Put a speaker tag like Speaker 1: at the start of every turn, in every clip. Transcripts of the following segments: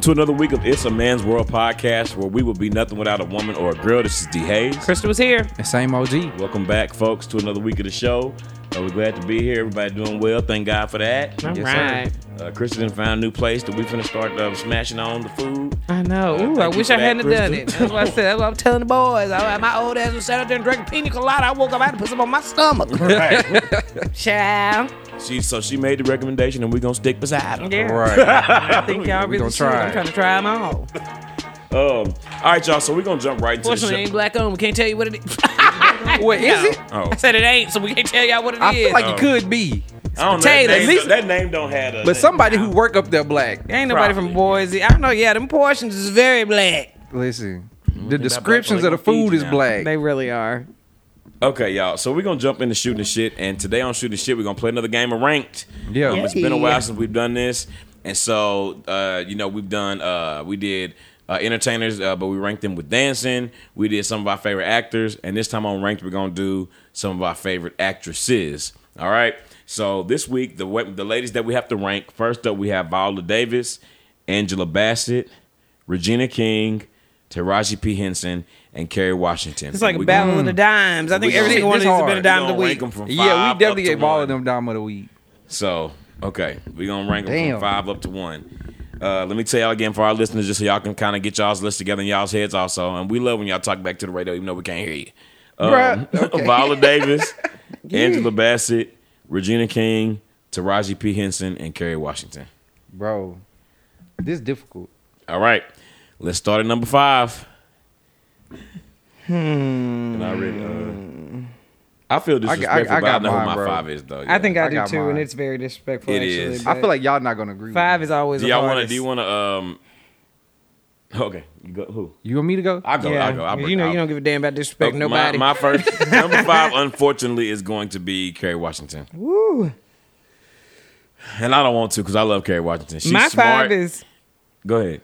Speaker 1: to another week of It's a Man's World podcast, where we will be nothing without a woman or a girl. This is D Hayes.
Speaker 2: Krista was here.
Speaker 3: The same OG.
Speaker 1: Welcome back, folks, to another week of the show. Uh, we're glad to be here. Everybody doing well. Thank God for that.
Speaker 2: All right.
Speaker 3: sir.
Speaker 1: Uh, Kristen found a new place that we finna start uh, smashing on the food.
Speaker 2: I know.
Speaker 1: Uh,
Speaker 2: Ooh, I
Speaker 1: thank you
Speaker 2: wish
Speaker 1: for
Speaker 2: I
Speaker 1: that,
Speaker 2: hadn't have done
Speaker 1: Krista.
Speaker 2: it. That's what I said. That's what I'm telling the boys. I, my old ass was sat up there and drank a pina colada. I woke up, I had to put some on my stomach.
Speaker 1: Right.
Speaker 2: Child.
Speaker 1: she, so she made the recommendation, and we're gonna stick beside her.
Speaker 2: Yeah.
Speaker 3: Right.
Speaker 2: I think y'all
Speaker 3: We
Speaker 2: really
Speaker 3: gonna
Speaker 2: should.
Speaker 3: try.
Speaker 2: I'm trying to try them all.
Speaker 1: Um, all right, y'all. So we're gonna jump right into the
Speaker 2: Fortunately, it
Speaker 1: show.
Speaker 2: ain't black owned. We can't tell you what it is.
Speaker 3: What is it?
Speaker 1: Oh,
Speaker 2: I said it ain't, so we can't tell y'all what it is.
Speaker 3: I feel like
Speaker 1: Oh.
Speaker 3: it could be.
Speaker 1: I don't know. That
Speaker 2: potatoes.
Speaker 1: name,
Speaker 2: At least-
Speaker 1: that name don't have a.
Speaker 3: But somebody who work up there black.
Speaker 2: ain't nobody from
Speaker 1: Probably.
Speaker 2: Boise. I don't know. Yeah, them portions is very black.
Speaker 3: Listen, the
Speaker 1: black
Speaker 3: descriptions
Speaker 1: people,
Speaker 3: of
Speaker 1: they
Speaker 3: the
Speaker 1: gonna feed
Speaker 3: food
Speaker 1: you
Speaker 3: is
Speaker 1: now.
Speaker 3: black.
Speaker 2: They really are.
Speaker 1: Okay, y'all. So we're gonna jump into shooting the shit, and today on shooting the shit, we're gonna play another game of ranked.
Speaker 3: Yeah.
Speaker 1: Um, it's been a
Speaker 2: Yeah.
Speaker 1: while since we've done this, and so uh, you know we've done uh, we did uh, entertainers, uh, but we ranked them with dancing. We did some of our favorite actors, and this time on ranked, we're gonna do some of our favorite actresses. All right. So this week, the wa- the ladies that we have to rank first up, we have Viola Davis, Angela Bassett, Regina King, Taraji P Henson, and Kerry Washington.
Speaker 2: It's like a
Speaker 1: We gonna-
Speaker 2: battle of the dimes. I think
Speaker 1: we
Speaker 2: every
Speaker 1: gonna-
Speaker 2: single one of
Speaker 3: this
Speaker 2: these has been a
Speaker 3: hard.
Speaker 2: dime of the
Speaker 1: We gonna rank
Speaker 2: week.
Speaker 1: 'em from five
Speaker 3: Yeah,
Speaker 1: up
Speaker 3: we definitely
Speaker 1: to
Speaker 3: gave all
Speaker 1: one.
Speaker 3: of them dime of the week.
Speaker 1: So, okay, we're gonna rank them
Speaker 3: Damn.
Speaker 1: from five up to one. Uh, let me tell y'all again for our listeners, just so y'all can kind of get y'all's list together in y'all's heads also. And we love when y'all talk back to the radio, even though we can't hear you. Um,
Speaker 3: Bruh, okay.
Speaker 1: Viola Davis, Angela Bassett, Regina King, Taraji P. Henson, and Kerry Washington.
Speaker 3: Bro, this difficult.
Speaker 1: All right, let's start at number five. Hmm. And I really, uh, I feel
Speaker 3: I- I
Speaker 1: disrespectful, but I
Speaker 3: got
Speaker 1: know who
Speaker 3: mine,
Speaker 1: my
Speaker 3: bro.
Speaker 1: five is though.
Speaker 2: I
Speaker 1: yeah.
Speaker 2: think I,
Speaker 3: I
Speaker 2: do
Speaker 3: got
Speaker 2: too,
Speaker 3: mine.
Speaker 2: and it's very disrespectful.
Speaker 1: It
Speaker 2: actually,
Speaker 1: is.
Speaker 3: I
Speaker 2: but
Speaker 3: feel like y'all not gonna agree. with
Speaker 2: five is always.
Speaker 1: Do
Speaker 2: the
Speaker 1: y'all want to?
Speaker 2: hardest.
Speaker 1: Do you want to? Um. Okay, you go. Who?
Speaker 3: me. You want me to go?
Speaker 1: I go.
Speaker 2: Yeah,
Speaker 1: I go. I
Speaker 2: you know you don't give a damn about disrespect nobody.
Speaker 1: My, my first number five, unfortunately, is going to be Kerry Washington,
Speaker 2: Woo.
Speaker 1: and I don't want to because I love Kerry Washington. She's
Speaker 2: my
Speaker 1: smart.
Speaker 2: five is
Speaker 1: Go ahead.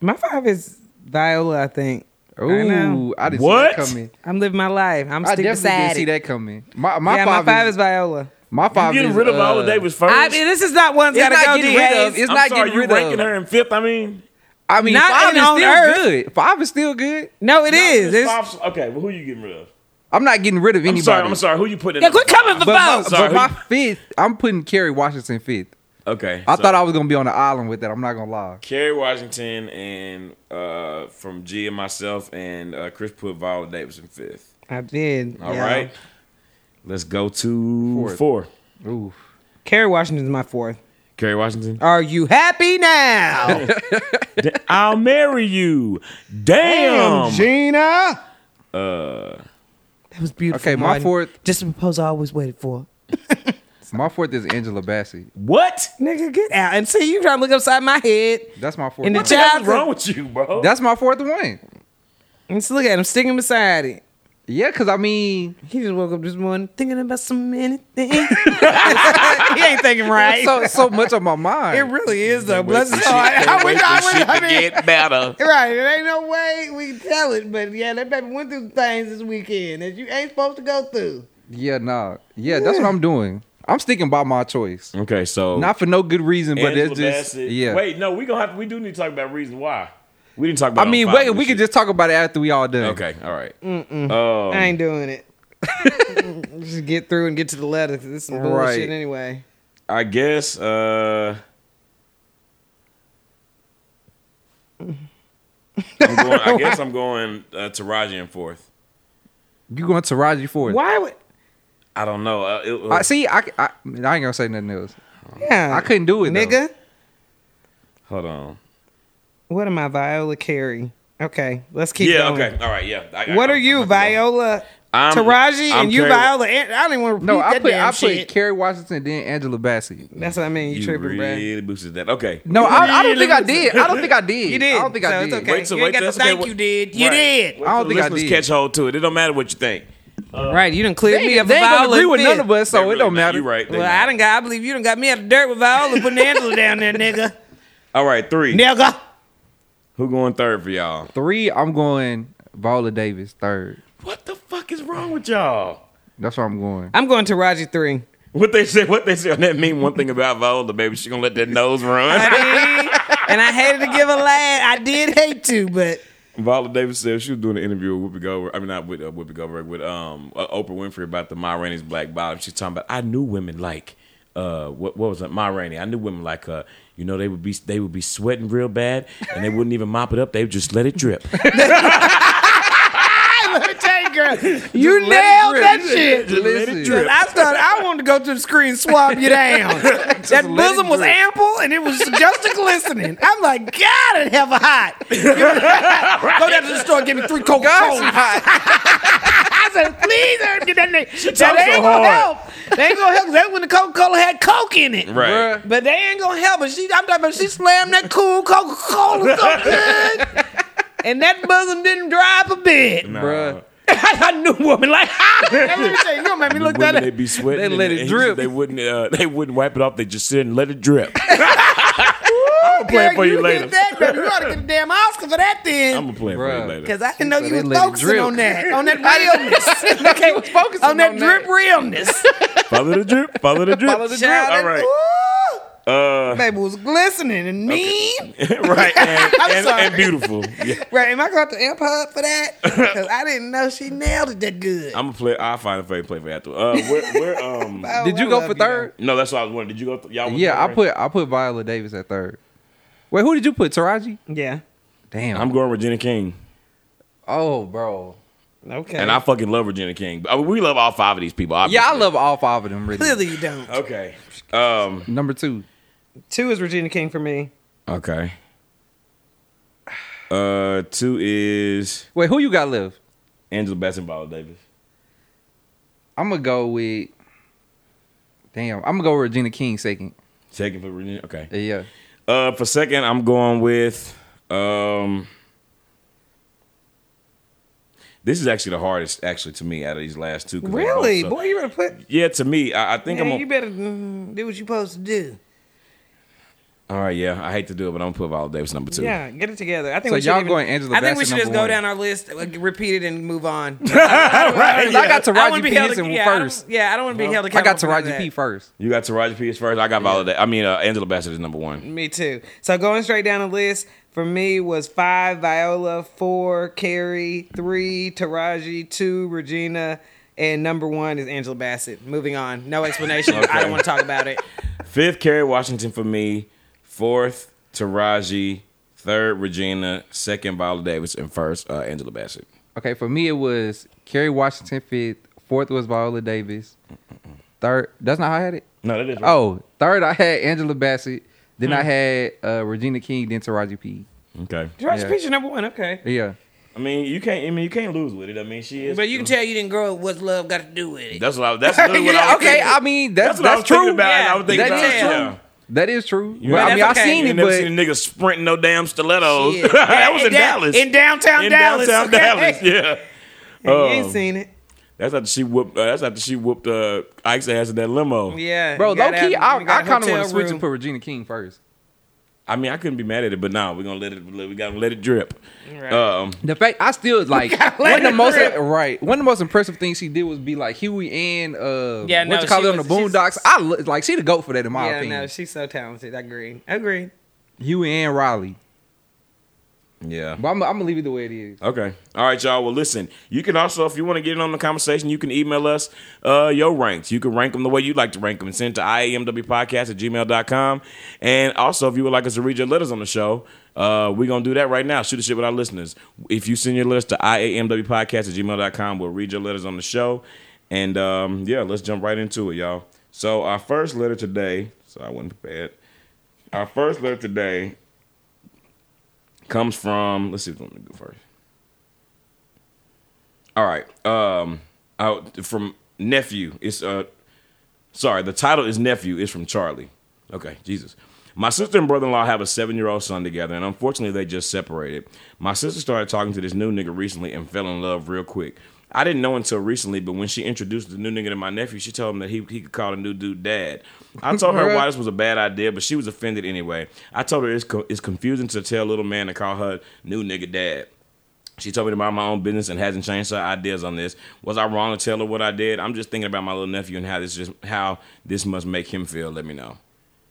Speaker 2: my five is Viola. I think. I know.
Speaker 3: Ooh, I, didn't
Speaker 1: What?
Speaker 3: see that coming.
Speaker 2: I'm living my life. I'm
Speaker 3: I
Speaker 2: sticking
Speaker 3: definitely
Speaker 2: beside
Speaker 3: didn't see
Speaker 2: it.
Speaker 3: that coming. My my
Speaker 2: yeah,
Speaker 3: five,
Speaker 2: my five is,
Speaker 3: is,
Speaker 2: Viola.
Speaker 3: my five
Speaker 1: Getting
Speaker 3: is,
Speaker 1: rid of
Speaker 3: uh,
Speaker 1: Viola Davis first.
Speaker 2: I, this is not one's
Speaker 3: It's
Speaker 2: gotta
Speaker 3: not
Speaker 2: go.
Speaker 3: getting
Speaker 2: D.
Speaker 3: rid of.
Speaker 2: Hayes.
Speaker 3: It's
Speaker 1: I'm
Speaker 3: not
Speaker 1: sorry,
Speaker 3: getting
Speaker 1: you
Speaker 3: rid of.
Speaker 1: ranking her in fifth. I mean,
Speaker 3: I mean,
Speaker 2: Not
Speaker 3: five
Speaker 2: in
Speaker 3: is
Speaker 2: on
Speaker 3: still
Speaker 2: earth.
Speaker 3: good. Five is still good.
Speaker 2: no, it is.
Speaker 1: It's
Speaker 2: It's,
Speaker 1: five, okay, well, who you getting rid of?
Speaker 3: I'm not getting rid of
Speaker 1: I'm
Speaker 3: anybody.
Speaker 1: sorry. I'm sorry. Who you putting? in
Speaker 2: yeah,
Speaker 1: number
Speaker 2: quit coming for
Speaker 3: But my,
Speaker 2: votes.
Speaker 1: Sorry,
Speaker 3: but my
Speaker 1: who-
Speaker 3: fifth, I'm putting Kerry Washington fifth.
Speaker 1: five? Okay,
Speaker 3: I
Speaker 1: so
Speaker 3: thought I was gonna be on the island with that. I'm not gonna lie.
Speaker 1: Kerry Washington and uh, from G and myself and uh, Chris put Viola Davis in fifth.
Speaker 2: I did.
Speaker 1: All
Speaker 2: yeah.
Speaker 1: right. Let's go to
Speaker 3: Fourth.
Speaker 1: four.
Speaker 3: Ooh,
Speaker 2: Kerry Washington's my fourth.
Speaker 1: Kerry Washington.
Speaker 2: Are you happy now?
Speaker 1: I'll marry you. Damn.
Speaker 3: Gina.
Speaker 2: that was beautiful.
Speaker 3: Okay, my
Speaker 2: Martin.
Speaker 3: fourth-
Speaker 2: Just the proposal I always waited for.
Speaker 3: My fourth is Angela Bassett.
Speaker 1: What?
Speaker 2: Nigga, get out and see you trying to look upside my head.
Speaker 3: That's my fourth.
Speaker 2: And
Speaker 3: one.
Speaker 1: What the hell is
Speaker 2: Johnson.
Speaker 1: wrong with you, bro?
Speaker 3: That's my fourth one.
Speaker 2: And just look at him sticking beside it.
Speaker 3: Yeah, because I mean,
Speaker 2: He just woke up this morning thinking about so many things. he ain't thinking right.
Speaker 3: so so much on my
Speaker 2: it
Speaker 3: mind.
Speaker 2: really is though. Bless his heart. I wish I would. I mean,
Speaker 1: better.
Speaker 2: right. It ain't no way we can tell it, but yeah, that baby went through things this weekend that you ain't supposed to go through.
Speaker 3: Yeah, nah. Yeah, that's what I'm doing. I'm sticking by my choice,
Speaker 1: Okay, so
Speaker 3: not for no good reason, but
Speaker 1: Angela
Speaker 3: it's just
Speaker 1: Bassett-
Speaker 3: yeah.
Speaker 1: Wait, no, we gonna have to, we do need to talk about reason why. We didn't talk
Speaker 3: I
Speaker 1: about.
Speaker 3: mean,
Speaker 1: on five,
Speaker 3: wait,
Speaker 1: but
Speaker 3: we
Speaker 1: shit.
Speaker 3: could just talk about it after we all done.
Speaker 1: Okay, all right.
Speaker 2: I
Speaker 1: Um,
Speaker 2: ain't doing it. Just get through and get to the letter. 'cause This is some bullshit
Speaker 3: Right.
Speaker 2: anyway.
Speaker 1: I guess. uh I'm going, I guess I'm going uh, Taraji in fourth.
Speaker 3: You going to Taraji fourth?
Speaker 2: Why would?
Speaker 1: I don't know. Uh, it,
Speaker 3: I see. I, I I ain't gonna say nothing else.
Speaker 2: Yeah,
Speaker 3: I couldn't do it, though.
Speaker 2: nigga.
Speaker 1: Hold on.
Speaker 2: What am I, Viola Carey? Okay, let's keep.
Speaker 1: Yeah.
Speaker 2: going.
Speaker 1: Okay. All right. Yeah. I, I-
Speaker 2: What
Speaker 1: I-
Speaker 2: are you,
Speaker 1: I'm gonna go.
Speaker 2: Viola
Speaker 1: I'm-
Speaker 2: Taraji,
Speaker 1: I'm
Speaker 2: and you,
Speaker 1: Carrie-
Speaker 2: Viola? An- I didn't want to repeat
Speaker 3: No,
Speaker 2: that
Speaker 3: I put
Speaker 2: damn
Speaker 3: I put
Speaker 2: shit.
Speaker 3: Kerry Washington then Angela Bassett.
Speaker 2: That's what I mean. You,
Speaker 1: You
Speaker 2: tripping, bruh.
Speaker 1: really boosted that. Okay.
Speaker 3: No, I, I don't
Speaker 2: Really?
Speaker 3: think I did. I don't think I did.
Speaker 2: You did.
Speaker 3: I don't think
Speaker 2: so
Speaker 3: I
Speaker 2: it's
Speaker 3: did.
Speaker 2: okay.
Speaker 1: Wait till-
Speaker 2: you
Speaker 1: wait
Speaker 2: ain't got
Speaker 1: till-
Speaker 2: to
Speaker 1: that's okay.
Speaker 2: think
Speaker 1: What-
Speaker 2: you did. You
Speaker 1: Right.
Speaker 2: did.
Speaker 3: I don't
Speaker 1: The
Speaker 3: think I
Speaker 1: listeners
Speaker 3: did.
Speaker 1: catch hold to it. It don't matter what you think.
Speaker 2: Right, you done cleared
Speaker 3: They
Speaker 2: me
Speaker 3: ain't,
Speaker 2: up with
Speaker 3: they ain't gonna
Speaker 2: Viola.
Speaker 3: agree with
Speaker 2: and
Speaker 3: none
Speaker 2: Fitz.
Speaker 3: of us, so
Speaker 1: They really
Speaker 3: it don't matter.
Speaker 1: You right. They
Speaker 2: Well, I
Speaker 1: right.
Speaker 2: done got. I believe you done got me out of dirt with Viola putting Angela down there, nigga.
Speaker 1: All right. Three.
Speaker 2: Nigga.
Speaker 1: Who going third for y'all?
Speaker 3: Three, I'm going Viola Davis third.
Speaker 1: What the fuck is wrong with y'all?
Speaker 3: That's where I'm going.
Speaker 2: I'm going to Taraji three.
Speaker 1: What they say? What they say on that mean? One thing about Viola, baby, she gonna let that nose run.
Speaker 2: I and I hated to give a laugh. I did hate to, but
Speaker 1: Viola Davis said she was doing an interview with Whoopi Goldberg. I mean, not with uh, Whoopi Goldberg, with um, uh, Oprah Winfrey about the Ma Rainey's Black Bottom. She's talking about I knew women like uh, what, what was it, Ma Rainey? I knew women like her. You know, they would be they would be sweating real bad, and they wouldn't even mop it up. They would just let it drip.
Speaker 2: let me tell you, girl, you nailed
Speaker 3: let it
Speaker 2: that
Speaker 3: drip.
Speaker 2: shit.
Speaker 3: Just let it
Speaker 2: Listen,
Speaker 3: drip.
Speaker 2: I started. I wanted to go to the screen, and swab you down. that
Speaker 3: let it
Speaker 2: bosom was
Speaker 3: drip.
Speaker 2: ample, and it was just a glistening. I'm like, God, it have a hot. Give me- go down to the store, and give me three Coca
Speaker 3: Gosh,
Speaker 2: Cola.
Speaker 3: hot.
Speaker 2: I said, please, Herb, get that name. She
Speaker 1: talks so
Speaker 2: ain't gonna
Speaker 1: hard.
Speaker 2: help. They ain't gonna help. 'cause That's when the Coca Cola had Coke in it.
Speaker 1: right.
Speaker 2: But they ain't gonna help her. She, I'm talking about she slammed that cool Coca Cola so good, and that bosom didn't dry up a bit.
Speaker 1: Nah.
Speaker 3: Bruh.
Speaker 2: I knew woman like let me tell you, you don't make me look
Speaker 1: Women,
Speaker 2: that
Speaker 1: they
Speaker 2: up.
Speaker 1: be sweating.
Speaker 3: They
Speaker 1: and-
Speaker 3: let
Speaker 1: and
Speaker 3: it
Speaker 1: he said
Speaker 3: drip.
Speaker 1: They wouldn't. Uh, they wouldn't wipe it off. They just sit and let it drip. I'll play it
Speaker 2: Girl,
Speaker 1: for you later.
Speaker 2: Did that, baby. You ought to get a damn Oscar for that
Speaker 1: I'm
Speaker 2: then.
Speaker 1: gonna play it for you
Speaker 3: Bruh.
Speaker 1: later.
Speaker 2: Because I didn't know
Speaker 3: said
Speaker 2: you
Speaker 3: they
Speaker 2: was
Speaker 3: let it
Speaker 2: focusing
Speaker 3: drip.
Speaker 2: on that, on that realness. okay, was
Speaker 3: focusing
Speaker 2: on that
Speaker 3: on
Speaker 2: drip
Speaker 3: that.
Speaker 2: realness.
Speaker 1: Follow the drip. Follow the drip.
Speaker 3: Follow the drip.
Speaker 2: Child,
Speaker 1: All
Speaker 2: that-
Speaker 1: right.
Speaker 2: Ooh,
Speaker 1: Uh,
Speaker 2: baby was glistening and mean.
Speaker 1: right. And,
Speaker 2: I'm
Speaker 1: and,
Speaker 2: sorry.
Speaker 1: and beautiful. Yeah.
Speaker 2: Right? Am I going to amp her up for that? Because I didn't know she nailed it that good.
Speaker 1: I'm gonna play. I'll find a favorite play for you after. Uh, where, where, um,
Speaker 2: Oh,
Speaker 3: Did
Speaker 2: I
Speaker 3: you go
Speaker 2: love
Speaker 3: for
Speaker 2: though.
Speaker 3: third?
Speaker 1: no, that's what I was wondering. Did you go? Th- y'all went
Speaker 3: Yeah, I
Speaker 1: third?
Speaker 3: put I put Viola Davis at third. Wait, who did you put? Taraji?
Speaker 2: Yeah.
Speaker 3: Damn.
Speaker 1: I'm going Regina King,
Speaker 3: oh, bro.
Speaker 2: Okay.
Speaker 1: and I fucking love Regina King. I mean, we love all five of these people. Obviously.
Speaker 3: Yeah, I love all five of them. Really.
Speaker 2: clearly you don't.
Speaker 1: Okay. Um.
Speaker 3: Number two.
Speaker 2: Two is Regina King for me.
Speaker 1: Okay. Uh, two is
Speaker 3: Wait, who you got left?
Speaker 1: Angela Bassett, and Viola Davis.
Speaker 3: I'm gonna go with. Damn, I'm gonna go with Regina King second.
Speaker 1: Second for Regina. Okay.
Speaker 3: Yeah.
Speaker 1: Uh, for second, I'm going with um. This is actually the hardest, actually, to me, out of these last two. 'cause they're both
Speaker 2: Really?
Speaker 1: so-
Speaker 2: Boy, you better put.
Speaker 1: Yeah, to me, I, I think
Speaker 2: Yeah,
Speaker 1: I'm. A,
Speaker 2: you better mm, do what you're supposed to do.
Speaker 1: all right, yeah, I hate to do it, but I'm gonna put Viola Davis number two.
Speaker 2: Yeah, get it together. I think
Speaker 3: So
Speaker 2: we should
Speaker 3: y'all
Speaker 2: even-
Speaker 3: going Angela
Speaker 2: I think we
Speaker 3: Bassett
Speaker 2: should just
Speaker 3: number
Speaker 2: go
Speaker 3: one.
Speaker 2: down our list, like, repeat it, and move on.
Speaker 3: I got Taraji
Speaker 2: wanna
Speaker 3: P.
Speaker 2: held to-
Speaker 3: Henson
Speaker 2: yeah, I don't-
Speaker 3: first.
Speaker 2: yeah, I don't want to be held
Speaker 3: I
Speaker 2: accountable.
Speaker 3: got
Speaker 2: for none of
Speaker 3: Taraji P
Speaker 2: that.
Speaker 3: first.
Speaker 1: You got Taraji P as first. I got Viola. Da- I mean, uh, Angela Bassett is number one.
Speaker 2: Me too. So going straight down the list for me was five Viola, four Carrie, three Taraji, two Regina, and number one is Angela Bassett. Moving on. No explanation. I
Speaker 1: Okay.
Speaker 2: don't want to talk about it.
Speaker 1: Fifth, Kerry Washington for me. Fourth, Taraji. Third, Regina. Second, Viola Davis, and first, uh, Angela Bassett.
Speaker 3: Okay, for me it was Kerry Washington fifth. Fourth was Viola Davis. Third, that's not how I had it.
Speaker 1: No, that is
Speaker 3: Oh, third I had Angela Bassett. Then
Speaker 1: Mm.
Speaker 3: I had uh, Regina King. Then Taraji P.
Speaker 1: okay.
Speaker 2: Taraji
Speaker 3: Yeah.
Speaker 2: P's your number one. Okay.
Speaker 3: Yeah.
Speaker 1: I mean, you can't. I mean, you can't lose with it. I mean, she is.
Speaker 2: But you can tell you didn't grow up. What's love got to do with it?
Speaker 1: that's what I. That's literally what I
Speaker 3: Yeah,
Speaker 1: was
Speaker 3: okay,
Speaker 1: thinking.
Speaker 3: I mean that's
Speaker 1: That's
Speaker 3: that's,
Speaker 1: what I was thinking
Speaker 3: true.
Speaker 1: about. and I was thinking
Speaker 3: That
Speaker 1: about
Speaker 2: is
Speaker 1: it,
Speaker 2: true.
Speaker 1: yeah.
Speaker 3: That is true.
Speaker 1: You
Speaker 3: But,
Speaker 1: ain't-
Speaker 3: I mean,
Speaker 2: that's
Speaker 3: I
Speaker 2: okay.
Speaker 3: seen
Speaker 1: You
Speaker 3: it,
Speaker 1: never
Speaker 3: but
Speaker 1: seen a nigga sprinting no damn stilettos.
Speaker 2: Shit.
Speaker 1: that was in,
Speaker 2: da-
Speaker 1: Dallas.
Speaker 2: In downtown
Speaker 1: In
Speaker 2: Dallas.
Speaker 1: downtown
Speaker 2: okay?
Speaker 1: Dallas. Yeah.
Speaker 2: You
Speaker 1: Um,
Speaker 3: Oh.
Speaker 2: ain't seen it.
Speaker 1: That's after she whooped. Uh, that's after she whooped uh, Ike's ass in that limo.
Speaker 2: Yeah.
Speaker 3: bro,
Speaker 2: you got
Speaker 3: low key,
Speaker 2: out-
Speaker 3: I,
Speaker 2: you got
Speaker 3: I kind of want
Speaker 2: hotel
Speaker 3: to switch
Speaker 2: room.
Speaker 3: and put Regina King first.
Speaker 1: I mean, I couldn't be mad at it, but now we're gonna let it. We gotta let it drip.
Speaker 2: Right.
Speaker 1: Um,
Speaker 3: The fact I still like one of the most right one of the most impressive things she did was be like Huey and uh
Speaker 2: Yeah,
Speaker 3: what
Speaker 2: no,
Speaker 3: you call
Speaker 2: she
Speaker 3: it on the
Speaker 2: was-
Speaker 3: Boondocks.
Speaker 2: she's-
Speaker 3: I lo- like she the goat for that in my
Speaker 2: Yeah,
Speaker 3: opinion.
Speaker 2: no, she's so talented. I agree. Agreed.
Speaker 3: Huey and Riley,
Speaker 1: yeah.
Speaker 3: but I'm, I'm gonna leave it the way it is.
Speaker 1: Okay. All right, y'all. Well, listen. You can also, if you want to get in on the conversation, you can email us uh, your ranks. You can rank them the way you like to rank them and send to iamwpodcast at gmail.com. And also, if you would like us to read your letters on the show, uh, we're going to do that right now. Shoot the shit with our listeners. If you send your letters to iamwpodcast at gmail.com, we'll read your letters on the show. And um, yeah, let's jump right into it, y'all. So, our first letter today, so I wasn't prepared. Our first letter today comes from, let's see if I'm going to go first. All right. Um, out from nephew. It's uh, sorry. The title is nephew. It's from Charlie. Okay, Jesus. My sister and brother-in-law have a seven-year-old son together, and unfortunately, they just separated. My sister started talking to this new nigga recently and fell in love real quick. I didn't know until recently, but when she introduced the new nigga to my nephew, she told him that he, he could call the new dude dad. I told her why this was a bad idea, but she was offended anyway. I told her it's, co- it's confusing to tell little man to call her new nigga dad. She told me to mind my own business and hasn't changed her ideas on this. Was I wrong to tell her what I did? I'm just thinking about my little nephew and how this just how this must make him feel. Let me know.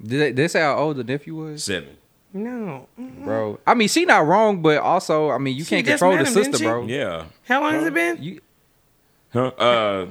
Speaker 3: Did they, this how old the nephew was?
Speaker 1: Seven.
Speaker 2: No.
Speaker 3: bro. I mean, she not wrong, but also, I mean, you
Speaker 2: She
Speaker 3: can't
Speaker 2: just
Speaker 3: control
Speaker 2: met
Speaker 3: the
Speaker 2: him,
Speaker 3: sister,
Speaker 2: didn't she?
Speaker 3: bro.
Speaker 1: Yeah.
Speaker 2: How long has it been?
Speaker 3: You,
Speaker 1: Huh? Uh,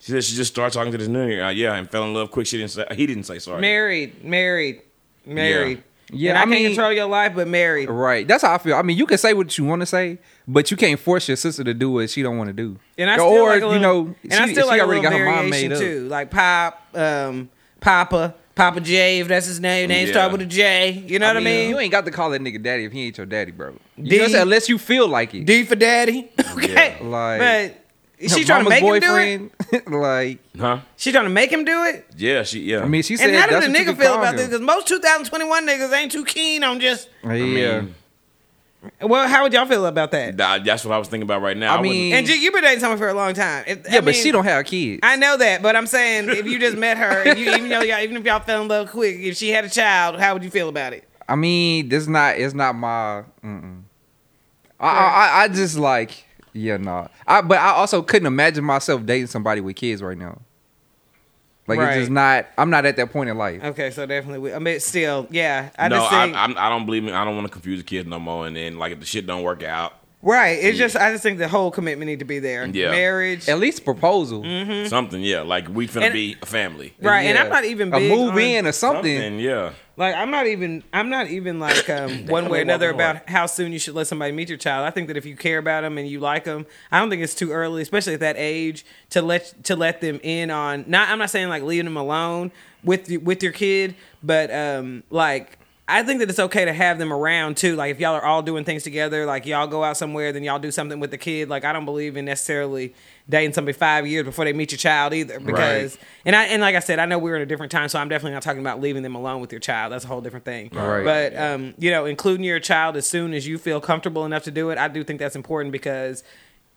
Speaker 1: she said she just started talking to this new uh, yeah, and fell in love quick. She didn't say he didn't say sorry.
Speaker 2: Married, married, married.
Speaker 3: Yeah,
Speaker 2: And I,
Speaker 3: I
Speaker 2: can't
Speaker 3: mean-
Speaker 2: control your life, but married.
Speaker 3: right? That's how I feel. I mean, you can say what you want to say, but you can't force your sister to do what she don't want to do.
Speaker 2: And I
Speaker 3: Or,
Speaker 2: still like a
Speaker 3: you
Speaker 2: little,
Speaker 3: know,
Speaker 2: and
Speaker 3: she,
Speaker 2: I still
Speaker 3: she
Speaker 2: like a
Speaker 3: already
Speaker 2: little
Speaker 3: got her mind
Speaker 2: variation
Speaker 3: made up.
Speaker 2: too, like Pop, um, Papa, Papa J, if that's his name. Name
Speaker 1: Yeah.
Speaker 2: start with a J. You know what I mean?
Speaker 3: you ain't got to call that nigga daddy if he ain't your daddy, bro.
Speaker 2: D-
Speaker 3: You know what I'm saying? Unless you feel like it.
Speaker 2: D for daddy. Okay,
Speaker 3: Yeah. Like-
Speaker 2: but is she trying to make him do it?
Speaker 3: do it? like,
Speaker 1: Huh?
Speaker 2: She trying to make him do it?
Speaker 1: Yeah, she yeah.
Speaker 3: I mean, she said,
Speaker 2: And how
Speaker 3: that's
Speaker 2: did the
Speaker 3: what you
Speaker 2: nigga
Speaker 3: can
Speaker 2: feel
Speaker 3: call
Speaker 2: about
Speaker 3: him.
Speaker 2: this? Because most 2021 niggas ain't too keen on just.
Speaker 3: Yeah,
Speaker 1: mean,
Speaker 2: Well, how would y'all feel about that?
Speaker 1: Th- that's what I was thinking about right now.
Speaker 3: I
Speaker 1: wouldn't-
Speaker 3: mean-
Speaker 2: And G, you've been dating someone for a long time. If- I
Speaker 3: yeah, but
Speaker 2: mean,
Speaker 3: she don't have kids.
Speaker 2: I know that, but I'm saying if you just met her, and you, even though y'all, even if y'all fell in love quick, if she had a child, how would you feel about it?
Speaker 3: I mean, this not it's not my. Mm-mm. I, I I- I just like yeah nah. I but I also couldn't imagine myself dating somebody with kids right now. Like
Speaker 2: Right.
Speaker 3: it's just not. I'm not at that point in life.
Speaker 2: Okay, so definitely, we, I mean, still, yeah, I
Speaker 1: no,
Speaker 2: just
Speaker 1: I,
Speaker 2: think
Speaker 1: I'm, I don't believe me. I don't want to confuse the kids no more. And then like if the shit don't work out,
Speaker 2: right. It's just I just think the whole commitment need to be there.
Speaker 1: Yeah.
Speaker 2: marriage,
Speaker 3: At least proposal,
Speaker 1: something yeah, like we finna
Speaker 2: And-
Speaker 1: be a family.
Speaker 2: Mm-hmm. right? And
Speaker 3: Yeah.
Speaker 2: I'm not even
Speaker 3: a
Speaker 2: big
Speaker 3: move
Speaker 2: on-
Speaker 3: in or something.
Speaker 1: yeah.
Speaker 2: Like I'm not even I'm not even like um, one way or
Speaker 1: walking
Speaker 2: another
Speaker 1: hard.
Speaker 2: about how soon you should let somebody meet your child. I think that if you care about them and you like them, I don't think it's too early, especially at that age, to let to let them in on. Not I'm not saying like leaving them alone with you, with your kid, but um like. I think that it's okay to have them around too. Like if y'all are all doing things together, like y'all go out somewhere, then y'all do something with the kid. Like I don't believe in necessarily dating somebody five years before they meet your child either, because and I and like I said, I know we're in a different time, so I'm definitely not talking about leaving them alone with your child. That's a whole different thing.
Speaker 3: Right.
Speaker 2: But um, you know, including your child as soon as you feel comfortable enough to do it, I do think that's important because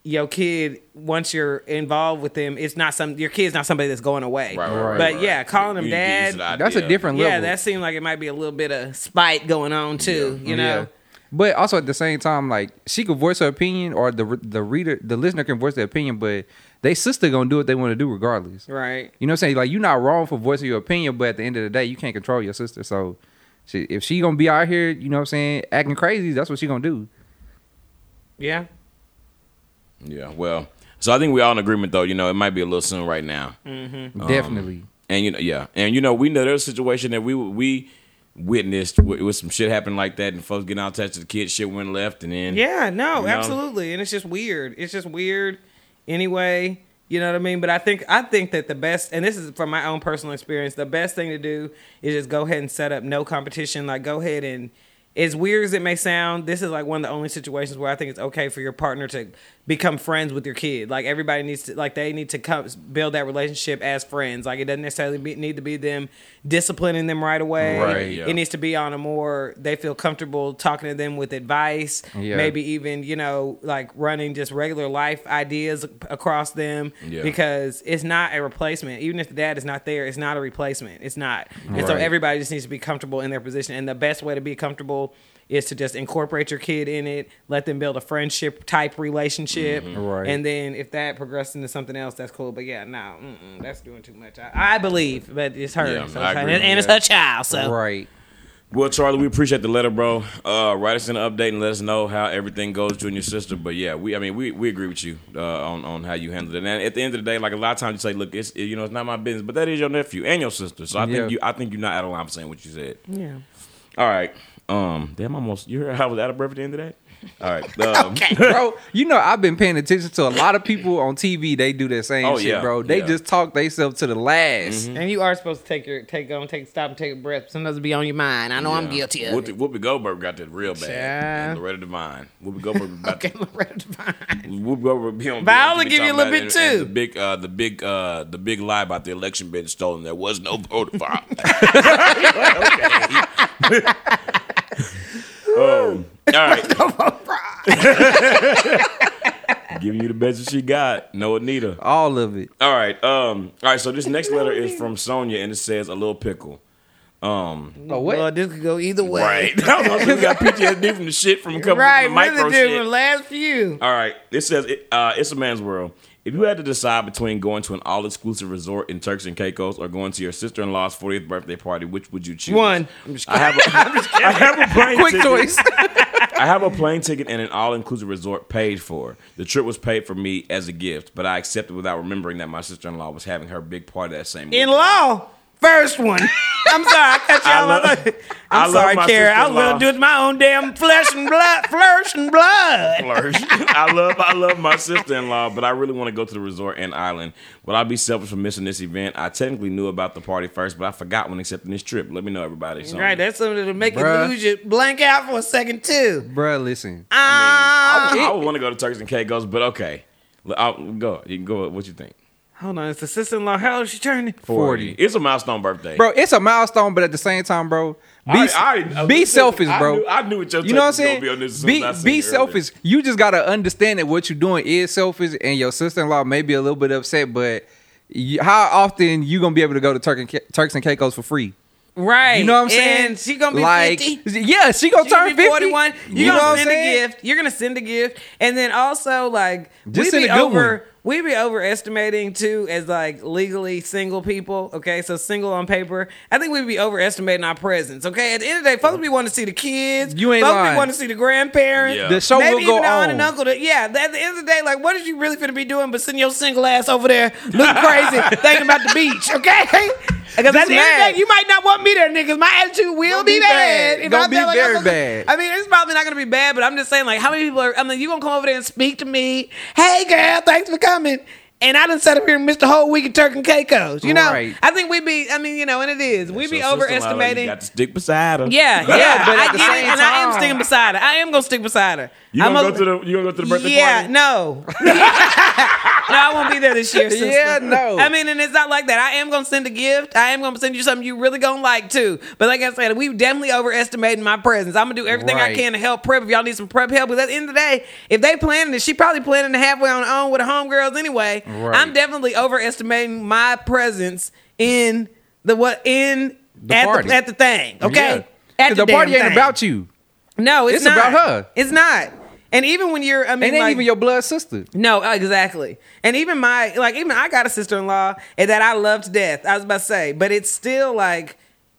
Speaker 2: your kid, once you're involved with them, it's not some your kid's not somebody that's going away.
Speaker 1: Right, right, right,
Speaker 2: but
Speaker 1: right.
Speaker 2: yeah, calling them
Speaker 1: You get used to
Speaker 2: dad.
Speaker 1: the
Speaker 3: That's a
Speaker 1: idea.
Speaker 3: different level.
Speaker 2: Yeah, that seemed like it might be a little bit of spite going on too.
Speaker 1: Oh,
Speaker 2: You know.
Speaker 3: Oh, Yeah. But also at the same time, like she could voice her opinion, or the the reader, the listener can voice their opinion, but they sister gonna do what they want to do regardless.
Speaker 2: Right.
Speaker 3: You know what I'm saying? Like you're not wrong for voicing your opinion, but at the end of the day, you can't control your sister. So she, if she gonna be out here, you know what I'm saying, acting crazy, that's what she gonna do.
Speaker 2: Yeah.
Speaker 1: Yeah. Well, so I think we all in agreement though. You know, it might be a little soon right now.
Speaker 3: Definitely.
Speaker 1: and you know, yeah, and you know, we know there's a situation that we we witnessed with, with some shit happening like that, and folks getting out touch of the kids, shit went left, and then
Speaker 2: Yeah, no,
Speaker 1: know?
Speaker 2: absolutely. And it's just weird. It's just weird anyway. You know what I mean? But I think I think that the best and this is from my own personal experience, the best thing to do is just go ahead and set up no competition. Like go ahead and as weird as it may sound, this is like one of the only situations where I think it's okay for your partner to become friends with your kid. Like everybody needs to like they need to come build that relationship as friends. Like it doesn't necessarily be, need to be them disciplining them right away.
Speaker 1: Right, yeah.
Speaker 2: It needs to be on a more they feel comfortable talking to them with advice
Speaker 3: Yeah.
Speaker 2: maybe even you know like running just regular life ideas ac- across them
Speaker 1: Yeah.
Speaker 2: because it's not a replacement even if the dad is not there it's not a replacement it's not and so
Speaker 3: Right.
Speaker 2: everybody just needs to be comfortable in their position and the best way to be comfortable is to just incorporate your kid in it let them build a friendship type relationship
Speaker 1: Mm-hmm.
Speaker 3: Right.
Speaker 2: and then if that progresses into something else that's cool but yeah no mm-mm, that's doing too much i, I believe but it's her
Speaker 1: Yeah,
Speaker 2: so
Speaker 1: I
Speaker 2: it's her-
Speaker 1: agree.
Speaker 2: and, and it's her child so
Speaker 3: Right.
Speaker 1: Well, Charlie, we appreciate the letter, bro. Uh, write us an update and let us know how everything goes you and your sister. But yeah, we I mean we, we agree with you uh, on on how you handled it. And at the end of the day, like a lot of times you say, look, it's you know it's not my business, but that is your nephew and your sister. So I
Speaker 3: Yeah.
Speaker 1: think you I think you're not out of line for saying what you said.
Speaker 2: yeah
Speaker 1: All right. Um, damn, I almost you heard how I was out of breath at the end of that. All right. Um,
Speaker 3: bro, you know I've been paying attention to a lot of people on TV. They do that same
Speaker 1: Oh,
Speaker 3: shit,
Speaker 1: yeah.
Speaker 3: bro. They
Speaker 1: Yeah.
Speaker 3: just talk themselves to the last.
Speaker 2: And you are supposed to take your take on take stop and take a breath. Sometimes it be on your mind. I know I'm guilty of
Speaker 1: Whoopi,
Speaker 2: it.
Speaker 1: Whoopi Goldberg got that real bad.
Speaker 2: Yeah.
Speaker 1: And Loretta Devine. Whoopi Goldberg got
Speaker 2: Okay, Loretta Devine.
Speaker 1: Whoopi Goldberg be on.
Speaker 2: Viola
Speaker 1: be on- be
Speaker 2: give you a
Speaker 1: talking
Speaker 2: little
Speaker 1: about
Speaker 2: bit
Speaker 1: it, and
Speaker 2: too.
Speaker 1: The big, uh, the big, uh, the big lie about the election being stolen. There was no voter fraud. oh, all right. Giving you the best that she got. No Anita.
Speaker 3: All of it.
Speaker 1: All right. Um. All right. So this next letter is from Sonia, and it says a little pickle. Um,
Speaker 3: Oh what?
Speaker 2: Well, this could go either way.
Speaker 1: Right. I don't know if you got PTSD from the shit from a couple
Speaker 2: Right,
Speaker 1: of the micro
Speaker 2: really
Speaker 1: shit.
Speaker 2: dude, from last few.
Speaker 1: All right. It says it, uh, it's a man's world. If you had to decide between going to an all exclusive resort in Turks and Caicos or going to your sister in law's 40th birthday party, which would you choose?
Speaker 2: One.
Speaker 1: I'm just I have a, I have a plane
Speaker 3: Quick
Speaker 1: ticket.
Speaker 3: choice.
Speaker 1: I have a plane ticket and an all inclusive resort paid for. The trip was paid for me as a gift, but I accepted without remembering that my sister in law was having her big party that same
Speaker 2: In
Speaker 1: weekend.
Speaker 2: law, first one. I'm sorry, I cut
Speaker 1: I
Speaker 2: y'all.
Speaker 1: love-
Speaker 2: off.
Speaker 1: I
Speaker 2: I'm
Speaker 1: love
Speaker 2: sorry,
Speaker 1: my
Speaker 2: Kara. I
Speaker 1: sister-in-law.
Speaker 2: will do it my own damn flesh and blood, flesh and blood.
Speaker 1: splurge. I love I love my sister in law, but I really want to go to the resort and island. Will I be selfish for missing this event? I technically knew about the party first, but I forgot when accepting this trip. Let me know everybody. So,
Speaker 2: Right, that's something to make
Speaker 3: Bruh.
Speaker 2: you lose your blank out for a second too.
Speaker 3: Bruh, listen.
Speaker 1: I,
Speaker 2: Ah,
Speaker 1: would- I would want to go to Turks and Caicos, but okay. L- I'll- go. You can go. What you think?
Speaker 2: hold on, it's the sister-in-law. How old is she turning?
Speaker 1: 40.
Speaker 3: 40.
Speaker 1: It's a milestone birthday.
Speaker 3: Bro, it's a milestone, but at the same time, bro, be,
Speaker 1: I- I-
Speaker 3: be
Speaker 1: listen,
Speaker 3: selfish,
Speaker 1: I
Speaker 3: bro.
Speaker 1: knew- I knew what your
Speaker 3: You know what I'm
Speaker 1: take was gonna
Speaker 3: saying?
Speaker 1: be on this as soon
Speaker 3: Be,
Speaker 1: as I seen
Speaker 3: be
Speaker 1: it earlier.
Speaker 3: selfish. You just gotta understand that what you're doing is selfish, and your sister-in-law may be a little bit upset, but you, how often you gonna be able to go to Turk and, Ca- Turks and Caicos for free?
Speaker 2: Right.
Speaker 3: You know what I'm saying?
Speaker 2: And she gonna be
Speaker 3: like,
Speaker 2: 50.
Speaker 3: yeah, she gonna
Speaker 2: She
Speaker 3: turn
Speaker 2: gonna be
Speaker 3: 50.
Speaker 2: 41. You're
Speaker 3: you know
Speaker 2: gonna
Speaker 3: what I'm
Speaker 2: send a
Speaker 3: saying?
Speaker 2: gift. You're gonna send a gift, and then also like
Speaker 3: Just
Speaker 2: we
Speaker 3: send
Speaker 2: be
Speaker 3: a good
Speaker 2: over.
Speaker 3: one.
Speaker 2: We be overestimating too as like legally single people. Okay, so single on paper. I think we be overestimating our presence. Okay, at the end of the day, folks be want to see the kids.
Speaker 3: You ain't
Speaker 2: folks
Speaker 3: lying.
Speaker 2: be want to see the grandparents.
Speaker 1: Yeah.
Speaker 3: The show
Speaker 2: Maybe
Speaker 3: will go
Speaker 2: even the aunt
Speaker 3: on.
Speaker 2: and uncle. To, yeah, at the end of the day, like, what is you really finna be doing but sitting your single ass over there looking crazy, thinking about the beach, okay? Because at the end of the
Speaker 3: mad.
Speaker 2: day, you might not want me there, niggas. My attitude will
Speaker 3: Gonna
Speaker 2: be
Speaker 3: be
Speaker 2: bad.
Speaker 3: bad.
Speaker 2: If
Speaker 3: Gonna
Speaker 2: I'm
Speaker 3: be
Speaker 2: there, like,
Speaker 3: very
Speaker 2: I'm gonna-
Speaker 3: bad.
Speaker 2: I mean, it's probably not gonna be bad, but I'm just saying, like, how many people are? I mean, you gonna come over there and speak to me? Hey, girl, thanks for coming. And I done sat up here and missed the whole week of Turk and Caicos. You know,
Speaker 3: Right.
Speaker 2: I think we be. I mean, you know, and it is we
Speaker 1: So
Speaker 2: be
Speaker 1: sister-in-law, You
Speaker 2: overestimating.
Speaker 1: got to stick beside her.
Speaker 2: Yeah, yeah,
Speaker 3: but at
Speaker 2: I
Speaker 3: the
Speaker 2: get it,
Speaker 3: same
Speaker 2: and I am
Speaker 3: time-
Speaker 2: sticking beside her. I am gonna stick beside her.
Speaker 1: You
Speaker 2: I'm
Speaker 1: gonna
Speaker 2: a-
Speaker 1: go to the you gonna go to the birthday
Speaker 2: yeah,
Speaker 1: party?
Speaker 2: no. no, I won't be there this year. Sister.
Speaker 3: Yeah, no.
Speaker 2: I mean, and it's not like that. I am gonna send a gift. I am gonna send you something you really gonna like too. But like I said, we definitely overestimating my presence. I'm gonna do everything I
Speaker 3: Right.
Speaker 2: can to help prep. If y'all need some prep help, because at the end of the day, if they planning it, she probably planning to halfway on her own with her homegirls anyway.
Speaker 3: Right.
Speaker 2: I'm definitely overestimating my presence in the what in
Speaker 3: The
Speaker 2: at,
Speaker 3: party.
Speaker 2: the, at the thing. Okay.
Speaker 3: Yeah.
Speaker 2: At
Speaker 3: 'Cause the party
Speaker 2: damn
Speaker 3: ain't
Speaker 2: thing.
Speaker 3: about you.
Speaker 2: No, it's,
Speaker 3: It's
Speaker 2: not.
Speaker 3: about her.
Speaker 2: It's not. And even when you're, I mean,
Speaker 3: It ain't
Speaker 2: like-
Speaker 3: even your blood sister.
Speaker 2: no, uh, exactly. And even my like even I got a sister in law and that I love to death. I was about to say, but it's still like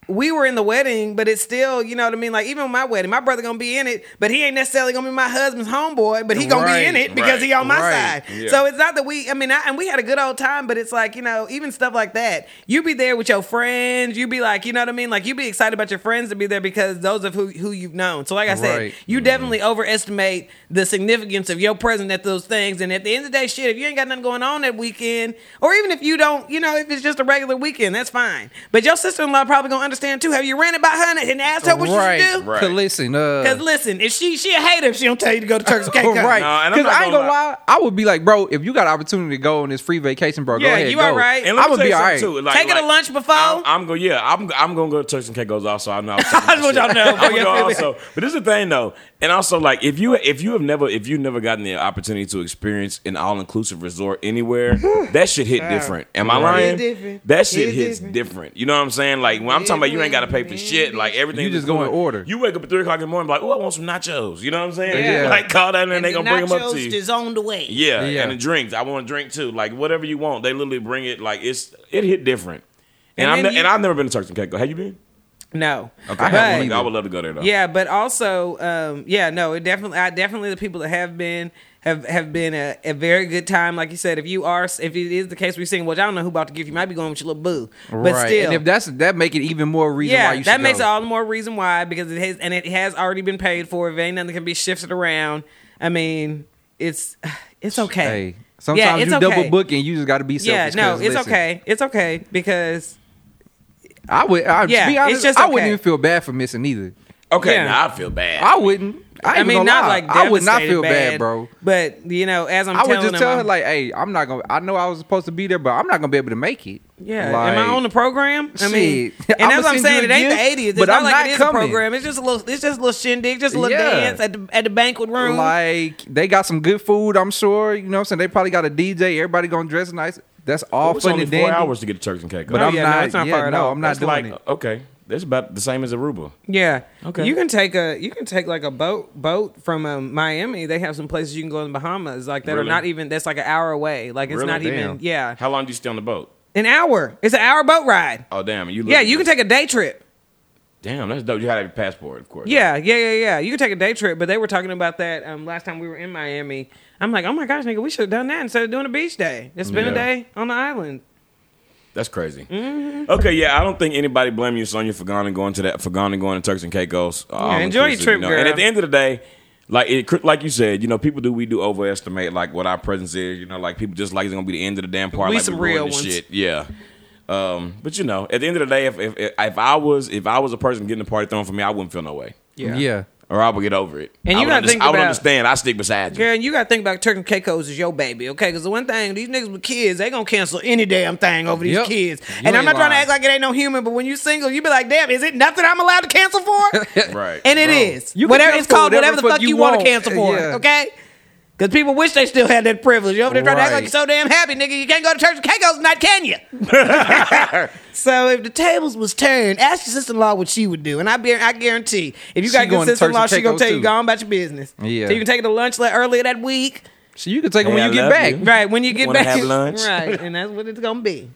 Speaker 2: we were in the wedding, but it's still, you know what I mean? Like even my wedding, my brother gonna be in it, but he ain't necessarily gonna be my husband's homeboy, but he gonna
Speaker 3: Right,
Speaker 2: be in it because he on my
Speaker 3: right,
Speaker 2: side.
Speaker 1: yeah.
Speaker 2: So it's not that we I mean I, and we had a good old time, but it's like, you know, even stuff like that. You be there with your friends, you be like, you know what I mean? Like you be excited about your friends to be there because those of who who you've known. So like I said,
Speaker 3: Right.
Speaker 2: you definitely overestimate the significance of your presence at those things. And at the end of the day, shit, if you ain't got nothing going on that weekend, or even if you don't, you know, if it's just a regular weekend, that's fine. But your sister in law probably gonna understand too. Have you ran it by her and asked her what
Speaker 3: right.
Speaker 2: you should do?
Speaker 1: Right.
Speaker 3: Cause listen, uh,
Speaker 2: Because listen, if she she a hater if she don't tell you to go to Turks and
Speaker 3: Oh,
Speaker 2: Caicos.
Speaker 3: right.
Speaker 1: Nah, and I'm
Speaker 3: Because
Speaker 1: not
Speaker 3: I ain't
Speaker 1: gonna
Speaker 3: gonna lie. I would be like, bro, if you got an opportunity to go on this free vacation, bro,
Speaker 2: Yeah,
Speaker 3: go ahead.
Speaker 2: you
Speaker 3: go.
Speaker 2: are right.
Speaker 1: And let
Speaker 3: I
Speaker 1: me
Speaker 3: would
Speaker 1: tell
Speaker 3: be
Speaker 1: you
Speaker 3: all
Speaker 1: something,
Speaker 3: right.
Speaker 1: too. Like,
Speaker 2: Taking
Speaker 1: like,
Speaker 2: a lunch before?
Speaker 1: I'm, I'm going. Yeah, I'm. I'm going to go to Turks and Caicos also. I know. I was
Speaker 2: I just want y'all to know
Speaker 1: I'm
Speaker 2: before
Speaker 1: gonna go
Speaker 2: y'all feel
Speaker 1: also. But this is the thing though, and also like if you if you have never if you've never gotten the opportunity to experience an all inclusive resort anywhere, that shit hit different. Am I lying?
Speaker 2: Hit different.
Speaker 1: That shit
Speaker 2: Hit
Speaker 1: hits
Speaker 2: different.
Speaker 1: different. You know what I'm saying? Like when I'm talking about, you ain't got to pay for shit. Like everything.
Speaker 3: You just
Speaker 1: is
Speaker 3: go in
Speaker 1: cool.
Speaker 3: order.
Speaker 1: You wake up at three o'clock in the morning, like, oh, I want some nachos. You know what I'm saying?
Speaker 3: Yeah.
Speaker 1: Like call down there and,
Speaker 2: And
Speaker 1: they
Speaker 2: the
Speaker 1: gonna bring them up to
Speaker 2: nachos
Speaker 1: you.
Speaker 2: is on the way.
Speaker 1: Yeah,
Speaker 3: Yeah.
Speaker 1: and the drinks. I want a drink too. Like whatever you want, they literally bring it. Like it's it hit different. And,
Speaker 2: And
Speaker 1: I'm ne-
Speaker 2: then you-
Speaker 1: and I've never been to Turks and Caicos. Have you been?
Speaker 2: No. Okay.
Speaker 1: I,
Speaker 3: haven't
Speaker 1: haven't
Speaker 3: either.
Speaker 1: I would love to go there though.
Speaker 2: Yeah, but also, um, yeah, no, it definitely, I definitely the people that have been have have been a, a very good time. Like you said, if you are, if it is the case, we're seeing. Well, I don't know who about to give you. Might be going with your little boo, but
Speaker 3: right.
Speaker 2: still,
Speaker 3: and if that's that make it even more reason
Speaker 2: yeah,
Speaker 3: why you should
Speaker 2: that makes
Speaker 3: go.
Speaker 2: it all the more reason why because it has and it has already been paid for. If ain't nothing can be shifted around, I mean, it's it's okay.
Speaker 3: Hey, sometimes
Speaker 2: it's
Speaker 3: you
Speaker 2: okay.
Speaker 3: double book and you just got to be
Speaker 2: yeah,
Speaker 3: selfish.
Speaker 2: no,
Speaker 3: 'cause
Speaker 2: it's
Speaker 3: listen,
Speaker 2: okay. It's okay because
Speaker 3: I would. I,
Speaker 2: Yeah,
Speaker 3: to be
Speaker 2: it's
Speaker 3: honest,
Speaker 2: just
Speaker 3: I wouldn't
Speaker 2: okay.
Speaker 3: even feel bad for missing either.
Speaker 1: Okay,
Speaker 2: Yeah.
Speaker 1: now I feel bad.
Speaker 3: I wouldn't. I, ain't
Speaker 2: I,
Speaker 3: even
Speaker 2: mean,
Speaker 3: gonna
Speaker 2: not
Speaker 3: lie.
Speaker 2: like
Speaker 3: I would not
Speaker 2: devastated
Speaker 3: feel bad, bro.
Speaker 2: But you know, as I'm
Speaker 3: I
Speaker 2: telling
Speaker 3: would just
Speaker 2: them,
Speaker 3: tell her
Speaker 2: I'm-
Speaker 3: like, "Hey, I'm not gonna. I know I was supposed to be there, but I'm not gonna be able to make it.
Speaker 2: Yeah,
Speaker 3: like,
Speaker 2: am I on the program? I mean,
Speaker 3: shit.
Speaker 2: and
Speaker 3: I'ma
Speaker 2: that's what I'm
Speaker 3: send you
Speaker 2: saying. It
Speaker 3: a
Speaker 2: ain't
Speaker 3: gift,
Speaker 2: the 80s. It's
Speaker 3: but
Speaker 2: not
Speaker 3: I'm
Speaker 2: like
Speaker 3: not
Speaker 2: it is
Speaker 3: coming.
Speaker 2: a program. It's just a little. It's just a little shindig, just a little
Speaker 3: Yeah.
Speaker 2: dance at the at the banquet room.
Speaker 3: Like they got some good food, I'm sure. You know what I'm saying? They probably got a DJ. Everybody gonna dress nice. That's all
Speaker 1: it's
Speaker 3: fun
Speaker 1: only
Speaker 3: and
Speaker 1: four
Speaker 3: dandy.
Speaker 1: hours to get to Turks and Caicos.
Speaker 3: But
Speaker 2: Oh,
Speaker 3: I'm
Speaker 2: yeah, no,
Speaker 3: not.
Speaker 2: it's not
Speaker 3: yeah,
Speaker 2: far at
Speaker 3: no,
Speaker 2: all.
Speaker 3: I'm not
Speaker 1: That's
Speaker 3: doing
Speaker 1: like
Speaker 3: it.
Speaker 1: okay. That's about the same as Aruba.
Speaker 2: Yeah.
Speaker 1: Okay.
Speaker 2: You can take a you can take like a boat boat from um, Miami. They have some places you can go in the Bahamas like that are
Speaker 1: Really?
Speaker 2: not even that's like an hour away. Like it's
Speaker 1: Really?
Speaker 2: not even
Speaker 3: Damn.
Speaker 2: yeah.
Speaker 1: How long do you stay on the boat?
Speaker 2: An hour. It's an hour boat ride.
Speaker 1: Oh damn, you.
Speaker 2: Yeah, you can take a day trip.
Speaker 1: Damn, that's dope. You had your passport, of course.
Speaker 2: Yeah, yeah, yeah, yeah. You can take a day trip, but they were talking about that um, last time we were in Miami. I'm like, oh my gosh, nigga, we should have done that instead of doing a beach day. It's been a
Speaker 1: Yeah.
Speaker 2: day on the island.
Speaker 1: That's crazy.
Speaker 2: Mm-hmm.
Speaker 1: Okay, yeah, I don't think anybody blame you, Sonya, for going and going to that, for going and going to Turks and Caicos. uh, all
Speaker 2: enjoy your
Speaker 1: inclusive,
Speaker 2: trip,
Speaker 1: you know.
Speaker 2: girl.
Speaker 1: And at the end of the day, like it, like you said, you know, people do we do overestimate like what our presence is. You know, like people just like it's gonna be the end of the damn part.
Speaker 2: We
Speaker 1: like
Speaker 2: some
Speaker 1: ruined
Speaker 2: real
Speaker 1: the
Speaker 2: ones.
Speaker 1: shit. Yeah. Um, but you know, at the end of the day, if, if if if I was if I was a person getting the party thrown for me, I wouldn't feel no way,
Speaker 3: Yeah.
Speaker 1: or I would get over it.
Speaker 2: And
Speaker 1: I
Speaker 2: you
Speaker 1: would
Speaker 2: gotta
Speaker 1: under-
Speaker 2: think
Speaker 1: I would
Speaker 2: about-
Speaker 1: understand. I stick beside you.
Speaker 2: Girl, and you gotta think about Turk and Caicos is your baby, okay? Because the one thing these niggas with kids, they gonna cancel any damn thing over these
Speaker 3: Yep.
Speaker 2: kids.
Speaker 3: You
Speaker 2: and I'm
Speaker 3: ain't
Speaker 2: not trying to
Speaker 3: lying.
Speaker 2: act like it ain't no human, but when you single, you be like, damn, is it nothing I'm allowed to cancel for?
Speaker 1: Right.
Speaker 2: and it
Speaker 3: Bro,
Speaker 2: is
Speaker 3: you can
Speaker 2: whatever it's
Speaker 3: cancel
Speaker 2: called, whatever,
Speaker 3: whatever
Speaker 2: the fuck,
Speaker 3: fuck
Speaker 2: you
Speaker 3: you
Speaker 2: want to
Speaker 3: want.
Speaker 2: cancel for it,
Speaker 3: Yeah.
Speaker 2: okay? Because people wish they still had that privilege. You over there trying to act like
Speaker 3: Right.
Speaker 2: you're so damn happy, nigga. You can't go to church and Caicos night, can you? so if the tables was turned, ask your sister-in-law what she would do, and I be, I guarantee, if you
Speaker 3: She
Speaker 2: got a
Speaker 3: going
Speaker 2: good
Speaker 3: to Turks and
Speaker 2: sister-in-law, she gonna
Speaker 3: Caicos
Speaker 2: tell you
Speaker 3: too.
Speaker 2: go on about your business.
Speaker 3: Yeah.
Speaker 2: So you can take her to lunch like earlier that week,
Speaker 3: So you can take it
Speaker 1: Hey,
Speaker 3: when
Speaker 1: I
Speaker 3: you get
Speaker 1: love
Speaker 3: back.
Speaker 1: you.
Speaker 2: right? When you get
Speaker 1: Wanna
Speaker 2: back,
Speaker 1: have lunch?
Speaker 2: right? And that's what it's gonna be.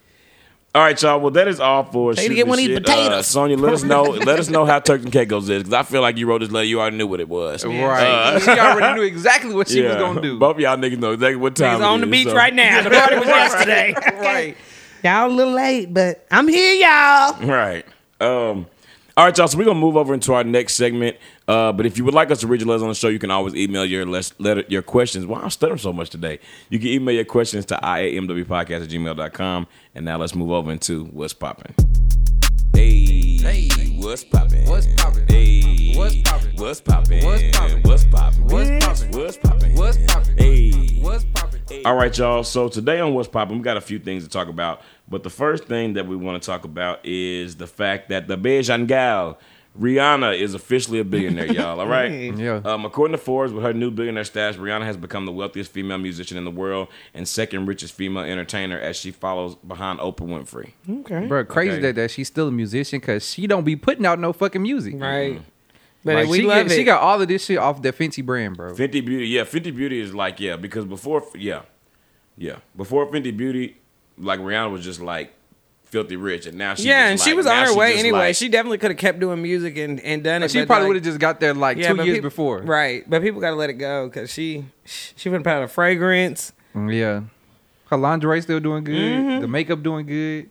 Speaker 1: All right, y'all. Well, that is all for
Speaker 2: to
Speaker 1: Shoot
Speaker 2: get
Speaker 1: the
Speaker 2: one of these
Speaker 1: Shit.
Speaker 2: potatoes.
Speaker 1: Uh, Sonya, let us know. let us know how Turks and Caicos is because I feel like you wrote this letter. You already knew what it was. Uh,
Speaker 3: Right. she already knew exactly what she was gonna do.
Speaker 1: Both of y'all niggas know exactly what time.
Speaker 2: He's
Speaker 1: it
Speaker 2: on the
Speaker 1: is,
Speaker 2: beach
Speaker 1: so-
Speaker 2: right now. The party was yesterday.
Speaker 3: Right.
Speaker 2: Y'all a little late, but I'm here, y'all.
Speaker 1: Right. Um. All right, y'all. So we're gonna move over into our next segment. Uh, but if you would like us to read your letters on the show, you can always email your les- letter, your questions. Why I'm stuttering so much today. You can email your questions to iamwpodcast at gmail.com. And now let's move over into what's popping. Hey, hey, what's poppin'?
Speaker 3: What's poppin'?
Speaker 1: Hey,
Speaker 3: What's poppin'?
Speaker 1: What's poppin'?
Speaker 3: What's poppin'?
Speaker 1: What's poppin'?
Speaker 3: What's poppin'?
Speaker 1: What's poppin'?
Speaker 3: What's poppin'?
Speaker 1: Hey,
Speaker 3: What's poppin'?
Speaker 1: all right, y'all. So today on What's Poppin', we got a few things to talk about. But the first thing that we want to talk about is the fact that the Bejan gal, Rihanna, is officially a billionaire, y'all. All right?
Speaker 3: Yeah.
Speaker 1: Um, according to Forbes, with her new billionaire status, Rihanna has become the wealthiest female musician in the world and second richest female entertainer as she follows behind Oprah Winfrey.
Speaker 3: Hmm.
Speaker 2: Okay.
Speaker 3: Bro, crazy
Speaker 1: Okay.
Speaker 3: that, that she's still a musician because she don't be putting out no fucking music.
Speaker 2: Right. But
Speaker 3: Mm-hmm. Like,
Speaker 2: we
Speaker 3: she,
Speaker 2: love
Speaker 3: get-
Speaker 2: it.
Speaker 3: she got all of this shit off the Fenty brand, bro.
Speaker 1: Fenty Beauty, yeah, Fenty Beauty is like, yeah, because before, yeah, yeah, before Fenty Beauty, like Rihanna was just like filthy rich, and now she just
Speaker 2: yeah, and
Speaker 1: like-
Speaker 2: she was
Speaker 1: now
Speaker 2: on her
Speaker 1: she
Speaker 2: way
Speaker 1: just
Speaker 2: anyway.
Speaker 1: like-
Speaker 2: she definitely could have kept doing music and, and done it.
Speaker 3: She
Speaker 2: but,
Speaker 3: probably
Speaker 2: like-
Speaker 3: would have just got there like two
Speaker 2: but
Speaker 3: years
Speaker 2: peop-
Speaker 3: before.
Speaker 2: Right, but people got to let it go because she she went out a fragrance.
Speaker 3: Mm, Yeah. Her lingerie still doing good.
Speaker 2: Mm-hmm.
Speaker 3: The makeup doing good.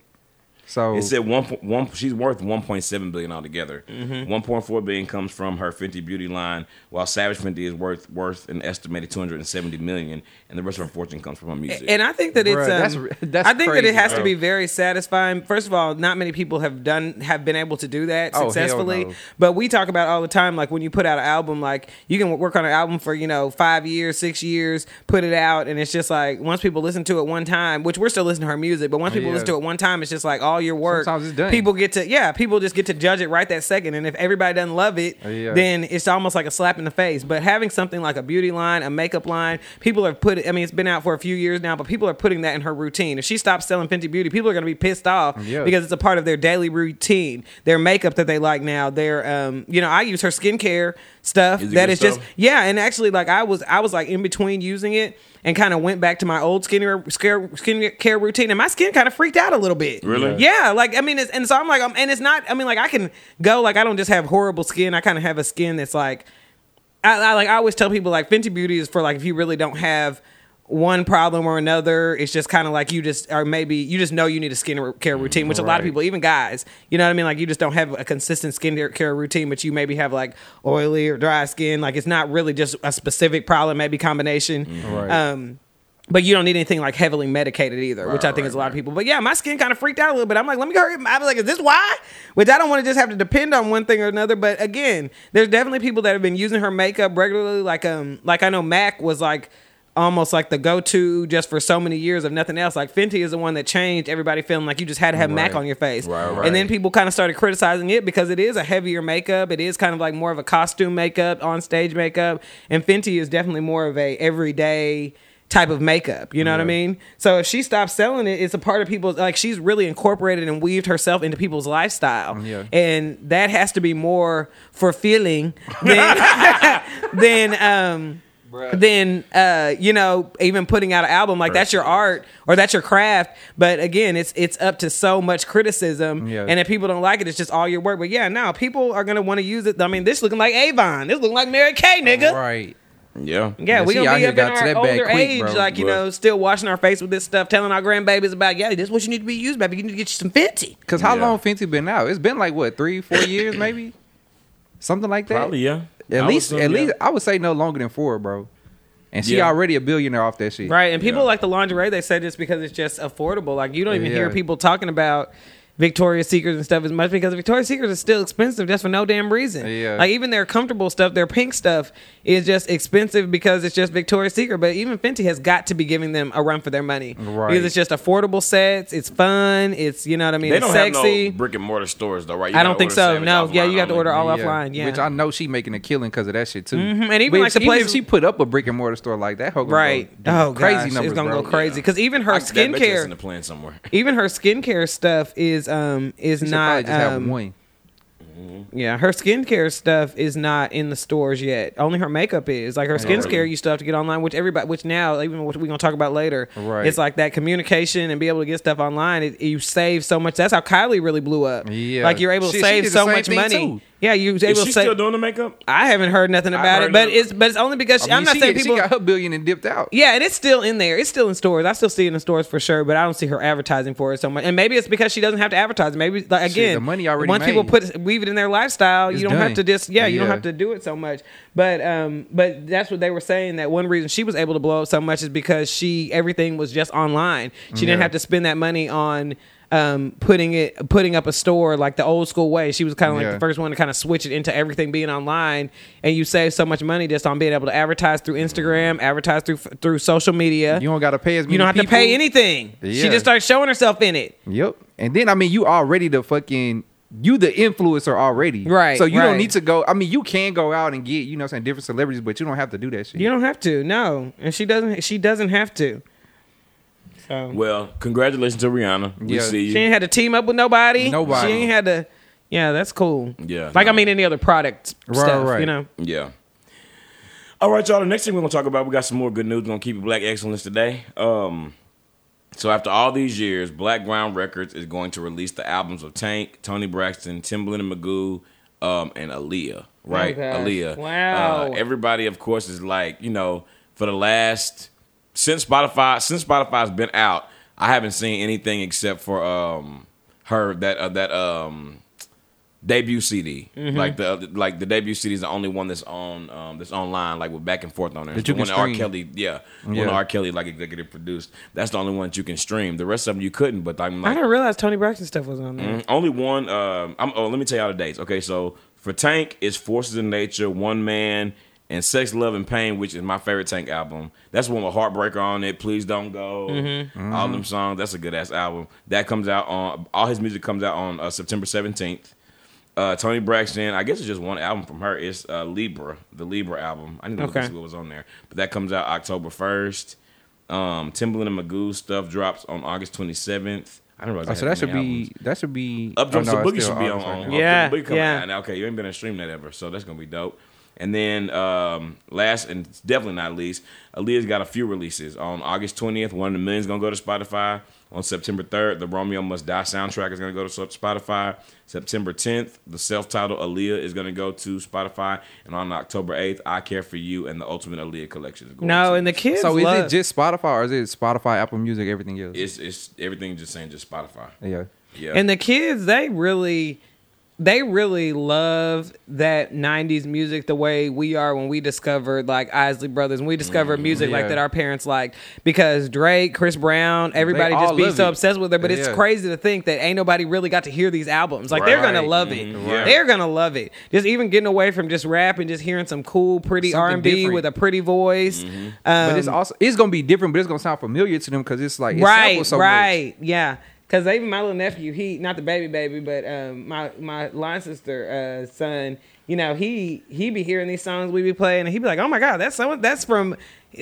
Speaker 3: So
Speaker 1: It said one, po- one she's worth one point seven billion altogether.
Speaker 2: Mm-hmm.
Speaker 1: point four billion comes from her Fenty Beauty line, while Savage Fenty is worth worth an estimated two hundred and seventy million, and the rest of her fortune comes from her music.
Speaker 2: And I think that it's
Speaker 3: Bruh, that's
Speaker 2: um,
Speaker 3: re- that's
Speaker 2: I think that it
Speaker 3: crazy,
Speaker 2: has to
Speaker 3: bro.
Speaker 2: be very satisfying. First of all, not many people have done have been able to do that
Speaker 3: Oh, hell
Speaker 2: successfully.
Speaker 3: no.
Speaker 2: But we talk about all the time, like when you put out an album, like you can work on an album for you know five years, six years, put it out, and it's just like once people listen to it one time, which we're still listening to her music, but once people
Speaker 3: Oh, Yeah.
Speaker 2: listen to it one time, it's just like all your work.
Speaker 3: Sometimes it's done.
Speaker 2: People get to yeah, people just get to judge it right that second, and if everybody doesn't love it,
Speaker 3: Oh, Yeah.
Speaker 2: then it's almost like a slap in the face. But having something like a beauty line, a makeup line, people are put. I mean, it's been out for a few years now, but people are putting that in her routine. If she stops selling Fenty Beauty, people are going to be pissed off
Speaker 3: Yeah.
Speaker 2: because it's a part of their daily routine, their makeup that they like now. Their, um, you know, I use her skincare stuff.
Speaker 1: Is it
Speaker 2: That
Speaker 1: good
Speaker 2: is just
Speaker 1: stuff?
Speaker 2: yeah, and actually, like I was, I was like in between using it and kind of went back to my old skincare scare- skincare routine, and my skin kind of freaked out a little bit.
Speaker 1: Really?
Speaker 2: Yeah. Like I mean, it's, and so I'm like, um, and it's not. I mean, like I can go. Like I don't just have horrible skin. I kind of have a skin that's like, I, I like. I always tell people like Fenty Beauty is for like if you really don't have one problem or another it's just kind of like you just or maybe you just know you need a skin care routine which a lot of
Speaker 3: Right.
Speaker 2: people even guys you know what i mean like you just don't have a consistent skin care routine but you maybe have like oily or dry skin like it's not really just a specific problem maybe combination
Speaker 3: Right.
Speaker 2: um but you don't need anything like heavily medicated either, which I
Speaker 1: Right,
Speaker 2: think
Speaker 1: right,
Speaker 2: is a lot of people. But yeah, my skin kind of freaked out a little bit. I'm like, let me go. hurry up. I was like, is this why? Which I don't want to just have to depend on one thing or another. But again, there's definitely people that have been using her makeup regularly. Like um, like I know Mac was like almost like the go-to just for so many years of nothing else. Like Fenty is the one that changed everybody feeling like you just had to have Mac
Speaker 3: Right.
Speaker 2: on your face.
Speaker 1: Right,
Speaker 2: And then
Speaker 1: right.
Speaker 2: people kind of started criticizing it because it is a heavier makeup. It is kind of like more of a costume makeup, on stage makeup. And Fenty is definitely more of a everyday type of makeup. You know what I mean? So if she stops selling it, it's a part of people's like she's really incorporated and weaved herself into people's lifestyle.
Speaker 3: Yeah.
Speaker 2: And that has to be more fulfilling than than um than uh you know even putting out an album like that's your art or that's your craft but again it's it's up to so much criticism
Speaker 3: Yeah.
Speaker 2: and if people don't like it it's just all your work but yeah now people are gonna want to use it i mean this looking like avon this looking like mary kay nigga
Speaker 3: Right.
Speaker 1: Yeah.
Speaker 2: yeah,
Speaker 3: Yeah,
Speaker 2: we
Speaker 3: she
Speaker 2: gonna
Speaker 3: out
Speaker 2: be
Speaker 3: here
Speaker 2: up in
Speaker 3: got to
Speaker 2: our
Speaker 3: that bag
Speaker 2: older
Speaker 3: quick,
Speaker 2: age,
Speaker 3: bro.
Speaker 2: like you
Speaker 1: Bruh.
Speaker 2: know, still washing our face with this stuff, telling our grandbabies about, yeah, this is what you need to be used, baby. You need to get you some fifty.
Speaker 3: Cause how
Speaker 1: Yeah.
Speaker 3: long Fenty been out? It's been like what three, four years maybe, something like that.
Speaker 1: Probably yeah.
Speaker 3: At
Speaker 1: I would
Speaker 3: least,
Speaker 1: assume,
Speaker 3: at
Speaker 1: yeah.
Speaker 3: least I would say no longer than four, bro. And she
Speaker 1: Yeah.
Speaker 3: already a billionaire off that shit.
Speaker 2: Right, and people
Speaker 1: Yeah.
Speaker 2: like the lingerie. They say just because it's just affordable. Like you don't even
Speaker 3: Yeah.
Speaker 2: hear people talking about Victoria's Secrets and stuff as much because Victoria's Secrets is still expensive just for no damn reason.
Speaker 3: Yeah.
Speaker 2: Like even their comfortable stuff, their pink stuff is just expensive because it's just Victoria's Secret. But even Fenty has got to be giving them a run for their money
Speaker 3: Right.
Speaker 2: because it's just affordable sets. It's fun. It's you know what I mean.
Speaker 1: They
Speaker 2: it's
Speaker 1: don't
Speaker 2: sexy.
Speaker 1: have no brick and mortar stores though, right? You
Speaker 2: I
Speaker 1: gotta
Speaker 2: don't think
Speaker 1: order
Speaker 2: so.
Speaker 1: savage
Speaker 2: No,
Speaker 1: offline
Speaker 2: yeah, you got to
Speaker 1: only.
Speaker 2: order all offline. Yeah,
Speaker 3: Which I know she making a killing because of that shit too.
Speaker 2: Mhm, and even
Speaker 3: But
Speaker 2: like
Speaker 3: if
Speaker 2: the
Speaker 3: she, if
Speaker 2: places-
Speaker 3: she put up a brick and mortar store like that, her gonna
Speaker 2: right.
Speaker 3: Go, do
Speaker 2: oh,
Speaker 3: crazy
Speaker 2: gosh,
Speaker 3: numbers,
Speaker 2: it's gonna
Speaker 3: bro.
Speaker 2: go crazy because even her
Speaker 1: I- that bet you that's in the
Speaker 2: skincare,
Speaker 1: plan somewhere.
Speaker 2: even her skincare stuff is um is
Speaker 3: She should probably
Speaker 2: not
Speaker 3: just have
Speaker 2: um,
Speaker 3: one.
Speaker 2: yeah her skincare stuff is not in the stores yet. Only her makeup is like her
Speaker 3: Oh,
Speaker 1: really?
Speaker 2: skincare. You still have to get online, which everybody, which now even what we're gonna talk about later,
Speaker 3: Right.
Speaker 2: It's like that communication and be able to get stuff online. It, you save so much. That's how Kylie really blew up.
Speaker 3: Yeah.
Speaker 2: like you're able to
Speaker 3: Shit, she
Speaker 2: save
Speaker 3: did the
Speaker 2: so
Speaker 3: same
Speaker 2: much
Speaker 3: thing,
Speaker 2: money.
Speaker 3: too.
Speaker 2: Yeah, you was able
Speaker 1: Is
Speaker 2: to
Speaker 1: she
Speaker 2: save.
Speaker 1: still doing the makeup?
Speaker 2: I haven't heard nothing about it,
Speaker 1: heard
Speaker 2: but
Speaker 1: nothing.
Speaker 2: it's but it's only because she,
Speaker 3: I
Speaker 2: I'm not
Speaker 3: she,
Speaker 2: saying
Speaker 3: she
Speaker 2: people
Speaker 3: got her billion and dipped out.
Speaker 2: yeah, and it's still in there. It's still in stores. I still see it in stores for sure, but I don't see her advertising for it so much. And maybe it's because she doesn't have to advertise. Maybe like
Speaker 3: Shit,
Speaker 2: again,
Speaker 3: the money already
Speaker 2: once people
Speaker 3: made.
Speaker 2: put weave it in their lifestyle,
Speaker 3: It's
Speaker 2: you don't have
Speaker 3: done.
Speaker 2: to just yeah, you don't
Speaker 3: Yeah.
Speaker 2: have to do it so much. But um, but that's what they were saying that one reason she was able to blow up so much is because she everything was just online. She didn't
Speaker 3: Yeah.
Speaker 2: have to spend that money on. Um, putting it putting up a store like the old school way. She was kind of like
Speaker 3: Yeah.
Speaker 2: the first one to kind of switch it into everything being online, and you save so much money just on being able to advertise through Instagram, advertise through through social media.
Speaker 3: You don't gotta pay as many
Speaker 2: You don't have to pay
Speaker 3: people.
Speaker 2: anything. She
Speaker 3: Yeah.
Speaker 2: just starts showing herself in it.
Speaker 3: Yep. And then I mean, you already the fucking you the influencer already,
Speaker 2: Right,
Speaker 3: So you
Speaker 2: right.
Speaker 3: don't need to go. I mean, you can go out and get you know what I'm saying different celebrities, but you don't have to do that shit.
Speaker 2: You don't have to. No, and she doesn't. She doesn't have to. So
Speaker 1: Well, congratulations to Rihanna. We
Speaker 3: Yeah.
Speaker 1: see you.
Speaker 2: she ain't had to team up with nobody.
Speaker 3: Nobody.
Speaker 2: She ain't had to. Yeah, that's cool.
Speaker 1: Yeah,
Speaker 2: Like I
Speaker 1: no.
Speaker 2: mean, any other product
Speaker 3: Right,
Speaker 2: stuff.
Speaker 3: right.
Speaker 2: You know.
Speaker 1: Yeah. All right, y'all. The next thing we're gonna talk about, we got some more good news. We're gonna keep it black excellence today. Um, so after all these years, Black Ground Records is going to release the albums of Tank, Tony Braxton, Timbaland and Magoo, um, and Aaliyah. Right,
Speaker 2: Oh, gosh.
Speaker 1: Aaliyah.
Speaker 2: Wow.
Speaker 1: Uh, everybody, of course, is like you know for the last since Spotify since Spotify's been out, I haven't seen anything except for um her that uh, that um debut CD.
Speaker 3: Mm-hmm.
Speaker 1: Like the like the debut CD is the only one that's on um, that's online, like with back and forth on there. It's
Speaker 3: you
Speaker 1: the one
Speaker 3: can
Speaker 1: that R.
Speaker 3: stream.
Speaker 1: Kelly, yeah, one
Speaker 3: Yeah.
Speaker 1: that R. Kelly like executive produced. That's the only one that you can stream. The rest of them you couldn't. But I'm
Speaker 2: I
Speaker 1: like,
Speaker 2: didn't realize Tony Braxton stuff was on
Speaker 3: Mm-hmm.
Speaker 2: there.
Speaker 1: Mm, Only one. Um, I'm, oh, let me tell y'all the dates. Okay, so for Tank, it's Forces of Nature, One Man, and Sex, Love, and Pain, which is my favorite Tank album. That's the one with Heartbreaker on it. Please don't go.
Speaker 3: Mm-hmm.
Speaker 1: All them songs. That's a good ass album. That comes out on. All his music comes out on uh, September 17th. Uh, Tony Braxton, I guess it's just one album from her. It's uh, Libra, the Libra album. I didn't
Speaker 2: Okay.
Speaker 1: okay. see what was on there, but that comes out October first. Um, Timbaland and Magoo stuff drops on August 27th. I don't realize.
Speaker 3: Oh,
Speaker 1: they
Speaker 3: so
Speaker 1: had
Speaker 3: that should
Speaker 1: many albums.
Speaker 3: be that should be
Speaker 1: Up Jumps
Speaker 3: oh, no,
Speaker 1: the
Speaker 3: it's
Speaker 1: Boogie
Speaker 3: still
Speaker 1: should be on.
Speaker 3: August right
Speaker 1: on
Speaker 3: now.
Speaker 1: Up
Speaker 2: Yeah,
Speaker 1: Jump the Boogie coming
Speaker 2: yeah.
Speaker 1: out now. Okay, you ain't been to stream that ever, so that's gonna be dope. And then um, last and definitely not least, Aaliyah's got a few releases on August twentieth. One of the millions gonna go to Spotify. On September third, the Romeo Must Die soundtrack is gonna go to Sp- Spotify. September tenth, the self-titled Aaliyah is gonna go to Spotify. And on October eighth, I Care for You and the Ultimate Aaliyah collection is going.
Speaker 2: No,
Speaker 1: to.
Speaker 2: and the kids.
Speaker 3: So is
Speaker 2: love-
Speaker 3: it just Spotify or is it Spotify, Apple Music, everything else?
Speaker 1: it's it's everything just saying just Spotify.
Speaker 3: yeah.
Speaker 1: Yeah,
Speaker 2: And the kids, they really they really love that 90s music the way we are when we discovered like Isley Brothers, when we discovered music like
Speaker 3: Mm-hmm. yeah.
Speaker 2: that our parents liked because Drake, Chris Brown, everybody
Speaker 3: all
Speaker 2: just be
Speaker 3: love
Speaker 2: so
Speaker 3: it.
Speaker 2: obsessed with it. But it's
Speaker 3: Yeah.
Speaker 2: crazy to think that ain't nobody really got to hear these albums. Like they're gonna
Speaker 3: Right.
Speaker 2: love it.
Speaker 1: Mhm. Yeah.
Speaker 2: They're gonna love it. Just even getting away from just rap and just hearing some cool, pretty R
Speaker 3: Something
Speaker 2: and B
Speaker 3: different. Mm-hmm.
Speaker 2: with a pretty voice. Um,
Speaker 3: but it's also it's gonna be different, but it's gonna sound familiar to them because it's like it's
Speaker 2: right,
Speaker 3: sampled so much.
Speaker 2: right, yeah. Because even my little nephew, he not the baby baby, but um, my my line sister uh, son, you know, he he be hearing these songs we be playing, and he be like, "Oh my god, that's so that's from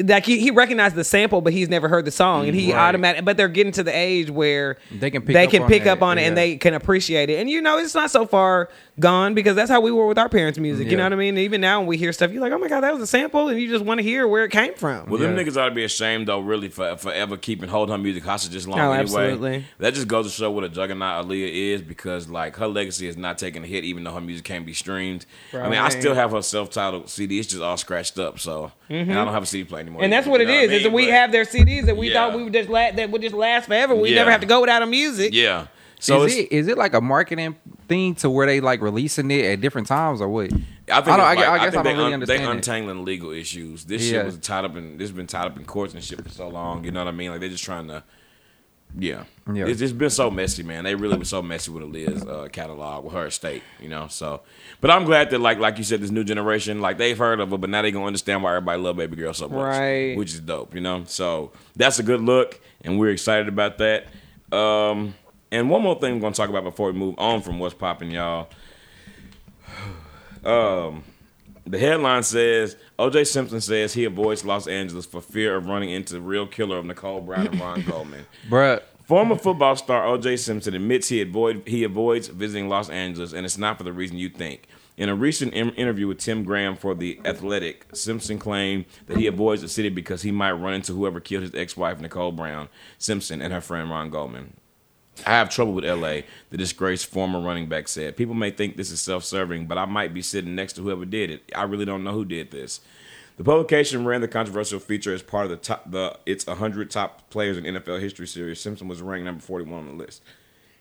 Speaker 2: like he, he recognized the sample, but he's never heard the song, and he
Speaker 3: Right.
Speaker 2: automatic. But they're getting to the age where
Speaker 3: They can pick
Speaker 2: they
Speaker 3: up
Speaker 2: can
Speaker 3: on
Speaker 2: pick
Speaker 3: that,
Speaker 2: up on it and
Speaker 3: yeah.
Speaker 2: they can appreciate it. And you know, it's not so far gone because that's how we were with our parents' music. You
Speaker 3: Yeah.
Speaker 2: know what I mean? Even now, when we hear stuff, you're like, oh my god, that was a sample, and you just want to hear where it came from.
Speaker 1: Well,
Speaker 3: Yeah.
Speaker 1: them niggas ought to be ashamed though, really, for forever keeping hold on music hostage this long.
Speaker 2: Oh,
Speaker 1: anyway,
Speaker 2: absolutely.
Speaker 1: that just goes to show what a juggernaut Aaliyah is, because like her legacy is not taking a hit, even though her music can't be streamed. I mean, I
Speaker 2: Right.
Speaker 1: still have her self-titled CD. It's just all scratched up, so and I don't have a CD player anymore.
Speaker 2: and that's
Speaker 1: You
Speaker 2: what it
Speaker 1: know I
Speaker 2: is. is
Speaker 1: mean?
Speaker 2: that we
Speaker 1: But-
Speaker 2: have their CDs that we
Speaker 1: Yeah.
Speaker 2: thought we would just la- that would just last forever. We
Speaker 1: Yeah.
Speaker 2: never have to go without a music.
Speaker 1: Yeah. So
Speaker 3: is
Speaker 1: it's,
Speaker 3: it is it like a marketing thing to where they like releasing it at different times or
Speaker 1: I
Speaker 3: what?
Speaker 1: think
Speaker 3: I don't-
Speaker 1: it's
Speaker 3: I
Speaker 1: like-
Speaker 3: gue- I
Speaker 1: I
Speaker 3: guess
Speaker 1: think
Speaker 3: I don't
Speaker 1: they
Speaker 3: really
Speaker 1: un-
Speaker 3: understand
Speaker 1: They
Speaker 3: it.
Speaker 1: untangling legal issues. This
Speaker 3: Yeah.
Speaker 1: shit was tied up in. This been tied up in courts and shit for so long. You know what I mean? Like they're just trying to. Yeah.
Speaker 3: Yeah.
Speaker 1: It's, it's been so messy, man. They really were so messy with Aaliyah's uh, catalog, with her estate, you know. So, but I'm glad that, like, like you said, this new generation, like they've heard of her, but now they gonna understand why everybody love Baby Girl so much,
Speaker 2: Right.
Speaker 1: Which is dope, you know. So that's a good look, and we're excited about that. Um, and one more thing we're gonna talk about before we move on from what's popping, y'all. Um, The headline says OJ Simpson says he avoids Los Angeles for fear of running into the real killer of Nicole Brown and Ron Goldman.
Speaker 3: Bruh,
Speaker 1: Former football star OJ Simpson admits he avoid he avoids visiting Los Angeles, and it's not for the reason you think. In a recent im- interview with Tim Graham for The Athletic, Simpson claimed that he avoids the city because he might run into whoever killed his ex-wife Nicole Brown Simpson and her friend Ron Goldman. I have trouble with LA, the disgraced former running back said. People may think this is self serving, but I might be sitting next to whoever did it. I really don't know who did this. The publication ran the controversial feature as part of the top, the its 100 top players in NFL history series. Simpson was ranked number 41 on the list.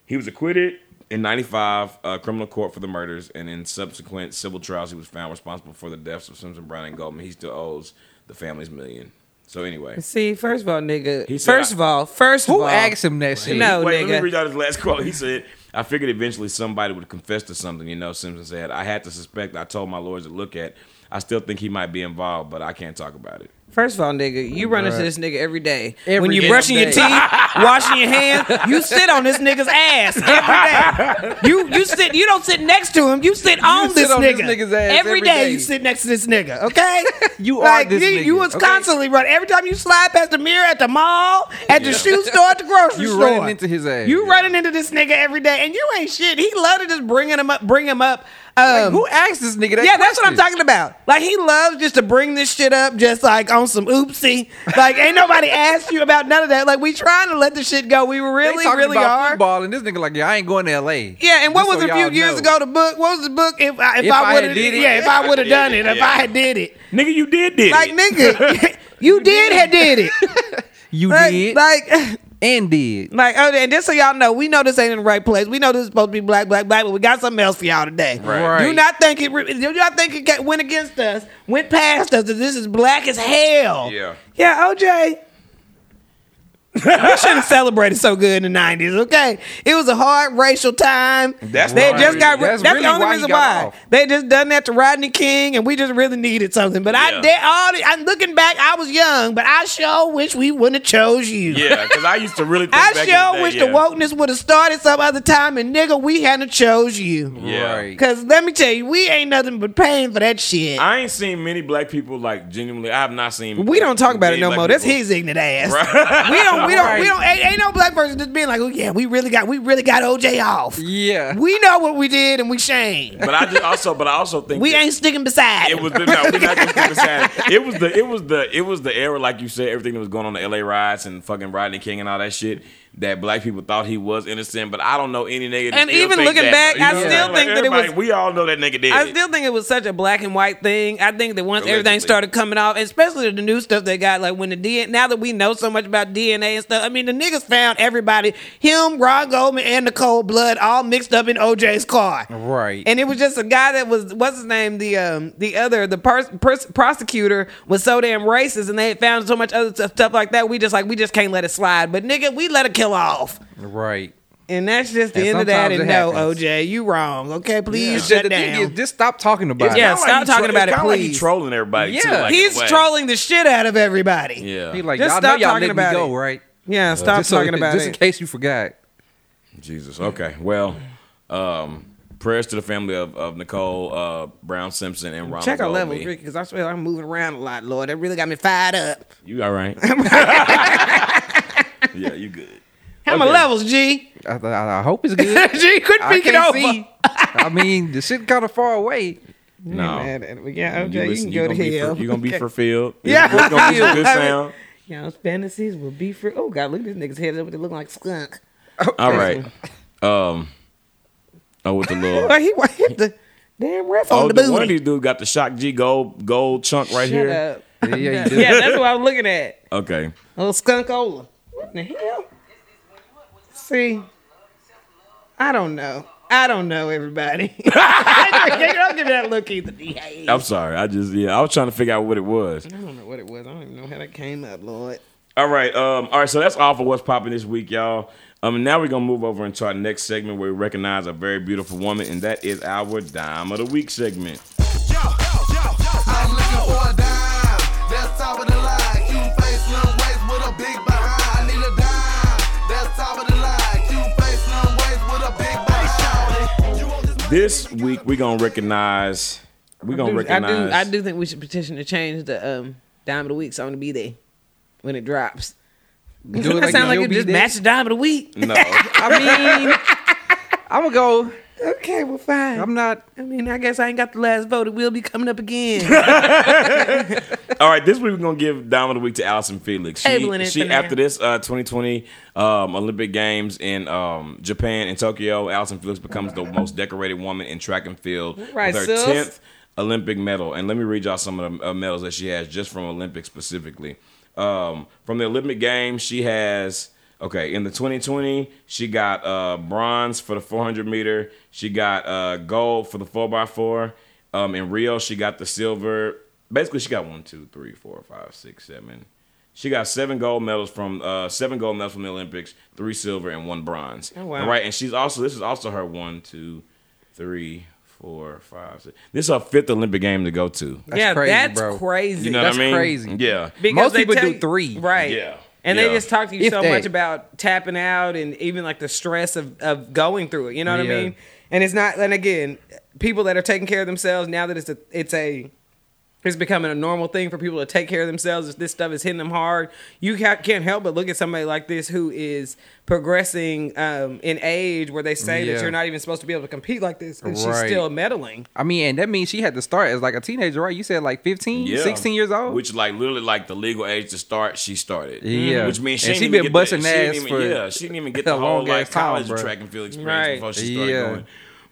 Speaker 1: He was acquitted in 95 uh, criminal court for the murders, and in subsequent civil trials, he was found responsible for the deaths of Simpson, Brown, and Goldman. He still owes the families million. So anyway,
Speaker 2: See, first of all, nigga.
Speaker 1: He said
Speaker 2: first
Speaker 1: I-
Speaker 2: of all, first of
Speaker 3: who
Speaker 2: all,
Speaker 3: asked him that shit?
Speaker 2: No,
Speaker 1: Wait, let
Speaker 2: Oh, nigga.
Speaker 1: me read out his last quote. He said, I figured eventually somebody would confess to something, you know, Simpson said. I had to suspect I told my lawyers to look at. I still think he might be involved, but I can't talk about it.
Speaker 2: First of all, nigga, you run into
Speaker 3: Bruh.
Speaker 2: this nigga every day.
Speaker 3: Every
Speaker 2: when you
Speaker 3: damn
Speaker 2: brushing your
Speaker 3: day.
Speaker 2: teeth, washing your hands, you sit on this nigga's ass every day. You you sit you don't sit next to him, you sit on,
Speaker 3: sit
Speaker 2: this,
Speaker 3: on
Speaker 2: nigga.
Speaker 3: this nigga's ass every
Speaker 2: every day,
Speaker 3: day.
Speaker 2: you sit next to this nigga, okay?
Speaker 3: You
Speaker 2: like,
Speaker 3: are this
Speaker 2: you,
Speaker 3: nigga,
Speaker 2: you was
Speaker 3: okay?
Speaker 2: constantly running. Every time you slide past the mirror at the mall, at the
Speaker 1: Yeah.
Speaker 2: shoe store, at the grocery
Speaker 3: You
Speaker 2: store,
Speaker 3: running into his ass.
Speaker 2: You
Speaker 3: Yeah.
Speaker 2: running into this nigga every day, and you ain't shit. He loved to just bring him up, bring him up. Um,
Speaker 3: Who asked this nigga that?
Speaker 2: yeah, that's what I'm
Speaker 3: question?
Speaker 2: talking about. Like he loves just to bring this shit up, just like on some oopsie. Like ain't nobody asked you about none of that. Like we trying to let the shit go. We
Speaker 3: They
Speaker 2: really,
Speaker 3: talking
Speaker 2: really
Speaker 3: about
Speaker 2: are.
Speaker 3: Football and this nigga like, yeah, I ain't going to L.A.
Speaker 2: Yeah, and what
Speaker 3: Just
Speaker 2: was
Speaker 3: so
Speaker 2: a few
Speaker 3: y'all
Speaker 2: years
Speaker 3: know.
Speaker 2: ago? The book. What was the book? If I, if,
Speaker 3: If
Speaker 2: I
Speaker 3: I
Speaker 2: would
Speaker 3: had
Speaker 2: have,
Speaker 3: did it.
Speaker 2: yeah, if I would have done it, if
Speaker 1: Yeah.
Speaker 2: I had did it,
Speaker 1: Nigga, you did this.
Speaker 2: like nigga, you did had did it.
Speaker 3: You
Speaker 2: Like,
Speaker 3: did
Speaker 2: like,
Speaker 3: and did.
Speaker 2: like, oh, and just so y'all know, we know this ain't in the right place. We know this is supposed to be black, black, black, but we got something else for y'all today.
Speaker 1: Right.
Speaker 2: Do not think it. re- Do not think it ca- went against us, went past us. That this is black as hell.
Speaker 1: Yeah.
Speaker 2: Yeah, OJ. we shouldn't have celebrated so good in the nineties. Okay, it was a hard racial time.
Speaker 1: That's
Speaker 2: they
Speaker 1: why-
Speaker 2: just got. ri-
Speaker 3: that's
Speaker 2: That's,
Speaker 3: really
Speaker 2: the only
Speaker 3: why he
Speaker 2: reason
Speaker 3: got
Speaker 2: why
Speaker 3: off.
Speaker 2: they just done that to Rodney King, and we just really needed something. But I
Speaker 1: Yeah.
Speaker 2: did all. The, I'm looking back. I was young, but I sure wish we wouldn't have chose you.
Speaker 1: Yeah, because I used to really think
Speaker 2: I
Speaker 1: back in
Speaker 2: sure
Speaker 1: the day,
Speaker 2: wish
Speaker 1: yeah.
Speaker 2: the wokeness would have started some other time, and nigga, we hadn't chose you.
Speaker 1: Yeah.
Speaker 3: Right.
Speaker 2: Cause let me tell you, we ain't nothing but pain for that shit.
Speaker 1: I ain't seen many black people like genuinely. I have not seen.
Speaker 2: we don't talk about it
Speaker 1: many
Speaker 2: no
Speaker 1: black
Speaker 2: more. That's
Speaker 1: people-
Speaker 2: his ignorant ass.
Speaker 1: Right.
Speaker 2: We don't. We don't.
Speaker 3: Right.
Speaker 2: We don't. Ain't, ain't no black person just being like, "Oh yeah, we really got. We really got OJ off.
Speaker 3: Yeah.
Speaker 2: We know what we did, and we shame.
Speaker 1: But I just also, but I also think
Speaker 2: We
Speaker 1: that-
Speaker 2: ain't sticking beside.
Speaker 1: It
Speaker 2: him.
Speaker 1: was the, no, we're not gonna skip aside. It was the it was the it was the era, like you said, everything that was going on the LA riots and fucking Rodney King and all that shit. That black people thought he was innocent, but I don't know any nigga. that
Speaker 2: And
Speaker 1: still
Speaker 2: even
Speaker 1: think
Speaker 2: looking
Speaker 1: that,
Speaker 2: back,
Speaker 1: though, you
Speaker 2: I
Speaker 1: know what I'm
Speaker 2: still
Speaker 1: saying? Like,
Speaker 2: think that it was-
Speaker 1: everybody- We all know that nigga did.
Speaker 2: I
Speaker 1: it.
Speaker 2: still think it was such a black and white thing. I think that once everything
Speaker 1: Allegedly.
Speaker 2: started coming out, especially the new stuff they got, like when the DNA, now that we know so much about DNA and stuff, I mean, the niggas found everybody, him, Ron Goldman, and Nicole Blood, all mixed up in OJ's car.
Speaker 3: Right.
Speaker 2: And it was just a guy that was, what's his name? The um, the other, the pers- pers- prosecutor was so damn racist, and they had found so much other stuff, stuff like that. We just like, we just can't let it slide. But nigga, we let it kill off.
Speaker 3: Right.
Speaker 2: And that's just the
Speaker 3: And
Speaker 2: end of that.
Speaker 3: sometimes
Speaker 2: And
Speaker 3: it
Speaker 2: no,
Speaker 3: happens.
Speaker 2: OJ, you wrong. Okay,
Speaker 3: The-
Speaker 2: please
Speaker 3: the
Speaker 2: shut
Speaker 3: thing
Speaker 2: down.
Speaker 3: is, just stop talking about
Speaker 2: Yeah,
Speaker 3: it.
Speaker 1: Kinda
Speaker 2: stop
Speaker 1: he
Speaker 2: talking about it,
Speaker 1: kinda Like he
Speaker 2: please.
Speaker 1: trolling everybody. too,
Speaker 3: Yeah.
Speaker 1: like, in a
Speaker 2: He's
Speaker 1: way.
Speaker 2: trolling the shit out of everybody.
Speaker 1: Yeah,
Speaker 3: He like,
Speaker 2: Just
Speaker 3: y'all know
Speaker 2: stop
Speaker 3: y'all
Speaker 2: talking
Speaker 3: let me
Speaker 2: about
Speaker 3: go,
Speaker 2: it.
Speaker 3: right?
Speaker 2: Yeah, stop
Speaker 3: Just so-
Speaker 2: talking about
Speaker 3: Just in
Speaker 2: it.
Speaker 3: case you forgot.
Speaker 1: Jesus. Okay. Well, um, Prayers to the family of, of Nicole uh, Brown Simpson and Ronald.
Speaker 2: Check our
Speaker 1: Goldman.
Speaker 2: level, because I swear I'm moving around a lot, Lord. That really got me fired up.
Speaker 1: You all right? yeah, you good.
Speaker 2: How my
Speaker 1: Okay.
Speaker 2: levels, G?
Speaker 3: I, I, I hope it's good.
Speaker 2: G, quit
Speaker 3: I
Speaker 2: peeking
Speaker 3: can't
Speaker 2: over.
Speaker 3: see. I mean, the shit kind of far away.
Speaker 1: No.
Speaker 2: Man, and we- yeah,
Speaker 1: You
Speaker 2: okay, you,
Speaker 1: listen-
Speaker 2: can go to
Speaker 1: gonna be
Speaker 2: hell.
Speaker 1: fu- you gonna be
Speaker 2: Okay.
Speaker 1: fulfilled.
Speaker 2: Yeah.
Speaker 1: It's gonna be some good
Speaker 2: I mean-
Speaker 1: sound.
Speaker 2: Y'all's fantasies will be for. Oh God, look at this nigga's head up. They look like skunk.
Speaker 1: All right. Um. Oh, with the little.
Speaker 2: Like he wa- hit the damn ref
Speaker 1: Oh,
Speaker 2: on the
Speaker 1: the one of
Speaker 2: booty.
Speaker 1: these dudes got the shock G gold gold chunk right
Speaker 2: Shut
Speaker 1: here.
Speaker 2: up.
Speaker 3: Yeah, yeah, you do.
Speaker 2: yeah, that's what I'm looking at.
Speaker 1: Okay.
Speaker 2: A little skunkola. What in the hell? See, I don't know. I don't know, everybody. I don't give that look either. Hey. I
Speaker 1: I'm sorry. I just yeah. I was trying to figure out what it was.
Speaker 2: don't know what it was. I don't even know how that came up, Lord.
Speaker 1: All right. Um. All right. So that's all for what's popping this week, y'all. Um. Now we're gonna move over into our next segment where we recognize a very beautiful woman, and that is our dime of the week segment.
Speaker 4: I'm looking for a dime. That's top of the line. Cute face, slim waist with a big behind. I need a dime. That's top of the line. Cute face, slim waist with a big behind. You want this money,
Speaker 1: This week we're gonna recognize. We're gonna
Speaker 2: Dude, I
Speaker 1: recognize.
Speaker 2: do. I do think we should petition to change the um, dime of the week song to be there when it drops.
Speaker 3: Do
Speaker 2: that sound like
Speaker 3: you'll
Speaker 2: it
Speaker 3: be
Speaker 2: just
Speaker 3: there.
Speaker 2: matched the dime of the week.
Speaker 1: No.
Speaker 3: I mean, I'm gonna go.
Speaker 2: Okay, well, fine.
Speaker 3: I'm not.
Speaker 2: I mean, I guess I ain't got the last vote. It will be coming up again.
Speaker 1: All right, this week we're gonna give Dime of the Week to Allison Felix.
Speaker 2: Tabling
Speaker 1: She,
Speaker 2: it for
Speaker 1: she
Speaker 2: now.
Speaker 1: after this uh, 2020 um, Olympic Games in um, Japan and Tokyo, Allison Felix becomes the most decorated woman in track and field
Speaker 2: Right,
Speaker 1: with her 10th
Speaker 2: sis.
Speaker 1: Olympic medal. And let me read y'all some of the uh, medals that she has just from Olympics specifically. Um, from the Olympic Games, she has okay in the 2020 she got uh, bronze for the 400 meter. She got uh, gold for the 4x4. Um, in Rio, she got the silver. Basically, she got one, two, three, four, five, six, seven. She got seven gold medals from uh, seven gold medals from the Olympics, three silver and one bronze.
Speaker 2: Oh, wow.
Speaker 1: All right, and she's also this is also her one, two, three, four, five, six. This is her fifth Olympic game to go to.
Speaker 2: yeah,
Speaker 3: crazy,
Speaker 2: that's
Speaker 3: bro.
Speaker 2: crazy.
Speaker 1: You know
Speaker 3: That's
Speaker 1: what I mean?
Speaker 3: crazy.
Speaker 1: Yeah.
Speaker 3: Most
Speaker 2: they
Speaker 3: people
Speaker 2: tell
Speaker 3: do
Speaker 2: you-
Speaker 3: three.
Speaker 2: right?
Speaker 1: Yeah,
Speaker 2: and
Speaker 1: yeah.
Speaker 2: they just talk to you
Speaker 3: If
Speaker 2: so
Speaker 3: that.
Speaker 2: much about tapping out and even like the stress of of going through it. You know what
Speaker 3: Yeah.
Speaker 2: I mean? And it's not. And again, people that are taking care of themselves now that it's a it's a it's becoming a normal thing for people to take care of themselves. If this stuff is hitting them hard, you ca- can't help but look at somebody like this who is progressing um, in age, where they say
Speaker 3: Yeah.
Speaker 2: that you're not even supposed to be able to compete like this, and she's
Speaker 3: Right.
Speaker 2: still meddling.
Speaker 3: I mean, and that means she had to start as like a teenager, right? You said like 15, 16 years old.
Speaker 1: which like literally like the legal age to start. She started, Mm-hmm.
Speaker 3: Yeah.
Speaker 1: which means she
Speaker 3: And
Speaker 1: ain't
Speaker 3: she
Speaker 1: even
Speaker 3: been
Speaker 1: get
Speaker 3: busting
Speaker 1: the, she didn't
Speaker 3: ass
Speaker 1: even,
Speaker 3: for
Speaker 1: yeah, she didn't even get
Speaker 3: a
Speaker 1: the whole
Speaker 3: long
Speaker 1: like
Speaker 3: ass time,
Speaker 1: college
Speaker 3: bruh.
Speaker 1: track and field experience
Speaker 2: Right.
Speaker 1: before she started
Speaker 3: Yeah.
Speaker 1: going.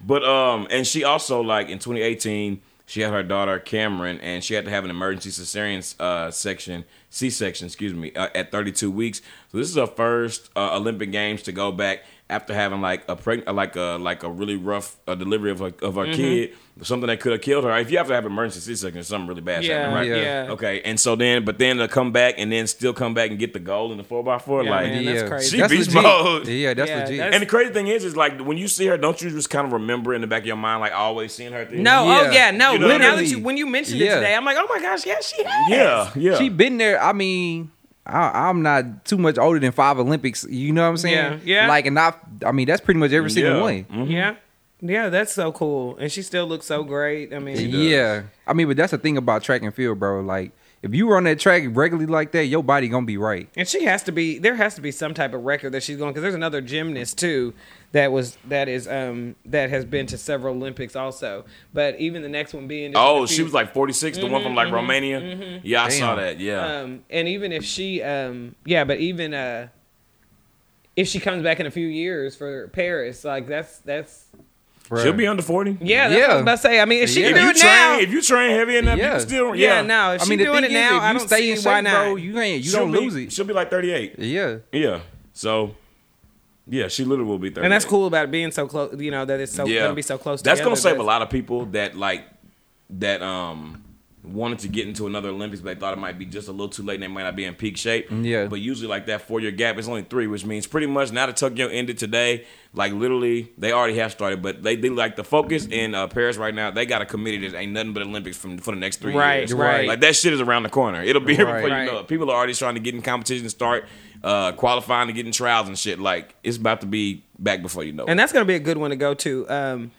Speaker 1: But um, and she also like in 2018 she had her daughter Cameron, and she had to have an emergency cesarean uh, section, C section, excuse me, uh, at 32 weeks. So this is her first uh, Olympic Games to go back after having like a preg- uh, like a like a really rough uh, delivery of her, of
Speaker 3: Mm-hmm.
Speaker 1: her kid, something that could have killed her. If you have to have an emergency C section, something really bad
Speaker 2: Yeah,
Speaker 1: happening, right?
Speaker 2: yeah.
Speaker 1: Okay, and so then, but then to come back and then still come back and get the goal in the four x four,
Speaker 2: Yeah,
Speaker 1: like,
Speaker 2: man, that's crazy.
Speaker 1: She
Speaker 3: That's
Speaker 1: beast
Speaker 3: legit.
Speaker 1: mode.
Speaker 3: Yeah, that's
Speaker 2: Yeah,
Speaker 3: legit.
Speaker 2: that's-
Speaker 1: and the crazy thing is, is like when you see her, don't you just kind of remember in the back of your mind, like always seeing her? Thing?
Speaker 2: No, oh
Speaker 3: Yeah.
Speaker 2: yeah, no.
Speaker 1: You know what I
Speaker 2: now
Speaker 1: mean?
Speaker 2: that you when you mentioned
Speaker 3: Yeah.
Speaker 2: it today, I'm like, oh my gosh, yeah, she has.
Speaker 1: yeah, yeah.
Speaker 3: She been there. I mean, I, I'm not too much older than five Olympics. You know what I'm saying?
Speaker 2: Yeah, yeah.
Speaker 3: Like, and I, I mean, that's pretty much every single
Speaker 1: Yeah.
Speaker 3: one.
Speaker 1: Mhm.
Speaker 2: Yeah. Mm-hmm. Yeah, that's so cool. And she still looks so great. I mean,
Speaker 1: does.
Speaker 3: Yeah, I mean, but that's the thing about track and field, bro. Like, if you run that track regularly like that, your body gonna be right.
Speaker 2: and she has to be there has to be some type of record that she's going cuz there's another gymnast too that was that is um that has been to several Olympics also. But even the next one being just a
Speaker 1: Oh,
Speaker 2: few-
Speaker 1: she was like 46, the one from
Speaker 2: Mm-hmm,
Speaker 1: like Romania. Yeah, I saw that. Yeah.
Speaker 2: um and even if she um yeah, but even uh if she comes back in a few years for Paris, like that's that's
Speaker 3: Bruh.
Speaker 1: She'll be under 40.
Speaker 2: yeah, that's what I
Speaker 3: Yeah.
Speaker 2: was about to say. I mean, if she
Speaker 3: Yeah.
Speaker 1: If
Speaker 2: can do
Speaker 1: you
Speaker 2: it
Speaker 1: train,
Speaker 2: Uh, now,
Speaker 1: if you train heavy enough, you
Speaker 3: Yeah.
Speaker 1: can still.
Speaker 2: yeah,
Speaker 1: Yeah,
Speaker 2: no, if
Speaker 3: I
Speaker 2: she
Speaker 3: mean, the
Speaker 2: doing
Speaker 3: thing
Speaker 2: it
Speaker 3: is,
Speaker 2: now,
Speaker 3: if
Speaker 2: I
Speaker 3: you
Speaker 2: don't
Speaker 3: stay
Speaker 2: see
Speaker 3: in
Speaker 2: why
Speaker 3: shape,
Speaker 2: not.
Speaker 3: bro, you ain't, you
Speaker 1: She'll
Speaker 3: don't
Speaker 1: be-
Speaker 3: lose it.
Speaker 1: She'll be like 38.
Speaker 3: Yeah,
Speaker 1: Yeah. So, yeah, she literally will be 38.
Speaker 2: and that's cool about it being so close. You know that it's so gonna be so close.
Speaker 1: That's
Speaker 2: together,
Speaker 1: gonna save
Speaker 2: but-
Speaker 1: a lot of people that like that um wanted to get into another Olympics, but they thought it might be just a little too late and they might not be in peak shape.
Speaker 3: Yeah.
Speaker 1: But usually like that four year gap is only three, which means pretty much now that Tokyo ended today, like literally they already have started, but they, they like the focus in uh, Paris right now, they got a committee that ain't nothing but Olympics from for the next three
Speaker 2: Right,
Speaker 1: years.
Speaker 2: right.
Speaker 1: Like that shit is around the corner. It'll be here
Speaker 3: Right.
Speaker 1: before you
Speaker 2: Right.
Speaker 1: know it. People are already trying to get in competition, start uh qualifying to get in trials and shit. Like it's about to be back before you know it.
Speaker 2: and that's gonna be a good one to go to. Um,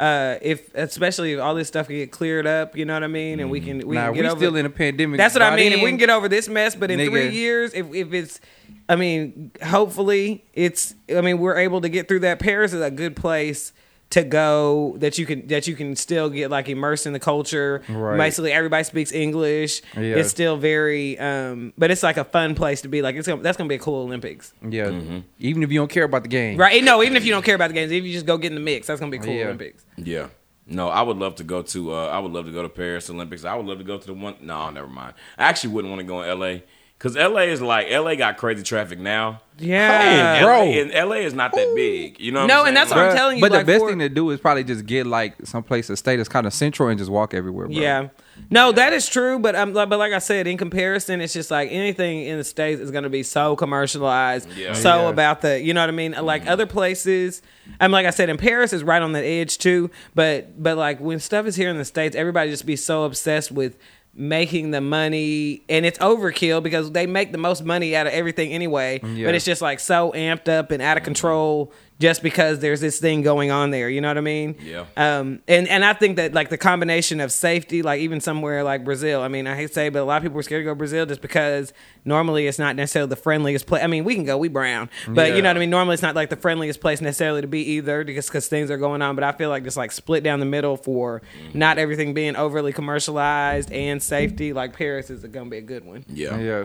Speaker 2: uh, if especially if all this stuff can get cleared up, you know what I mean, and we can we
Speaker 3: Mm. nah,
Speaker 2: can get
Speaker 3: we
Speaker 2: over.
Speaker 3: still in a pandemic.
Speaker 2: That's what I
Speaker 3: By
Speaker 2: mean. If we
Speaker 3: then-
Speaker 2: can get over this mess, but in three
Speaker 3: Nigga.
Speaker 2: years, if if it's, I mean, hopefully it's. I mean, we're able to get through that. Paris is a good place to go that you can that you can still get like immersed in the culture.
Speaker 3: Right.
Speaker 2: Basically, everybody speaks English.
Speaker 3: Yeah.
Speaker 2: It's still very, um, but it's like a fun place to be. Like it's gonna, that's gonna be a cool Olympics,
Speaker 3: yeah,
Speaker 1: Mm-hmm.
Speaker 3: even if you don't care about the game,
Speaker 2: right? No, even if you don't care about the games, if you just go get in the mix, that's gonna be a cool
Speaker 3: Yeah.
Speaker 2: Olympics.
Speaker 1: Yeah. No, I would love to go to. Uh, I would love to go to Paris Olympics. I would love to go to the one. No, never mind. I actually wouldn't want to go in L.A. because L.A. is like L.A. got crazy traffic now.
Speaker 2: Yeah,
Speaker 1: And LA,
Speaker 3: bro.
Speaker 1: and LA is not that big. You know. What
Speaker 2: No,
Speaker 1: I'm
Speaker 2: and that's
Speaker 1: saying?
Speaker 2: what I'm
Speaker 3: Bruh,
Speaker 2: telling you,
Speaker 3: But
Speaker 2: like,
Speaker 3: the best
Speaker 2: for-
Speaker 3: thing to do is probably just get like someplace a state that's kind of central and just walk everywhere. Bro.
Speaker 2: Yeah. No, that is true, but um, like- but like I said, in comparison, it's just like anything in the states is going to be so commercialized,
Speaker 1: Yeah.
Speaker 2: so
Speaker 3: Yeah.
Speaker 2: about the, you know what I mean? Like other places, I'm like I said, in Paris is right on that edge too, but but like when stuff is here in the states, everybody just be so obsessed with making the money, and it's overkill because they make the most money out of everything anyway.
Speaker 3: Yeah.
Speaker 2: But it's just like so amped up and out of control just because there's this thing going on there. You know what I mean?
Speaker 1: Yeah.
Speaker 2: Um, and and I think that like the combination of safety, like even somewhere like Brazil. I mean, I hate to say, it, but a lot of people are scared to go to Brazil just because normally it's not necessarily the friendliest place. I mean, we can go, we brown, but you know what I mean. Normally it's not like the friendliest place necessarily to be either, because because things are going on. But I feel like just like split down the middle for
Speaker 1: Mm-hmm.
Speaker 2: not everything being overly commercialized and safety. Like Paris is gonna be a good one.
Speaker 1: Yeah.
Speaker 3: yeah.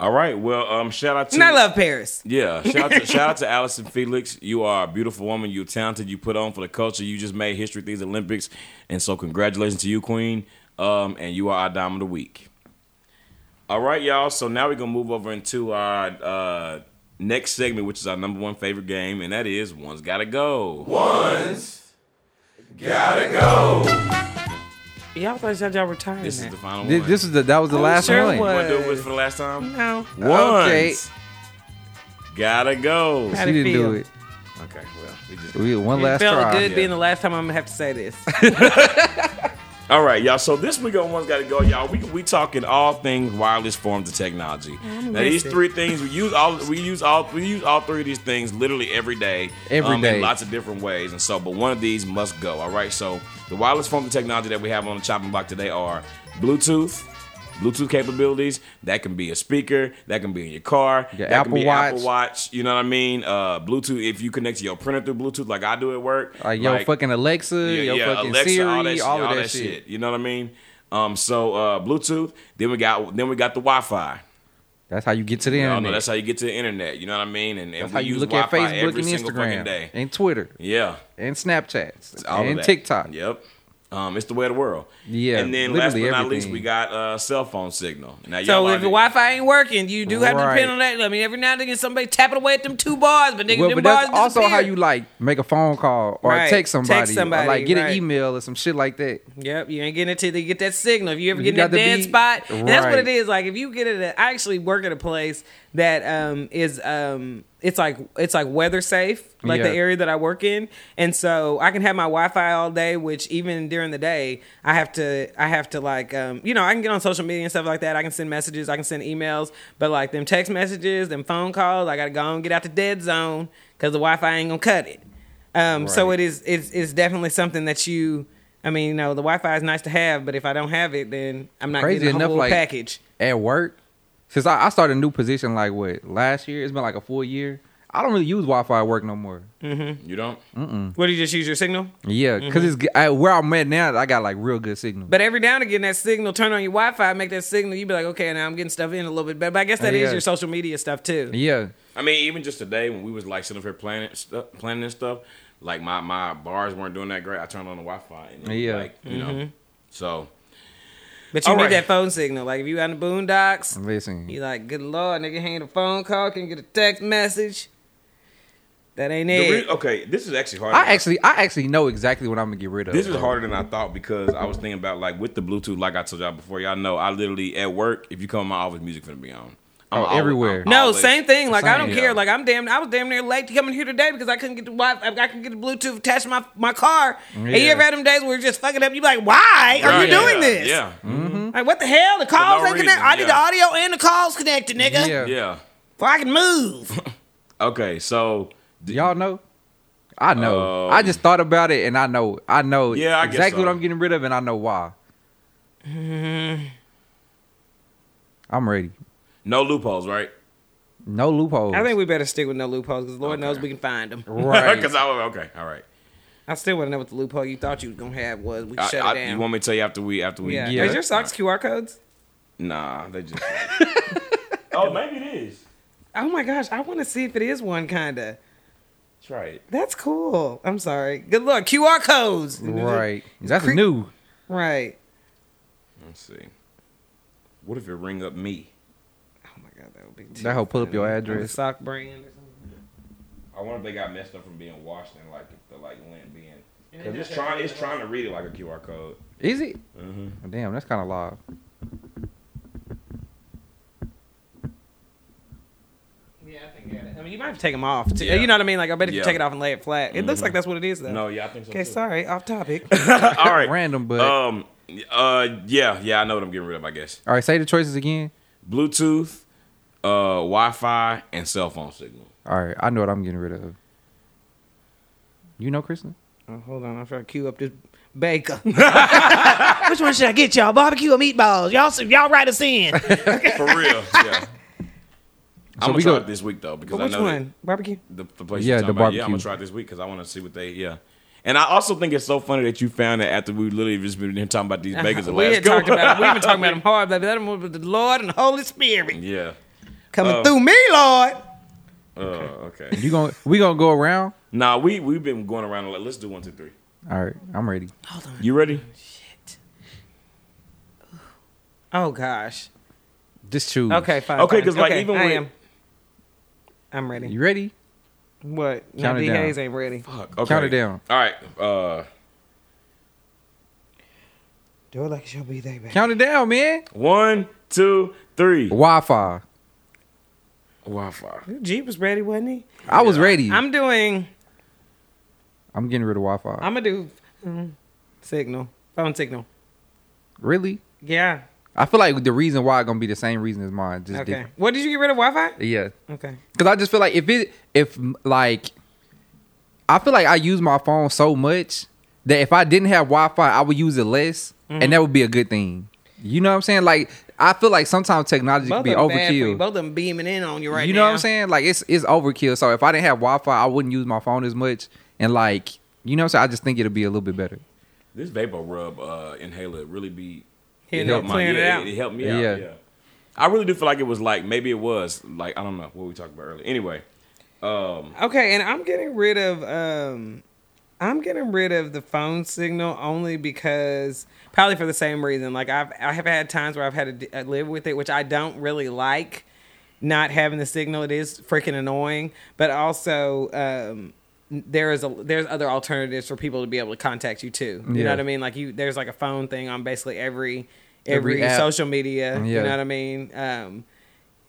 Speaker 1: All right. Well, um, shout out to.
Speaker 2: And I love Paris.
Speaker 1: Yeah, shout out, to, shout out to Allison Felix. You are a beautiful woman. You're talented. You put on for the culture. You just made history at these Olympics, and so congratulations to you, Queen. Um, and you are our dime of the week. All right, y'all. So now we're gonna move over into our uh, next segment, which is our number one favorite game, and that is one's gotta go.
Speaker 2: Y'all thought y'all retired.
Speaker 1: This is
Speaker 2: now.
Speaker 1: the final
Speaker 3: Thi-
Speaker 1: one.
Speaker 3: This is the that was the
Speaker 2: I'm
Speaker 3: last
Speaker 2: sure
Speaker 3: one.
Speaker 2: it was.
Speaker 1: Wanna do it for the last time?
Speaker 2: no.
Speaker 1: One's
Speaker 3: Okay.
Speaker 1: gotta go.
Speaker 2: How
Speaker 3: She
Speaker 2: it
Speaker 3: didn't
Speaker 2: feel?
Speaker 3: do it.
Speaker 1: Okay, well, we just
Speaker 3: We one
Speaker 2: It
Speaker 3: last
Speaker 2: felt
Speaker 3: try.
Speaker 2: good
Speaker 1: Yeah.
Speaker 2: being the last time I'm gonna have to say this.
Speaker 1: All right, y'all. So this week on One's Gotta Go, y'all. We we talking all things wireless forms of technology. Now these
Speaker 2: missing.
Speaker 1: three things we use all we use all we use all three of these things literally every day, um,
Speaker 3: Every
Speaker 1: in
Speaker 3: day.
Speaker 1: lots of different ways. And so, but one of these must go. All right. So the wireless forms of technology that we have on the chopping block today are Bluetooth. Bluetooth capabilities that can be a speaker, that can be in your car,
Speaker 3: Your
Speaker 1: that
Speaker 3: Apple
Speaker 1: can be Apple
Speaker 3: Watch.
Speaker 1: Watch. You know what I mean? Uh, Bluetooth. If you connect to your printer through Bluetooth, like I do at work,
Speaker 3: Like your fucking Alexa, your fucking Siri, all,
Speaker 1: shit,
Speaker 3: of that, shit.
Speaker 1: You know what I mean? Um, so uh, Bluetooth. Then we got then we got the Wi-Fi.
Speaker 3: That's how you get to the
Speaker 1: Y'all
Speaker 3: internet.
Speaker 1: know that's how
Speaker 3: that's
Speaker 1: you get to the internet. You know what I mean? And, and
Speaker 3: how
Speaker 1: we
Speaker 3: you
Speaker 1: use
Speaker 3: look at
Speaker 1: Wi-Fi
Speaker 3: Facebook
Speaker 1: every
Speaker 3: and
Speaker 1: single fucking
Speaker 3: Instagram
Speaker 1: day.
Speaker 3: and Twitter
Speaker 1: Yeah,
Speaker 3: and Snapchats
Speaker 1: all of
Speaker 3: and
Speaker 1: that.
Speaker 3: TikTok.
Speaker 1: Yep. Um, it's the way of the world.
Speaker 3: Yeah,
Speaker 1: And then last but
Speaker 3: literally
Speaker 1: not least,
Speaker 3: everything.
Speaker 1: we got uh, cell phone signal. Now, y'all
Speaker 2: So if
Speaker 1: already-
Speaker 2: your Wi-Fi ain't working, you do have to
Speaker 3: Right.
Speaker 2: depend on that. I mean, every now and again, somebody tapping away at them two bars, but nigga,
Speaker 3: Well,
Speaker 2: them
Speaker 3: but
Speaker 2: bars
Speaker 3: that's also
Speaker 2: disappear.
Speaker 3: how you like make a phone call or
Speaker 2: Right.
Speaker 3: text somebody,
Speaker 2: Text somebody,
Speaker 3: or like get
Speaker 2: right.
Speaker 3: an email or some shit like that.
Speaker 2: Yep, you ain't getting it till they get that signal. If you ever get
Speaker 3: You
Speaker 2: in that
Speaker 3: got to
Speaker 2: dead
Speaker 3: be-
Speaker 2: spot, and that's what
Speaker 3: right.
Speaker 2: it is. Like if you get it, at- I actually work at a place that um is um it's like it's like weather safe, like the
Speaker 3: Yeah.
Speaker 2: area that I work in, and so I can have my Wi-Fi all day. Which even during the day, I have to I have to like um you know I can get on social media and stuff like that. I can send messages, I can send emails, but like them text messages, them phone calls, I gotta go and get out the dead zone because the Wi-Fi ain't gonna cut it. Um, So
Speaker 3: Right.
Speaker 2: it is it's, it's definitely something that you. I mean, you know, the Wi-Fi is nice to have, but if I don't have it, then I'm not
Speaker 3: Crazy
Speaker 2: getting the
Speaker 3: enough,
Speaker 2: whole
Speaker 3: like-
Speaker 2: package.
Speaker 3: At work, since I, I started a new position like what last year, it's been like a full year. I don't really use Wi-Fi at work no more.
Speaker 1: you don't.
Speaker 3: Mm.
Speaker 2: What do you just use your signal?
Speaker 3: Yeah, because it's g I where I'm at now. I got like real good signal.
Speaker 2: But every now and again, that signal, turn on your Wi-Fi, make that signal. You be like, okay, now I'm getting stuff in a little bit better. But I guess that is
Speaker 3: Yeah.
Speaker 2: your social media stuff too.
Speaker 3: yeah,
Speaker 1: I mean, even just today when we was like sitting up here planning stuff, planning and stuff, like my my bars weren't doing that great. I turned on the Wi-Fi. And it,
Speaker 3: Yeah. Mm-hmm.
Speaker 1: Like, you know. So
Speaker 2: But you
Speaker 1: All
Speaker 2: need
Speaker 1: right.
Speaker 2: that phone signal. Like if you out in the boondocks,
Speaker 3: listen.
Speaker 2: you like, good lord, nigga, hang a phone call, can get a text message. That ain't
Speaker 1: The
Speaker 2: it.
Speaker 1: re- okay, this is actually hard.
Speaker 3: I actually, I actually know exactly what I'm gonna get rid of.
Speaker 1: This is harder than I thought because I was thinking about like with the Bluetooth, like I told y'all before. Y'all know I literally at work. If you come in my office, music finna be on. I'm
Speaker 3: Oh,
Speaker 1: always-
Speaker 3: everywhere.
Speaker 1: I'm
Speaker 2: No,
Speaker 1: always-
Speaker 2: same thing. Like I
Speaker 3: Same.
Speaker 2: don't care.
Speaker 1: Yeah.
Speaker 2: Like I'm damn. I was damn near late to coming here today because I couldn't get the Wi-Fi. I couldn't get the Bluetooth attached to my my car. And you
Speaker 3: Yeah.
Speaker 2: ever had them days where you're just fucking up? You be like, why are
Speaker 1: Right,
Speaker 2: you doing
Speaker 1: yeah,
Speaker 2: this?
Speaker 1: Yeah,
Speaker 2: Like what the hell? The calls
Speaker 1: no
Speaker 2: ain't connected.
Speaker 1: reason,
Speaker 2: I need the
Speaker 1: yeah.
Speaker 2: audio and the calls connected, nigga.
Speaker 3: Yeah.
Speaker 1: yeah.
Speaker 2: Before I can move.
Speaker 1: Okay, so
Speaker 3: Y'all know. I know. I just thought about it, and I know. I know
Speaker 1: Oh. Yeah, I guess
Speaker 3: exactly what
Speaker 1: so.
Speaker 3: I'm getting rid of, and I know why. I'm ready.
Speaker 1: No loopholes, right?
Speaker 3: No loopholes.
Speaker 2: I think we better stick with no loopholes because Lord
Speaker 1: Okay.
Speaker 2: knows we can find them.
Speaker 3: right.
Speaker 1: Because I was okay. All right.
Speaker 2: I still want to know what the loophole you thought you was gonna have was. We
Speaker 1: I,
Speaker 2: shut
Speaker 1: I-
Speaker 2: it down.
Speaker 1: You want me to tell you after we after we?
Speaker 2: yeah.
Speaker 3: Yeah.
Speaker 2: Is your socks QR codes?
Speaker 1: Nah, they just. oh, maybe it is.
Speaker 2: Oh my gosh, I want to see if it is one kinda.
Speaker 1: Try it.
Speaker 2: That's cool. I'm sorry. Good luck. QR codes.
Speaker 3: Right. That's
Speaker 2: Creep-
Speaker 3: new.
Speaker 2: Right.
Speaker 1: Let's see. What if it ring up me?
Speaker 2: Oh my god, that would be.
Speaker 3: That will pull up your
Speaker 2: terrible. The
Speaker 3: address.
Speaker 2: sock brand. Or something.
Speaker 1: I wonder if they got messed up from being washed and like if the like lint being. Cause it's trying, it's trying to read it like a QR code.
Speaker 3: Is it? Damn, that's kind of live.
Speaker 2: Yeah, I think I got it. I mean, you might have to take them off. Too.
Speaker 1: Yeah.
Speaker 2: You know what I mean? Like, I bet if
Speaker 1: Yeah.
Speaker 2: you take it off and lay it flat, it looks like that's what it is, though.
Speaker 1: No, yeah, I think so.
Speaker 2: Okay,
Speaker 1: too.
Speaker 2: sorry, off topic.
Speaker 1: All right,
Speaker 3: Random, but
Speaker 1: Um, uh, yeah, yeah, I know what I'm getting rid of. I guess
Speaker 3: all right. Say the choices again.
Speaker 1: Bluetooth, uh, Wi-Fi, and cell phone signal.
Speaker 3: All right, I know what I'm getting rid of. You know, Kristen.
Speaker 2: Oh, hold on, I'm trying to cue up this bacon. Which one should I get, y'all? Barbecue or meatballs? Y'all, y'all write us in.
Speaker 1: For real, yeah. I'm gonna
Speaker 3: we
Speaker 1: try
Speaker 3: go-
Speaker 1: it this week though because
Speaker 2: But which
Speaker 1: I know that-
Speaker 2: one? Barbecue.
Speaker 1: the, the place.
Speaker 3: Yeah,
Speaker 1: Yeah,
Speaker 3: the
Speaker 1: the barbecue. Yeah, I'm gonna
Speaker 3: barbecue.
Speaker 1: try it this week because I want to see what they. Yeah, and I also think it's so funny that you found that after we literally just been here talking about these bakers. the
Speaker 2: Uh-huh. we
Speaker 1: last
Speaker 2: had talked
Speaker 1: couple-
Speaker 2: about. We've been talking about them hard, baby. That one with the Lord and the Holy Spirit
Speaker 1: yeah.
Speaker 2: coming
Speaker 1: Oh.
Speaker 2: through me, Lord.
Speaker 1: Uh, okay.
Speaker 3: You going we gonna go around?
Speaker 1: Nah, we we've been going around. a lot. Let's do one, two, three.
Speaker 3: All right, I'm ready.
Speaker 2: Hold on.
Speaker 1: You ready?
Speaker 2: Shit. Oh gosh.
Speaker 3: Just choose.
Speaker 2: Okay, fine.
Speaker 1: Okay,
Speaker 2: fine.
Speaker 1: 'cause, like, even
Speaker 2: I
Speaker 1: with-
Speaker 2: am. I'm ready.
Speaker 3: You ready?
Speaker 2: what? No,
Speaker 3: Count it
Speaker 2: D
Speaker 3: down.
Speaker 2: Hayes ain't ready.
Speaker 1: Fuck. Okay.
Speaker 3: Count it down.
Speaker 1: All right. Uh,
Speaker 2: Do it like it should be, baby.
Speaker 3: Count it down, man.
Speaker 1: one, two, three.
Speaker 3: Wi-Fi.
Speaker 1: Wi-Fi.
Speaker 2: Jeep was ready, wasn't he?
Speaker 3: I was ready. I'm,
Speaker 2: I'm doing.
Speaker 3: getting rid of Wi-Fi.
Speaker 2: I'm gonna do mm, signal, phone signal.
Speaker 3: really?
Speaker 2: Yeah.
Speaker 3: I feel like the reason why gonna be the same reason as mine. Just
Speaker 2: Okay.
Speaker 3: different.
Speaker 2: What did you get rid of? Wi-Fi.
Speaker 3: Yeah.
Speaker 2: Okay.
Speaker 3: Cause I just feel like if it if like I feel like I use my phone so much that if I didn't have Wi Fi, I would use it less,
Speaker 2: Mm-hmm.
Speaker 3: and that would be a good thing. You know what I'm saying? Like I feel like sometimes technology can
Speaker 2: Both
Speaker 3: be
Speaker 2: of them bad for you.
Speaker 3: overkill.
Speaker 2: Both of them beaming in on you right now.
Speaker 3: you know what I'm saying? Like it's it's overkill. So if I didn't have Wi Fi, I wouldn't use my phone as much, and like you know what I'm saying. I just think it'll be a little bit better.
Speaker 1: This vapor rub uh, inhaler really be
Speaker 2: Hitting
Speaker 1: helped
Speaker 2: it,
Speaker 1: my-
Speaker 2: clearing it
Speaker 1: yeah,
Speaker 2: out.
Speaker 1: It helped me out.
Speaker 3: Yeah.
Speaker 1: Yeah. I really do feel like it was like maybe it was like I don't know what we talked about earlier. Anyway, um,
Speaker 2: Okay, and I'm getting rid of um I'm getting rid of the phone signal only because probably for the same reason. Like I've I have had times where I've had to d- uh, live with it, which I don't really like not having the signal. It is freaking annoying, but also um n- there is a there's other alternatives for people to be able to contact you too. You
Speaker 3: Yeah.
Speaker 2: know what I mean? Like you there's like a phone thing on basically every every,
Speaker 3: Every app.
Speaker 2: social media.
Speaker 3: Yeah.
Speaker 2: You know what I mean? Um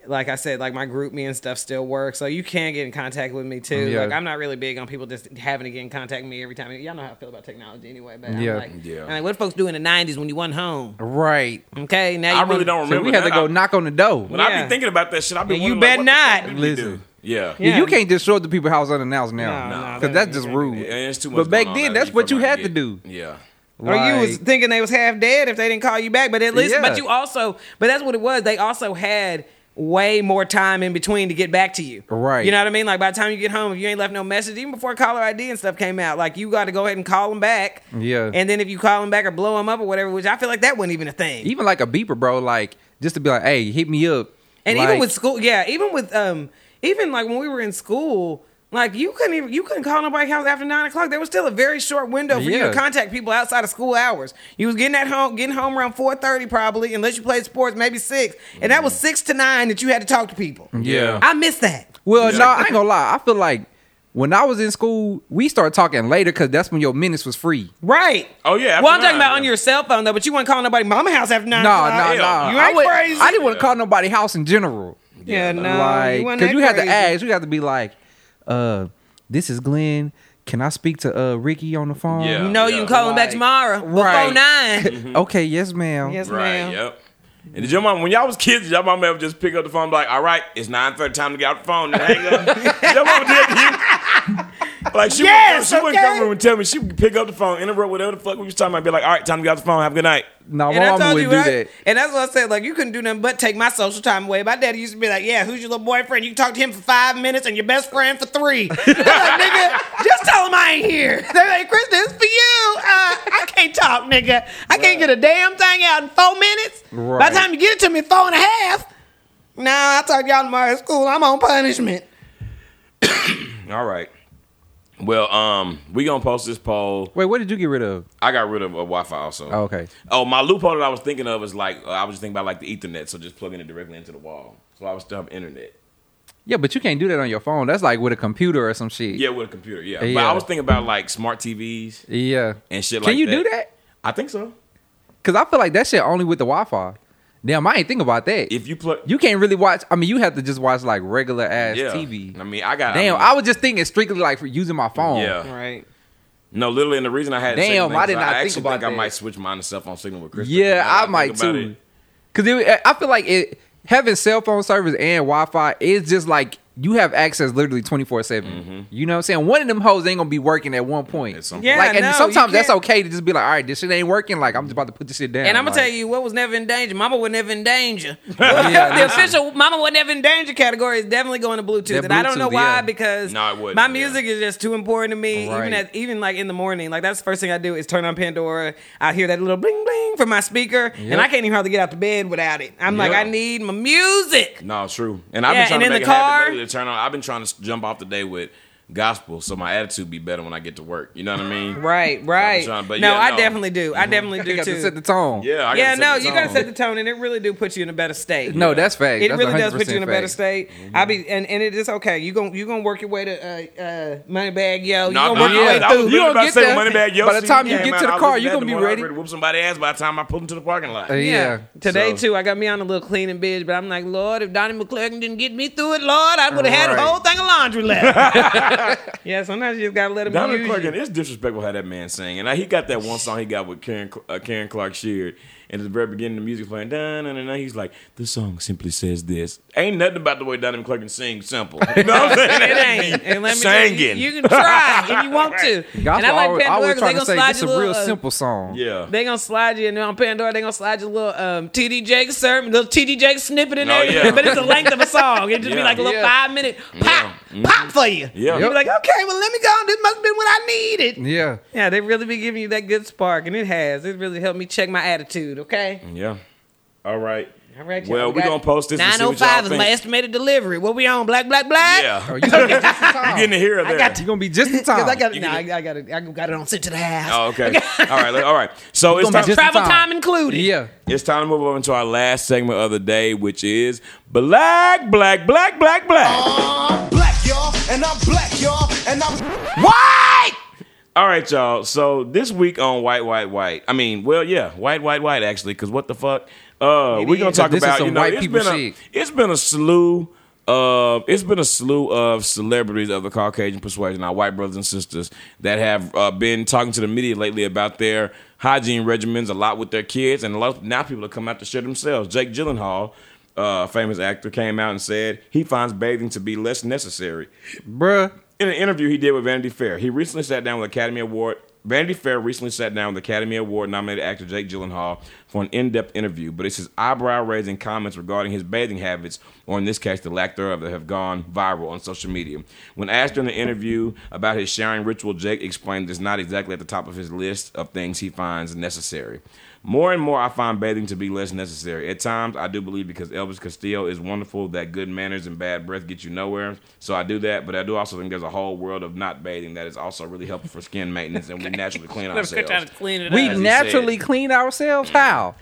Speaker 2: like I said, like my group me and stuff still works, so you can get in contact with me too.
Speaker 3: Yeah.
Speaker 2: Like I'm not really big on people just having to get in contact with me every time. Y'all know how I feel about technology anyway, but
Speaker 3: Yeah.
Speaker 2: I'm like,
Speaker 1: Yeah.
Speaker 2: I'm like, what folks do in the '90s when you went home?
Speaker 3: Right.
Speaker 2: Okay, now you
Speaker 1: I really
Speaker 2: wanna-
Speaker 1: don't
Speaker 3: So
Speaker 1: remember.
Speaker 3: we had to
Speaker 1: that.
Speaker 3: go
Speaker 1: I-
Speaker 3: knock on the door.
Speaker 1: when I
Speaker 2: Yeah.
Speaker 1: be thinking about that shit, I be
Speaker 2: Yeah, you
Speaker 1: wondering, like,
Speaker 2: better
Speaker 1: what the
Speaker 2: not.
Speaker 1: fuck did we do?
Speaker 3: Listen.
Speaker 1: Yeah.
Speaker 2: Yeah.
Speaker 3: You can't just show up to people's house unannounced now.
Speaker 2: No, no,
Speaker 3: Cause
Speaker 2: that-
Speaker 3: that's just
Speaker 2: that-
Speaker 3: rude.
Speaker 1: And it's too much
Speaker 3: But back
Speaker 1: going on
Speaker 3: then,
Speaker 1: now
Speaker 3: that's
Speaker 1: that
Speaker 3: what you
Speaker 1: fucking
Speaker 3: had
Speaker 1: get.
Speaker 3: to do.
Speaker 1: Yeah.
Speaker 2: Or you was
Speaker 3: Like-
Speaker 2: thinking they was half dead if they didn't call you back. But at least,
Speaker 3: Yeah.
Speaker 2: but you also, but that's what it was. They also had way more time in between to get back to you.
Speaker 3: Right.
Speaker 2: You know what I mean? Like by the time you get home, if you ain't left no message, even before caller ID and stuff came out, like you got to go ahead and call them back.
Speaker 3: Yeah.
Speaker 2: And then if you call them back or blow them up or whatever, which I feel like that wasn't even a thing.
Speaker 3: even like a beeper, bro. Like just to be like, hey, hit me up.
Speaker 2: And
Speaker 3: Like,
Speaker 2: even with school, yeah, even with um, even like when we were in school, like you couldn't even you couldn't call nobody house after nine o'clock. There was still a very short window for you
Speaker 3: Yeah.
Speaker 2: to contact people outside of school hours. You was getting at home, getting home around four thirty probably, unless you played sports, maybe six, and that was six to nine that you had to talk to people.
Speaker 1: Mm. Yeah.
Speaker 2: I miss that.
Speaker 3: well, no, I ain't gonna lie. I feel like when I was in school, we started talking later because that's when your minutes was free.
Speaker 2: Right.
Speaker 1: Oh, yeah, after
Speaker 2: Well, I'm talking
Speaker 1: nine,
Speaker 2: about
Speaker 1: yeah.
Speaker 2: on your cell phone though, but you weren't calling nobody mama house after nine.
Speaker 3: No, no,
Speaker 2: o'clock.
Speaker 1: hell.
Speaker 3: no.
Speaker 2: You
Speaker 3: I
Speaker 2: ain't
Speaker 3: would-
Speaker 2: crazy.
Speaker 3: I didn't want
Speaker 1: Yeah.
Speaker 3: to call nobody house in general.
Speaker 2: Yeah, no.
Speaker 3: like,
Speaker 2: wasn't
Speaker 3: because
Speaker 2: that
Speaker 3: you had to
Speaker 2: crazy.
Speaker 3: ask. You had to be like, uh, this is Glenn. Can I speak to uh Ricky on the phone?
Speaker 1: Yeah.
Speaker 2: You know you
Speaker 1: Yeah.
Speaker 2: can call him back
Speaker 3: Like,
Speaker 2: tomorrow
Speaker 3: right.
Speaker 2: before nine.
Speaker 3: okay. Yes, ma'am.
Speaker 2: Mm-hmm. Yes,
Speaker 1: Right.
Speaker 2: ma'am.
Speaker 1: Yep. And did your mom, when y'all was kids, did your mom ever just pick up the phone and be like, all right, it's 9.30, time to get out the phone and hang up? Did your mama did that to you? Like she
Speaker 2: Yes,
Speaker 1: would, come, she
Speaker 2: okay.
Speaker 1: wouldn't come over and tell me she would pick up the phone, interrupt whatever the fuck we was talking about, be like, all right, time to get off the phone, have a good night.
Speaker 3: No,
Speaker 2: And I
Speaker 3: my mama
Speaker 2: told
Speaker 3: would
Speaker 2: you,
Speaker 3: do
Speaker 2: right?
Speaker 3: that.
Speaker 2: And that's what I said. Like, you couldn't do nothing but take my social time away. My daddy used to be like, "Yeah, who's your little boyfriend? You can talk to him for five minutes, and your best friend for three. I'm like, nigga, just tell him I ain't here. They're like, Chris, this is for you. Uh, I can't talk, nigga. I can't get a damn thing out in four minutes. By
Speaker 3: Right.
Speaker 2: the time you get it to me, in four and a half. Nah, I talk to y'all tomorrow at school. I'm on punishment.
Speaker 1: All right. Well, um, we gonna post this poll.
Speaker 3: Wait, what did you get rid of?
Speaker 1: I got rid of a Wi-Fi also.
Speaker 3: Oh, okay.
Speaker 1: Oh, my loophole that I was thinking of is like uh, I was just thinking about like the Ethernet, so just plugging it directly into the wall. So I would still have internet.
Speaker 3: Yeah, but you can't do that on your phone. That's like with a computer or some shit.
Speaker 1: Yeah, with a computer. Yeah. But
Speaker 3: Yeah.
Speaker 1: I was thinking about like smart TVs
Speaker 3: Yeah.
Speaker 1: and shit
Speaker 3: Can
Speaker 1: like
Speaker 3: you
Speaker 1: that.
Speaker 3: do that?
Speaker 1: I think so.
Speaker 3: Because I feel like that shit only with the Wi Fi. Damn, I ain't think about that.
Speaker 1: If you plug,
Speaker 3: you can't really watch. I mean, you have to just watch like regular ass
Speaker 1: yeah.
Speaker 3: TV.
Speaker 1: I mean, I got I
Speaker 3: Damn, I was just thinking strictly like for using my phone.
Speaker 1: Yeah.
Speaker 2: Right.
Speaker 1: no, literally, and the reason I had
Speaker 3: Damn,
Speaker 1: Signal is
Speaker 3: I did not
Speaker 1: I
Speaker 3: think
Speaker 1: actually
Speaker 3: about
Speaker 1: think I
Speaker 3: that.
Speaker 1: might switch mine to cell phone signal with Chris.
Speaker 3: Yeah, I might too. Cause it, I feel like it having cell phone service and Wi Fi is just like you have access literally twenty four seven. You know what I'm saying? One of them hoes ain't gonna be working at one point.
Speaker 1: Mm-hmm. At some
Speaker 2: Yeah,
Speaker 3: like, and
Speaker 2: no, you
Speaker 3: sometimes that's
Speaker 2: can't-
Speaker 3: okay to just be like, all right, this shit ain't working. Like, I'm just about to put this shit down.
Speaker 2: And I'm gonna
Speaker 3: Like,
Speaker 2: tell you what was never in danger. Mama was never in danger.
Speaker 3: Yeah,
Speaker 2: the
Speaker 3: listen.
Speaker 2: official Mama was never in danger category is definitely going to Bluetooth,
Speaker 3: That
Speaker 2: and I don't know
Speaker 3: Bluetooth,
Speaker 2: why
Speaker 3: yeah.
Speaker 2: because
Speaker 1: No, it wouldn't,
Speaker 2: my
Speaker 1: yeah.
Speaker 2: music is just too important to me. Even
Speaker 3: Right.
Speaker 2: at even like in the morning, like that's the first thing I do is turn on Pandora. I hear that little bling bling from my speaker, and
Speaker 3: Yep.
Speaker 2: I can't even hardly get out to bed without it. I'm like,
Speaker 1: Yeah.
Speaker 2: I need my music.
Speaker 1: No, it's true. And I've
Speaker 2: Yeah,
Speaker 1: been trying
Speaker 2: and in
Speaker 1: to make
Speaker 2: the
Speaker 1: a habit
Speaker 2: car-
Speaker 1: lately to turn on. I've been trying to jump off the day with gospel, so my attitude be better when I get to work. You know what I mean?
Speaker 2: Right, right.
Speaker 1: trying, but
Speaker 2: no,
Speaker 1: yeah,
Speaker 2: I
Speaker 1: no.
Speaker 2: definitely do. I definitely
Speaker 3: you
Speaker 2: do
Speaker 3: got to
Speaker 2: too.
Speaker 3: Mm-hmm. set the tone.
Speaker 1: Yeah. I
Speaker 2: yeah,
Speaker 1: gotta set
Speaker 2: no,
Speaker 1: the
Speaker 2: you gotta
Speaker 1: tone.
Speaker 2: set the tone, and it really do put you in a better state.
Speaker 3: No, that's fact.
Speaker 2: It
Speaker 3: That's
Speaker 2: really does put
Speaker 3: 100%
Speaker 2: you in a better
Speaker 3: fact. Mm-hmm.
Speaker 2: state. I be and, and it is okay. You gon' you gonna work your way to uh, uh, money bag yo. You
Speaker 1: No,
Speaker 2: gonna
Speaker 1: no,
Speaker 2: work your
Speaker 1: I
Speaker 2: way
Speaker 1: was, I was
Speaker 2: through.
Speaker 1: literally
Speaker 3: You
Speaker 1: about
Speaker 3: gonna
Speaker 1: to
Speaker 3: get
Speaker 1: say
Speaker 3: there.
Speaker 1: money bag. Yo,
Speaker 3: By the
Speaker 1: see,
Speaker 3: time you
Speaker 1: came
Speaker 3: get to
Speaker 1: out,
Speaker 3: the
Speaker 1: I was
Speaker 3: car,
Speaker 1: looking
Speaker 3: you
Speaker 1: at
Speaker 3: gonna
Speaker 1: the
Speaker 3: be
Speaker 1: motor, I was
Speaker 3: ready.
Speaker 1: to Whoop somebody ass by the time I pulled into the parking lot.
Speaker 3: Uh, yeah.
Speaker 2: Today
Speaker 1: So-
Speaker 2: too, I got me on a little cleaning bitch, but I'm like, Lord, if Donnie McClurkin didn't get me through it, Lord, I would have had
Speaker 3: Right.
Speaker 2: a whole thing of laundry left. yeah, sometimes you just gotta let him
Speaker 1: Donald
Speaker 2: use
Speaker 1: Clark,
Speaker 2: you.
Speaker 1: and it's disrespectful how that man sang. And I, he got that one song he got with Karen, uh, Karen Clark Sheard. And at the very beginning, the music playing, dun, dun, dun, dun, he's like, the song simply says this. Ain't nothing about the way Donald Clark can sing simple. You know what I'm saying?
Speaker 2: It ain't. And let me tell you,
Speaker 1: singing.
Speaker 2: you, can try if you want to. And
Speaker 3: Gospel
Speaker 2: I like
Speaker 3: always,
Speaker 2: Pandora
Speaker 3: always
Speaker 2: 'cause
Speaker 3: trying
Speaker 2: they gonna
Speaker 3: to say
Speaker 2: slide
Speaker 3: it's a
Speaker 2: you
Speaker 3: real
Speaker 2: little, uh,
Speaker 3: simple song.
Speaker 1: yeah.
Speaker 2: They gonna slide you in there on Pandora. They gonna slide you a little um, TD Jake sermon, little TD Jake snippet in
Speaker 1: Oh,
Speaker 2: there.
Speaker 1: yeah.
Speaker 2: But it's the length of a song. It just
Speaker 1: Yeah.
Speaker 2: be
Speaker 1: Mm-hmm.
Speaker 2: like a little
Speaker 3: Yeah.
Speaker 2: five minute pop, pop for you.
Speaker 1: Yeah.
Speaker 2: You be like, okay, well let me go. This must have been what I needed.
Speaker 3: Yeah.
Speaker 2: Yeah, they really be giving you that good spark, and it has. It really helped me check my attitude. Okay.
Speaker 1: Yeah. All right.
Speaker 2: All right.
Speaker 1: Well, we gonna post this and see what y'all
Speaker 2: oh is
Speaker 1: think.
Speaker 2: my estimated delivery. What we on? Black, black, black.
Speaker 1: Yeah.
Speaker 3: Oh,
Speaker 1: you
Speaker 3: you gonna be just in time.
Speaker 1: getting to hear there.
Speaker 2: got
Speaker 3: You gonna be just in time.
Speaker 2: Because I got,
Speaker 1: You
Speaker 2: nah, I,
Speaker 1: can-
Speaker 2: I got it. I got it on sent to the house.
Speaker 1: Oh, okay. all right. All right. So it's
Speaker 3: gonna
Speaker 1: time,
Speaker 3: be just in
Speaker 2: Travel
Speaker 3: time.
Speaker 2: time included.
Speaker 3: yeah.
Speaker 1: it's time to move on to our last segment of the day, which is black, black, black, black, black.
Speaker 4: I'm black, y'all, and I'm black, y'all, and I'm.
Speaker 1: White. All right, y'all. So this week on White, White, White. I mean, well, yeah, White, White, White. Actually, because what the fuck? Uh, we're gonna
Speaker 3: is.
Speaker 1: talk
Speaker 3: This is
Speaker 1: about
Speaker 3: some
Speaker 1: you know
Speaker 3: white
Speaker 1: it's
Speaker 3: people
Speaker 1: been a,
Speaker 3: shit.
Speaker 1: it's been a slew of it's been a slew of celebrities of the Caucasian persuasion, our white brothers and sisters that have uh, been talking to the media lately about their hygiene regimens a lot with their kids, and a lot of, now people have come out to share themselves. Jake Gyllenhaal. Uh, famous actor came out and said he finds bathing to be less necessary
Speaker 3: Bruh.
Speaker 1: in an interview he did with Vanity Fair, he recently sat down with Academy Award. Vanity Fair recently sat down with Academy Award nominated actor Jake Gyllenhaal for an in-depth interview, but it's his eyebrow-raising comments regarding his bathing habits, or in this case, the lack thereof, that have gone viral on social media. When asked during the interview about his showering ritual, Jake explained it's not exactly at the top of his list of things he finds necessary. More and more, I find bathing to be less necessary. At times, I do believe because Elvis Castillo is wonderful that good manners and bad breath get you nowhere. So I do that, but I do also think there's a whole world of not bathing that is also really helpful for skin maintenance, and we naturally clean
Speaker 2: Never trying
Speaker 1: ourselves.
Speaker 2: to clean it
Speaker 3: We
Speaker 2: up.
Speaker 1: he
Speaker 3: naturally
Speaker 1: said.
Speaker 3: clean ourselves.
Speaker 1: Mm.
Speaker 3: How?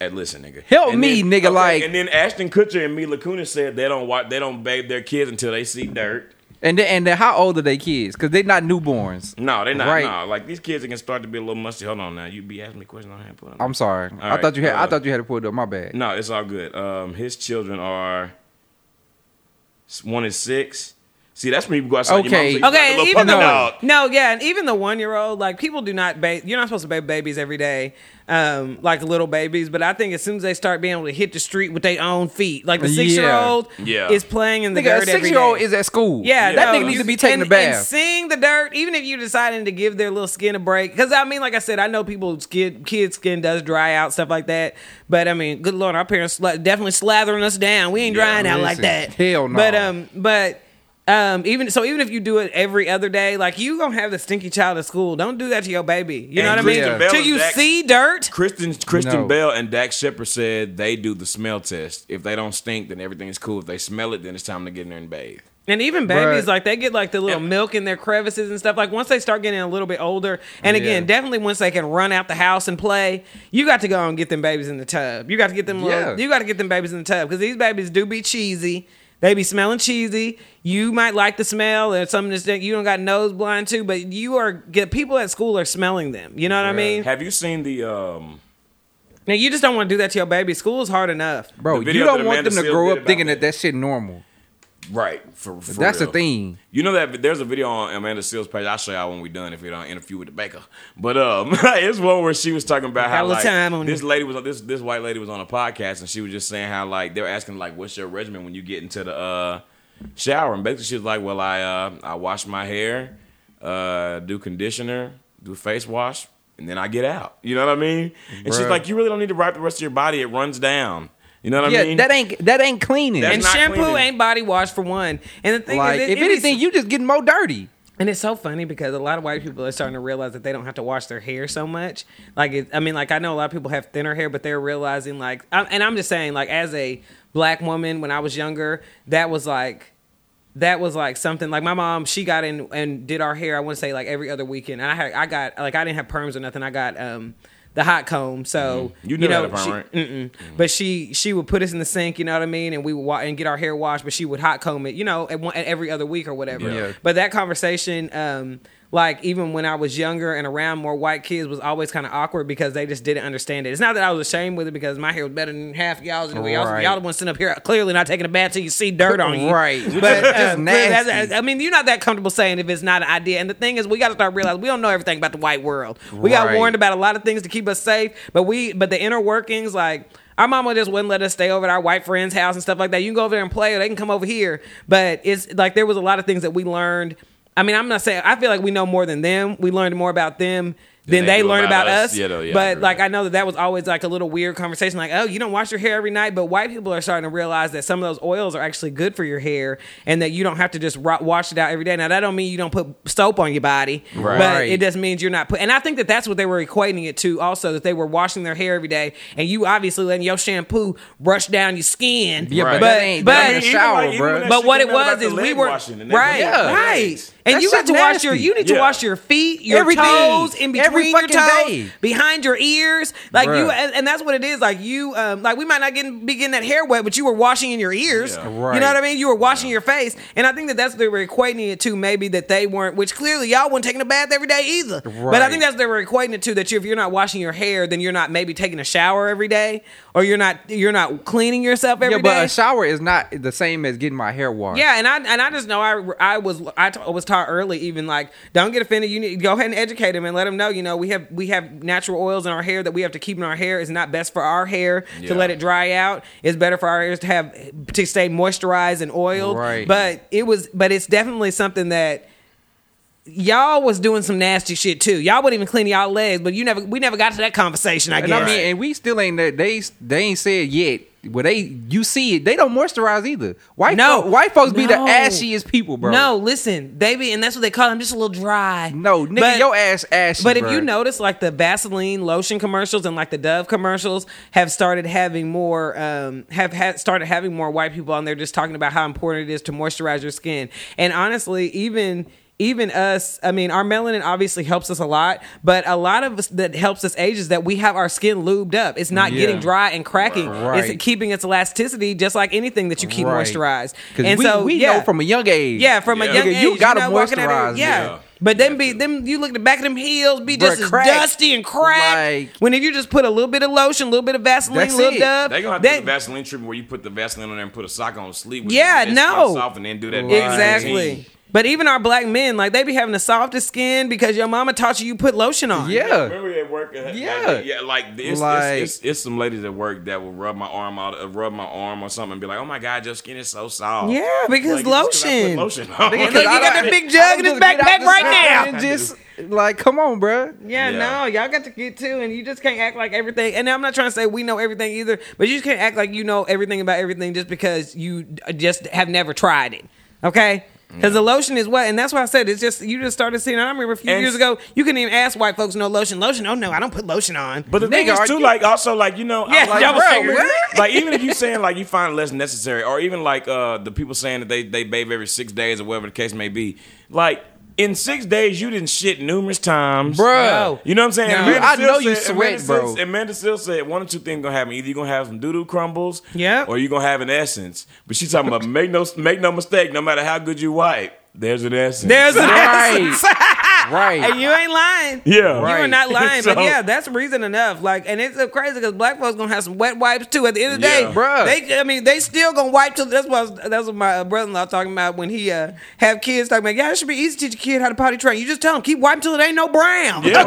Speaker 1: Hey, listen, nigga,
Speaker 3: Help me, nigga, like-
Speaker 1: and then Ashton Kutcher and Mila Kunis said they don't wa- they don't bathe their kids until they see dirt.
Speaker 3: And then, and then how old are they kids? Because they're not newborns.
Speaker 1: No, they not.
Speaker 3: Right.
Speaker 1: No, like these kids can start to be a little musty. Hold on now, you be asking me questions on hand. Put on.
Speaker 3: I'm sorry. I
Speaker 1: right, Mm.
Speaker 3: thought you had.
Speaker 1: uh,
Speaker 3: I thought you had to pull it up. My bad.
Speaker 1: No, it's all good. Um, his children are one is six, See, that's when you go outside.
Speaker 3: Okay.
Speaker 1: Your mom say, "You
Speaker 2: Okay, and
Speaker 1: like a
Speaker 2: even
Speaker 1: little
Speaker 2: the
Speaker 1: puppy
Speaker 3: No.
Speaker 1: dog.
Speaker 2: no, yeah, and even the one year old, like people do not bathe. You're not supposed to bathe babies every day, um, like little babies. But I think as soon as they start being able to hit the street with their own feet, like the
Speaker 3: Yeah.
Speaker 2: six year old
Speaker 1: Yeah.
Speaker 2: is playing in the
Speaker 3: Nigga, a
Speaker 2: dirt. every
Speaker 3: six year old
Speaker 2: day.
Speaker 3: is at school.
Speaker 2: Yeah,
Speaker 1: Yeah.
Speaker 3: that
Speaker 2: no,
Speaker 3: nigga needs
Speaker 2: you-
Speaker 3: to be
Speaker 2: and,
Speaker 3: taking a bath.
Speaker 2: And seeing the dirt, even if you deciding to give their little skin a break, because I mean, like I said, I know people's skin, kids' skin does dry out, stuff like that. But I mean, good lord, our parents sla- definitely slathering us down. We ain't
Speaker 1: Yeah,
Speaker 2: drying out like
Speaker 3: listen,
Speaker 2: that.
Speaker 3: hell no.
Speaker 2: But um, but um, even so, even if you do it every other day, like you gonna have the stinky child at school. Don't do that to your baby. You know
Speaker 1: And
Speaker 2: what I mean?
Speaker 1: Kristen
Speaker 3: Bell
Speaker 2: Till
Speaker 1: and
Speaker 2: you
Speaker 1: Dax-
Speaker 2: see dirt.
Speaker 1: Kristen Kristen
Speaker 3: No.
Speaker 1: Bell and Dax Shepard said they do the smell test. If they don't stink, then everything is cool. If they smell it, then it's time to get in there and bathe.
Speaker 2: And even babies,
Speaker 3: Bruh.
Speaker 2: like they get like the little
Speaker 1: Yeah.
Speaker 2: milk in their crevices and stuff. Like once they start getting a little bit older, and again,
Speaker 3: Yeah.
Speaker 2: definitely once they can run out the house and play, you got to go and get them babies in the tub. You got to get them. little-
Speaker 3: Yeah.
Speaker 2: you got to get them babies in the tub because these babies do be cheesy. They be smelling cheesy. You might like the smell or something that's that you don't got nose blind to, but you are get people at school are smelling them. You know what I mean?
Speaker 1: Have you seen the um?
Speaker 2: Now you just don't want to do that to your baby. School is hard enough.
Speaker 3: Bro,
Speaker 1: The
Speaker 3: you
Speaker 1: video
Speaker 3: don't
Speaker 1: that
Speaker 3: want
Speaker 1: Amanda
Speaker 3: them to
Speaker 1: Seale
Speaker 3: grow
Speaker 1: did
Speaker 3: up
Speaker 1: about
Speaker 3: thinking
Speaker 1: that.
Speaker 3: that that shit normal.
Speaker 1: Right. For, for
Speaker 3: That's the
Speaker 1: real.
Speaker 3: thing.
Speaker 1: You know that there's a video on Amanda Seals' page. I'll show y'all when we done if it on interview with the baker. But um, it's one where she was talking about how
Speaker 2: Got a little
Speaker 1: like,
Speaker 2: time on
Speaker 1: this
Speaker 2: it.
Speaker 1: lady was on this this white lady was on a podcast and she was just saying how like they were asking like what's your regimen when you get into the uh shower and basically she was like well I uh I wash my hair, uh do conditioner, do face wash and then I get out. You know what I mean? And she's
Speaker 3: Bruh.
Speaker 1: like you really don't need to wipe the rest of your body. It runs down. You know what
Speaker 3: yeah,
Speaker 1: I mean?
Speaker 3: that ain't that ain't cleaning.
Speaker 1: That's
Speaker 2: and
Speaker 1: not
Speaker 2: shampoo
Speaker 1: cleaning.
Speaker 2: ain't body wash for one. And the thing
Speaker 3: like,
Speaker 2: is, it-
Speaker 3: if
Speaker 2: it be
Speaker 3: anything, you just getting more dirty.
Speaker 2: And it's so funny because a lot of white people are starting to realize that they don't have to wash their hair so much. Like, it, I mean, like I know a lot of people have thinner hair, but they're realizing like, I, and I'm just saying, like, as a black woman when I was younger, that was like, that was like something like my mom. She got in and did our hair. I want to say like every other weekend. And I had, I got like I didn't have perms or nothing. I got um the hot comb. So
Speaker 1: Mm-hmm. You never had a perm,
Speaker 2: she-
Speaker 1: right?
Speaker 2: Mm-mm. Mm-hmm. But she she would put us in the sink, you know what I mean, and we would wa- and get our hair washed. But she would hot comb it, you know, at one, at every other week or whatever.
Speaker 1: Yeah.
Speaker 2: But that conversation, um, like even when I was younger and around more white kids, was always kind of awkward because they just didn't understand it. It's not that I was ashamed with it because my hair was better than half y'all's, and we y'all,
Speaker 3: Right.
Speaker 2: y'all the ones sitting up here clearly not taking a bath till you see dirt on you,
Speaker 3: Right.
Speaker 2: But
Speaker 3: Just
Speaker 2: uh,
Speaker 3: nasty.
Speaker 2: but that's- I mean, you're not that comfortable saying if it's not an idea. And the thing is, we got to start realizing we don't know everything about the white world. We got
Speaker 3: Right.
Speaker 2: warned about a lot of things to keep us safe, but we but the inner workings like our mama just wouldn't let us stay over at our white friend's house and stuff like that. You can go over there and play, or they can come over here. But it's like there was a lot of things that we learned. I mean, I'm not saying I feel like we know more than them. We learned more about them than
Speaker 1: they
Speaker 2: they,
Speaker 1: do
Speaker 2: learned
Speaker 1: about
Speaker 2: about,
Speaker 1: us.
Speaker 2: us.
Speaker 1: Yeah, though, yeah, I
Speaker 2: but
Speaker 1: agree.
Speaker 2: like I know that that was always like a little weird conversation, like, oh, you don't wash your hair every night. But white people are starting to realize that some of those oils are actually good for your hair, and that you don't have to just ro- wash it out every day. Now that don't mean you don't put soap on your body,
Speaker 1: Right.
Speaker 2: but
Speaker 3: Right.
Speaker 2: it just means you're not put. And I think that that's what they were equating it to, also that they were washing their hair every day, and you obviously letting your shampoo brush down your skin.
Speaker 3: Yeah,
Speaker 1: Right.
Speaker 3: but,
Speaker 2: But-
Speaker 3: that ain't
Speaker 2: but-
Speaker 3: that ain't
Speaker 2: Even
Speaker 3: a shower,
Speaker 1: like- even
Speaker 3: bro.
Speaker 1: when that
Speaker 2: But
Speaker 1: shit
Speaker 2: what it
Speaker 1: came out about
Speaker 2: was
Speaker 1: the
Speaker 2: is we
Speaker 1: leg
Speaker 2: were
Speaker 1: washing and
Speaker 2: right,
Speaker 1: everything.
Speaker 3: Yeah.
Speaker 2: right, and
Speaker 3: That
Speaker 2: you
Speaker 3: shit
Speaker 2: have to wash
Speaker 3: nasty.
Speaker 2: your you need to
Speaker 1: Yeah.
Speaker 2: wash your feet, your
Speaker 3: Every day.
Speaker 2: toes, in between
Speaker 3: Every
Speaker 2: your
Speaker 3: fucking
Speaker 2: toes,
Speaker 3: day.
Speaker 2: behind your ears, like you,
Speaker 3: Bruh.
Speaker 2: and, and that's what it is. Like you, um, like we might not get be getting that hair wet, but you were washing in your ears.
Speaker 1: Yeah.
Speaker 2: You
Speaker 3: Right.
Speaker 2: know what I mean? You were washing your face, and I think that that's what they were equating it to. Maybe that they weren't, which clearly y'all weren't taking a bath every day either. But I
Speaker 3: Right.
Speaker 2: think that's what they were equating it to. That you, if you're not washing your hair, then you're not maybe taking a shower every day, or you're not you're not cleaning yourself every day.
Speaker 3: Yeah, but a shower is not the same as getting my hair washed.
Speaker 2: Yeah, and I and I just know I I was I t- was taught early even like don't get offended. You need go ahead and educate them and let them know. You know we have we have natural oils in our hair that we have to keep in our hair. It's not best for our hair
Speaker 1: Yeah.
Speaker 2: to let it dry out. It's better for our hairs to have to stay moisturized and oiled.
Speaker 3: Right.
Speaker 2: But it was but it's definitely something that. Y'all was doing some nasty shit too. Y'all wouldn't even clean y'all legs, but you never we never got to that conversation. I
Speaker 3: and
Speaker 2: guess.
Speaker 3: I mean, and we still ain't that they they ain't said yet. Well, they you see it, they don't moisturize either. White
Speaker 2: No.
Speaker 3: folk- white folks be the
Speaker 2: No.
Speaker 3: ashiest people, bro.
Speaker 2: No, listen, baby, and that's what they call. I'm just a little dry.
Speaker 3: no, nigga,
Speaker 2: But-
Speaker 3: your ass ashy.
Speaker 2: But
Speaker 3: bro.
Speaker 2: if you notice, like the Vaseline lotion commercials and like the Dove commercials have started having more, um, have had started having more white people on there just talking about how important it is to moisturize your skin. And honestly, even even us, I mean, our melanin obviously helps us a lot, but a lot of us that helps us age is that we have our skin lubed up. It's not
Speaker 3: Yeah.
Speaker 2: getting dry and cracking.
Speaker 3: Right.
Speaker 2: It's keeping its elasticity, just like anything that you keep
Speaker 3: Right.
Speaker 2: moistorized.
Speaker 3: Because
Speaker 2: And
Speaker 3: we,
Speaker 2: so,
Speaker 3: we
Speaker 2: yeah.
Speaker 3: know from a young age.
Speaker 2: Yeah, from
Speaker 1: Yeah.
Speaker 2: a young
Speaker 1: Nigga,
Speaker 2: age,
Speaker 3: you gotta
Speaker 2: know, walking out
Speaker 3: moisturize
Speaker 2: there- Yeah.
Speaker 1: them.
Speaker 2: But then be them you look at the back of them heels, be just
Speaker 3: Bruh,
Speaker 2: as
Speaker 3: cracked.
Speaker 2: dusty and cracked.
Speaker 3: Like-
Speaker 2: when if you just put a little bit of lotion, a little bit of Vaseline,
Speaker 3: That's
Speaker 2: a little
Speaker 3: it.
Speaker 2: dub,
Speaker 1: They gonna have to do
Speaker 2: that-
Speaker 1: the Vaseline treatment where you put the Vaseline on there and put a sock on sleep. with
Speaker 2: Yeah,
Speaker 1: it, and
Speaker 2: no.
Speaker 1: it's off and then do that.
Speaker 3: Right.
Speaker 2: Exactly. But even our black men, like they be having the softest skin because your mama taught you you put lotion on.
Speaker 3: Yeah.
Speaker 1: Remember at work? uh,
Speaker 3: Yeah.
Speaker 1: yeah. Like it's, it's-
Speaker 3: Like-
Speaker 1: it's, it's some ladies at work that will rub my arm out, uh, rub my arm or something, and be like, "Oh my god, your skin is so soft."
Speaker 2: Yeah, because
Speaker 1: it's 'cause I put
Speaker 2: lotion.
Speaker 1: lotion on.
Speaker 2: Because Look, I- he got the big jug in his
Speaker 3: Just get out
Speaker 2: backpack
Speaker 3: the
Speaker 2: right
Speaker 3: shower
Speaker 2: now.
Speaker 3: and Just like, come on, bro.
Speaker 2: Yeah,
Speaker 1: Yeah.
Speaker 2: no, y'all got to get to, and you just can't act like everything. And I'm not trying to say we know everything either, but you just can't act like you know everything about everything just because you d- just have never tried it. Okay. Because the lotion is what, and that's why I said it's just you just started seeing. I remember a few
Speaker 1: And-
Speaker 2: years ago, you couldn't even ask white folks no lotion. Lotion? Oh no, I don't put lotion on.
Speaker 1: But the thing
Speaker 3: Nigga,
Speaker 1: is
Speaker 3: are
Speaker 1: too,
Speaker 3: you-
Speaker 1: like also like you know,
Speaker 2: Yeah,
Speaker 1: I'm like,
Speaker 2: y'all was
Speaker 1: bruh,
Speaker 2: figuring-
Speaker 1: what? like even if you saying like you find it less necessary, or even like uh the people saying that they they bathe every six days or whatever the case may be, like. In six days, you didn't shit numerous times,
Speaker 3: Bruh.
Speaker 2: No.
Speaker 1: You know what I'm saying?
Speaker 2: No.
Speaker 1: Amanda
Speaker 3: I
Speaker 1: Seale
Speaker 3: know you
Speaker 1: said-
Speaker 3: sweat,
Speaker 1: Amanda Seale-
Speaker 3: bro.
Speaker 1: Amanda Still said one or two things gonna happen. Either you are gonna have some doo doo crumbles,
Speaker 2: Yep.
Speaker 1: or you are gonna have an essence. But she's talking about make no make no mistake, no matter how good you wipe, there's an essence.
Speaker 2: There's an
Speaker 3: Right.
Speaker 2: and
Speaker 3: Right.
Speaker 2: you ain't lying.
Speaker 1: yeah,
Speaker 2: You are
Speaker 3: Right.
Speaker 2: not lying, but
Speaker 1: So-
Speaker 2: yeah, that's reason enough. Like, and it's uh, crazy because black folks gonna have some wet wipes too. At the end of the
Speaker 1: Yeah.
Speaker 2: day,
Speaker 3: Bruh.
Speaker 2: they, I mean, they still gonna wipe till. That's what I was, that's what my uh, brother-in-law talking about when he uh, have kids talking about. Yeah, it should be easy to teach a kid how to potty train. You just tell them keep wiping till it ain't no brown. and then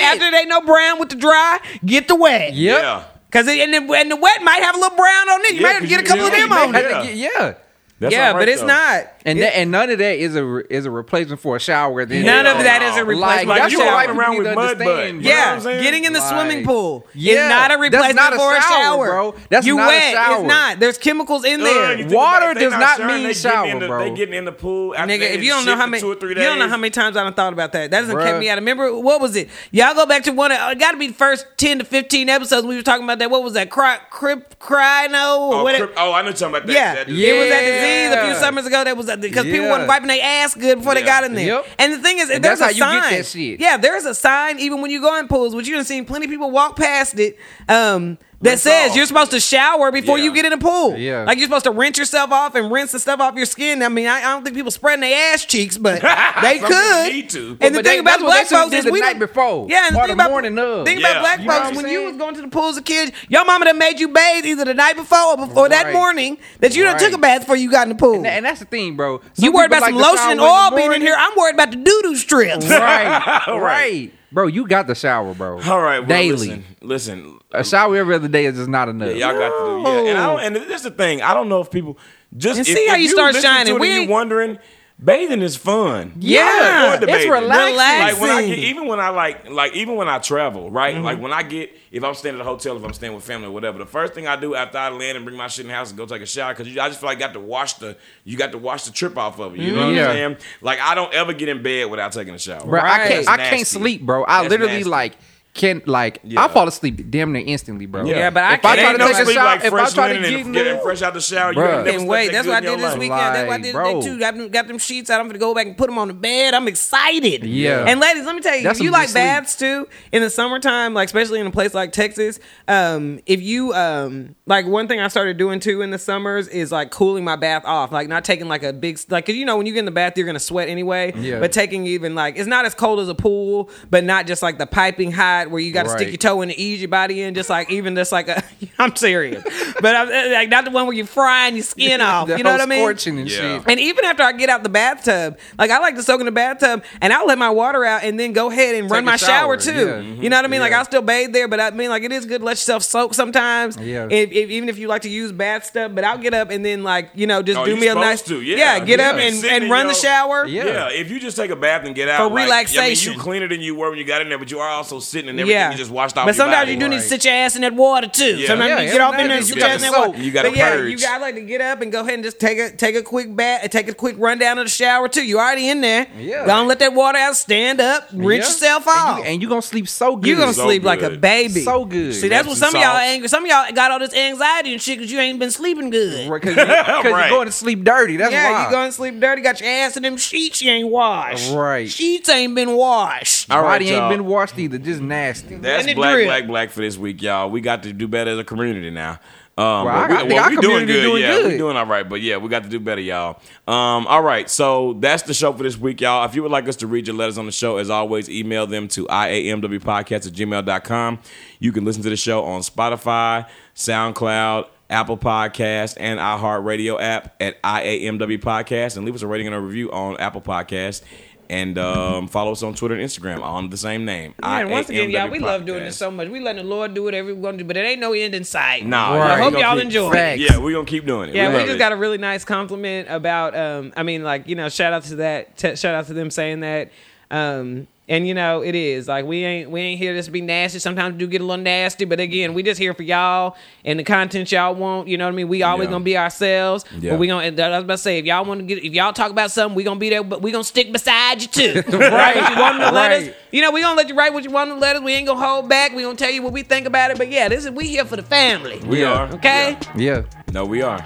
Speaker 2: after it ain't no brown with the dry, get the wet.
Speaker 3: Yep.
Speaker 1: yeah.
Speaker 2: Cause it, and, the, and the wet might have a little brown on it. You
Speaker 1: Yeah,
Speaker 2: might have to
Speaker 1: 'cause
Speaker 2: get a
Speaker 1: you-
Speaker 2: couple of
Speaker 1: yeah,
Speaker 2: them
Speaker 1: you
Speaker 2: on.
Speaker 1: make Yeah.
Speaker 2: it.
Speaker 3: Yeah. yeah.
Speaker 1: That's
Speaker 2: Yeah,
Speaker 1: all right,
Speaker 2: but it's
Speaker 1: though.
Speaker 2: not.
Speaker 3: And that, and none of that is a is a replacement for a shower. Then
Speaker 2: None
Speaker 1: Yeah.
Speaker 2: of that is a
Speaker 1: Like,
Speaker 2: replacement.
Speaker 1: like,
Speaker 2: for
Speaker 1: you
Speaker 2: shower.
Speaker 1: walking around with mud butt. You know what
Speaker 2: Yeah,
Speaker 1: I'm saying?
Speaker 2: getting in the
Speaker 3: Like-
Speaker 2: swimming pool
Speaker 3: Yeah,
Speaker 2: is not a
Speaker 3: that's
Speaker 2: replacement
Speaker 3: not a
Speaker 2: for a
Speaker 3: shower,
Speaker 2: shower,
Speaker 3: bro. That's
Speaker 2: you
Speaker 3: not a
Speaker 2: wet.
Speaker 3: shower.
Speaker 2: It's not. There's chemicals in
Speaker 1: Uh, you
Speaker 2: there.
Speaker 1: think
Speaker 3: Water
Speaker 1: about it, they
Speaker 3: does
Speaker 1: not
Speaker 3: not
Speaker 1: showering,
Speaker 3: mean
Speaker 1: they getting in
Speaker 3: shower,
Speaker 1: the-
Speaker 3: bro.
Speaker 1: They getting in the pool. After
Speaker 2: Nigga,
Speaker 1: they
Speaker 2: if you don't
Speaker 1: shit
Speaker 2: know how
Speaker 1: for
Speaker 2: many,
Speaker 1: two or three
Speaker 2: you
Speaker 1: days,
Speaker 2: don't know how many times I done thought about that. That doesn't kept
Speaker 3: Bruh.
Speaker 2: me out. Remember what was it? Y'all go back to one. of It got to be the first ten to fifteen episodes we were talking about that. What was that? Cry, crip, crino, or
Speaker 1: Oh,
Speaker 2: what? it-
Speaker 1: crip- oh, I know you're talking about that.
Speaker 2: yeah,
Speaker 1: that-
Speaker 2: it was that
Speaker 3: Yeah.
Speaker 2: disease a few summers ago. That was because people
Speaker 3: Yeah.
Speaker 2: weren't wiping their ass good before they
Speaker 1: Yeah.
Speaker 2: got in there.
Speaker 3: Yep.
Speaker 2: And the thing is,
Speaker 3: And
Speaker 2: there's
Speaker 3: that's
Speaker 2: a
Speaker 3: how you
Speaker 2: sign.
Speaker 3: get that shit.
Speaker 2: Yeah, there's a sign even when you go in pools, which you done seen plenty of people walk past it. Um, that
Speaker 1: Rinse
Speaker 2: says
Speaker 1: off.
Speaker 2: you're supposed to shower before
Speaker 1: Yeah.
Speaker 2: you get in the pool.
Speaker 3: Yeah.
Speaker 2: like you're supposed to rinse yourself off and rinse the stuff off your skin. I mean, I, I don't think people spreading their ass cheeks, but they
Speaker 1: Some people
Speaker 2: could.
Speaker 1: need to.
Speaker 2: And the
Speaker 3: But they-
Speaker 2: thing about
Speaker 3: that's what they
Speaker 2: black
Speaker 3: should have
Speaker 2: folks
Speaker 3: did
Speaker 2: is
Speaker 3: the
Speaker 2: we
Speaker 3: night
Speaker 2: done-
Speaker 3: before,
Speaker 2: Yeah, and the
Speaker 3: or
Speaker 2: thing
Speaker 3: the
Speaker 2: about
Speaker 3: morning of.
Speaker 2: thing
Speaker 1: Yeah.
Speaker 2: about black
Speaker 1: You know
Speaker 2: folks
Speaker 3: what I'm
Speaker 2: when you
Speaker 3: saying?
Speaker 2: was going to the pools as kids, your mama done made you bathe either the night before or, before, that
Speaker 3: Right.
Speaker 2: morning that you done
Speaker 3: Right.
Speaker 2: took a bath before you got in the pool.
Speaker 3: And, that- and that's the thing, bro. Some
Speaker 2: you worried
Speaker 3: people
Speaker 2: about
Speaker 3: like
Speaker 2: some lotion and
Speaker 3: to shower
Speaker 2: oil
Speaker 3: the
Speaker 2: being in
Speaker 3: morning.
Speaker 2: here. I'm worried about the doo doo strips.
Speaker 3: Right.
Speaker 1: Right.
Speaker 3: right. Bro, you got the shower, bro.
Speaker 1: All right, well,
Speaker 3: Daily.
Speaker 1: Listen, listen
Speaker 3: A shower every other day is just not enough.
Speaker 1: Yeah, y'all got to do. Yeah, and I don't, and this is the thing. I don't know if people just
Speaker 2: And
Speaker 1: if-
Speaker 2: see
Speaker 1: if
Speaker 2: how you start
Speaker 1: listen to
Speaker 2: shining.
Speaker 1: it and
Speaker 2: We
Speaker 1: you
Speaker 2: ain't-
Speaker 1: wondering. Bathing is fun.
Speaker 2: Yeah,
Speaker 1: I enjoy the
Speaker 3: it's
Speaker 1: bathing.
Speaker 3: relaxing. Mm-hmm.
Speaker 1: Like when I get,
Speaker 2: Relaxing.
Speaker 1: even when I like, like even when I travel, right? Like when I get, if I'm staying at a hotel, if I'm staying with family or whatever, the first thing I do after I land and bring my shit in the house and go take a shower because I just feel like I got to wash the, you got to wash the trip off of it. You know what
Speaker 3: Mm-hmm. Yeah.
Speaker 1: I'm saying? Like I don't ever get in bed without taking a shower.
Speaker 3: Bro, I
Speaker 2: Right.
Speaker 3: can't. I can't
Speaker 1: Nasty.
Speaker 3: sleep, bro. I
Speaker 1: That's
Speaker 3: literally
Speaker 1: nasty.
Speaker 3: like can like
Speaker 1: Yeah.
Speaker 3: I fall asleep damn near instantly, bro.
Speaker 1: Yeah. Yeah, but
Speaker 2: I
Speaker 3: if I
Speaker 2: can't.
Speaker 3: try
Speaker 1: Ain't
Speaker 3: to
Speaker 1: no
Speaker 3: take a
Speaker 1: sleep
Speaker 3: shower,
Speaker 1: like
Speaker 3: if I
Speaker 1: fresh
Speaker 3: try to
Speaker 1: linen
Speaker 3: get
Speaker 1: and
Speaker 3: in
Speaker 1: getting
Speaker 3: the
Speaker 1: fresh out the shower, you
Speaker 3: Bruh.
Speaker 1: ain't never
Speaker 2: And
Speaker 1: slept
Speaker 2: wait,
Speaker 1: that
Speaker 2: that's
Speaker 1: good
Speaker 2: what I
Speaker 1: in your
Speaker 2: did this
Speaker 1: life.
Speaker 2: weekend. that's what I
Speaker 3: Like,
Speaker 2: did
Speaker 3: bro.
Speaker 2: today too. I got them sheets out. I'm gonna go back and put them on the bed. I'm excited.
Speaker 3: Yeah.
Speaker 2: And ladies, let me tell you,
Speaker 3: That's
Speaker 2: if you
Speaker 3: some good
Speaker 2: like
Speaker 3: sleep.
Speaker 2: baths too in the summertime, like especially in a place like Texas, um, if you um, like one thing I started doing too in the summers is like cooling my bath off, like not taking like a big like 'cause you know when you get in the bath you're gonna sweat anyway.
Speaker 3: Yeah.
Speaker 2: But taking even like it's not as cold as a pool, but not just like the piping hot where you got to stick
Speaker 3: Right.
Speaker 2: your toe in to ease your body in, just like even just like a. I'm serious, but I'm eh, like not the one where you're frying your skin off.
Speaker 3: The
Speaker 2: You know
Speaker 3: whole
Speaker 2: what I mean?
Speaker 3: Scorching and
Speaker 1: Yeah.
Speaker 3: shit.
Speaker 2: And even after I get out the bathtub, like I like to soak in the bathtub, and I'll let my water out and then go ahead and run
Speaker 3: a
Speaker 2: my shower,
Speaker 3: shower,
Speaker 2: too.
Speaker 3: yeah. Mhm.
Speaker 2: You know what I mean? Like
Speaker 3: Yeah.
Speaker 2: I'll still bathe there, but I mean like it is good to let yourself soak sometimes.
Speaker 3: Yeah.
Speaker 2: If, if- even if you like to use bath stuff, but I'll get up and then like you know just
Speaker 1: Oh,
Speaker 2: do
Speaker 1: you
Speaker 2: me a
Speaker 1: supposed
Speaker 2: nice
Speaker 1: to, yeah.
Speaker 2: get
Speaker 1: Yeah.
Speaker 2: up and,
Speaker 1: Sitting
Speaker 2: and
Speaker 1: in
Speaker 2: run the
Speaker 1: your-
Speaker 2: shower.
Speaker 3: Yeah.
Speaker 1: Yeah. if you just take a bath and get out
Speaker 2: For
Speaker 1: like, I mean,
Speaker 2: relaxation.
Speaker 1: you cleaner than you were when you got in there, but you are also sitting and everything
Speaker 2: yeah.
Speaker 1: you just washed off. your
Speaker 2: But sometimes
Speaker 1: body.
Speaker 2: you do need to sit your ass in that water too.
Speaker 1: Yeah.
Speaker 2: Sometimes
Speaker 1: Yeah,
Speaker 2: you get off in
Speaker 3: sometimes
Speaker 2: there and
Speaker 3: you
Speaker 2: sit your
Speaker 3: gotta
Speaker 2: ass in that water.
Speaker 3: soak.
Speaker 1: You gotta
Speaker 2: But yeah,
Speaker 1: purge.
Speaker 2: You got like to get up and go ahead and just take a take a quick bath, take a quick rundown of the shower too. You already in there.
Speaker 3: Yeah.
Speaker 2: Don't let that water out. Stand up, rinse
Speaker 3: Yeah.
Speaker 2: yourself
Speaker 3: And
Speaker 2: off.
Speaker 3: you, and you gonna sleep so good.
Speaker 2: You're gonna
Speaker 1: So
Speaker 2: sleep like a
Speaker 1: good.
Speaker 2: baby.
Speaker 3: So good.
Speaker 2: See, that's what
Speaker 1: Rest
Speaker 2: some
Speaker 1: and
Speaker 2: of y'all
Speaker 1: sauce.
Speaker 2: angry. Some of y'all got all this anxiety and shit because you ain't been sleeping good.
Speaker 3: because you, are
Speaker 1: Right.
Speaker 3: going to sleep dirty. That's
Speaker 2: yeah,
Speaker 3: why.
Speaker 2: you going to sleep dirty. Got your ass in them sheets you ain't washed.
Speaker 3: Right.
Speaker 2: Sheets ain't been washed.
Speaker 1: All right,
Speaker 3: Body ain't
Speaker 1: y'all.
Speaker 3: been washed either. Just nasty.
Speaker 1: That's
Speaker 2: Let it
Speaker 1: black,
Speaker 2: drip.
Speaker 1: black, black for this week, y'all. We got to do better as a community now. Um,
Speaker 3: Well, I-
Speaker 1: but we,
Speaker 3: I think
Speaker 1: well,
Speaker 3: our
Speaker 1: we doing
Speaker 3: community
Speaker 1: good,
Speaker 3: doing
Speaker 1: yeah, we
Speaker 3: good.
Speaker 1: doing all right, but yeah, we got to do better, y'all. Um, all right, so that's the show for this week, y'all. If you would like us to read your letters on the show, as always, email them to iamwpodcast at gmail.com. You can listen to the show on Spotify, SoundCloud, Apple Podcast, and iHeartRadio app at IAMW Podcast, and leave us a rating and a review on Apple Podcast. And um, follow us on Twitter and Instagram on the same name.
Speaker 2: Man, once again, y'all, we
Speaker 1: IAMW
Speaker 2: love doing this
Speaker 1: Podcast.
Speaker 2: so much. We letting the Lord do whatever we want to do, but it ain't no end in sight.
Speaker 1: Nah,
Speaker 3: Right.
Speaker 1: yeah,
Speaker 2: I
Speaker 1: we
Speaker 2: hope
Speaker 1: gonna
Speaker 2: y'all
Speaker 1: keep-
Speaker 2: enjoy it.
Speaker 3: Facts.
Speaker 1: Yeah, we're gonna keep doing it.
Speaker 2: Yeah, we
Speaker 1: love
Speaker 2: just
Speaker 1: it.
Speaker 2: got a really nice compliment about. Um, I mean, like you know, shout out to that. T- shout out to them saying that. Um, and you know, it is like we ain't we ain't here just to be nasty. Sometimes we do get a little nasty, but again, we just here for y'all and the content y'all want. You know what I mean? We always
Speaker 1: Yeah.
Speaker 2: gonna be ourselves.
Speaker 1: Yeah.
Speaker 2: But we gonna. and I was about to say, if y'all want to get, if y'all talk about something, we gonna be there. But we gonna stick beside you too. right? If you want to let us,
Speaker 3: Right.
Speaker 2: you know, we gonna let you write what you want to let us. We ain't gonna hold back. We gonna tell you what we think about it. But yeah, this is we here for the family.
Speaker 1: We
Speaker 3: Yeah.
Speaker 1: are
Speaker 2: Okay.
Speaker 1: Yeah.
Speaker 3: Yeah.
Speaker 1: No, we are.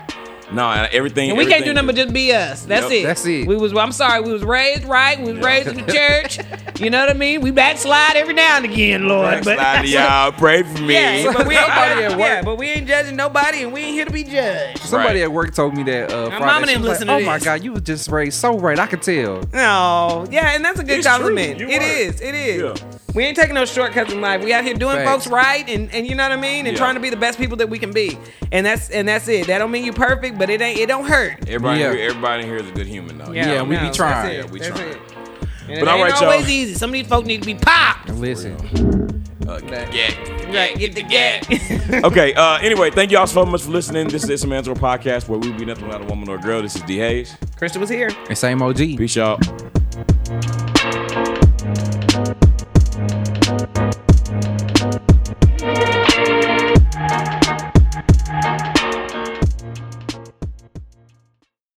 Speaker 1: No, and everything.
Speaker 2: And we can't do
Speaker 1: everything
Speaker 2: nothing but just be us. That's
Speaker 1: Yep,
Speaker 2: it.
Speaker 3: that's it.
Speaker 2: We was. I'm sorry. We was raised right. We was raised in the church. You know what I mean? We backslide every now and again, Lord.
Speaker 1: Backslide,
Speaker 2: But
Speaker 1: y'all pray for me.
Speaker 2: yeah, but we ain't
Speaker 3: Somebody
Speaker 2: judging,
Speaker 3: at work.
Speaker 2: yeah, but we ain't judging nobody, and we ain't here to be judged.
Speaker 3: Somebody
Speaker 1: Right.
Speaker 3: at work told me that. Uh, Friday.
Speaker 2: mama
Speaker 3: She
Speaker 2: didn't
Speaker 3: was
Speaker 2: listen to
Speaker 3: like, Oh my
Speaker 2: this."
Speaker 3: god, you was just raised so right. I could tell.
Speaker 2: No, yeah, and that's a good
Speaker 1: It's
Speaker 2: compliment.
Speaker 1: true.
Speaker 2: It
Speaker 1: You right.
Speaker 2: is. It is.
Speaker 1: Yeah.
Speaker 2: We ain't taking no shortcuts in life. We out here doing
Speaker 3: Facts.
Speaker 2: folks right, and, and you know what I mean, and
Speaker 1: Yeah.
Speaker 2: trying to be the best people that we can be. And that's and that's it. That don't mean you perfect, but it ain't. It don't hurt.
Speaker 1: Everybody,
Speaker 3: Yeah.
Speaker 1: here, everybody here is a good human, though.
Speaker 3: Yeah, we be
Speaker 2: that's
Speaker 3: trying.
Speaker 2: it.
Speaker 1: Yeah, we
Speaker 2: That's
Speaker 1: trying.
Speaker 2: it. And
Speaker 1: But
Speaker 2: it
Speaker 1: all
Speaker 2: ain't
Speaker 1: right, y'all.
Speaker 2: always easy. Some of these folk need to be popped.
Speaker 3: Listen.
Speaker 1: Uh, yeah.
Speaker 2: Right, get the gat.
Speaker 1: okay. Uh, anyway, thank y'all so much for listening. This is the Man's Podcast, where we be nothing without a woman or a girl. This is D Hayes.
Speaker 2: Crystal was here.
Speaker 3: And same OG.
Speaker 1: Peace, y'all.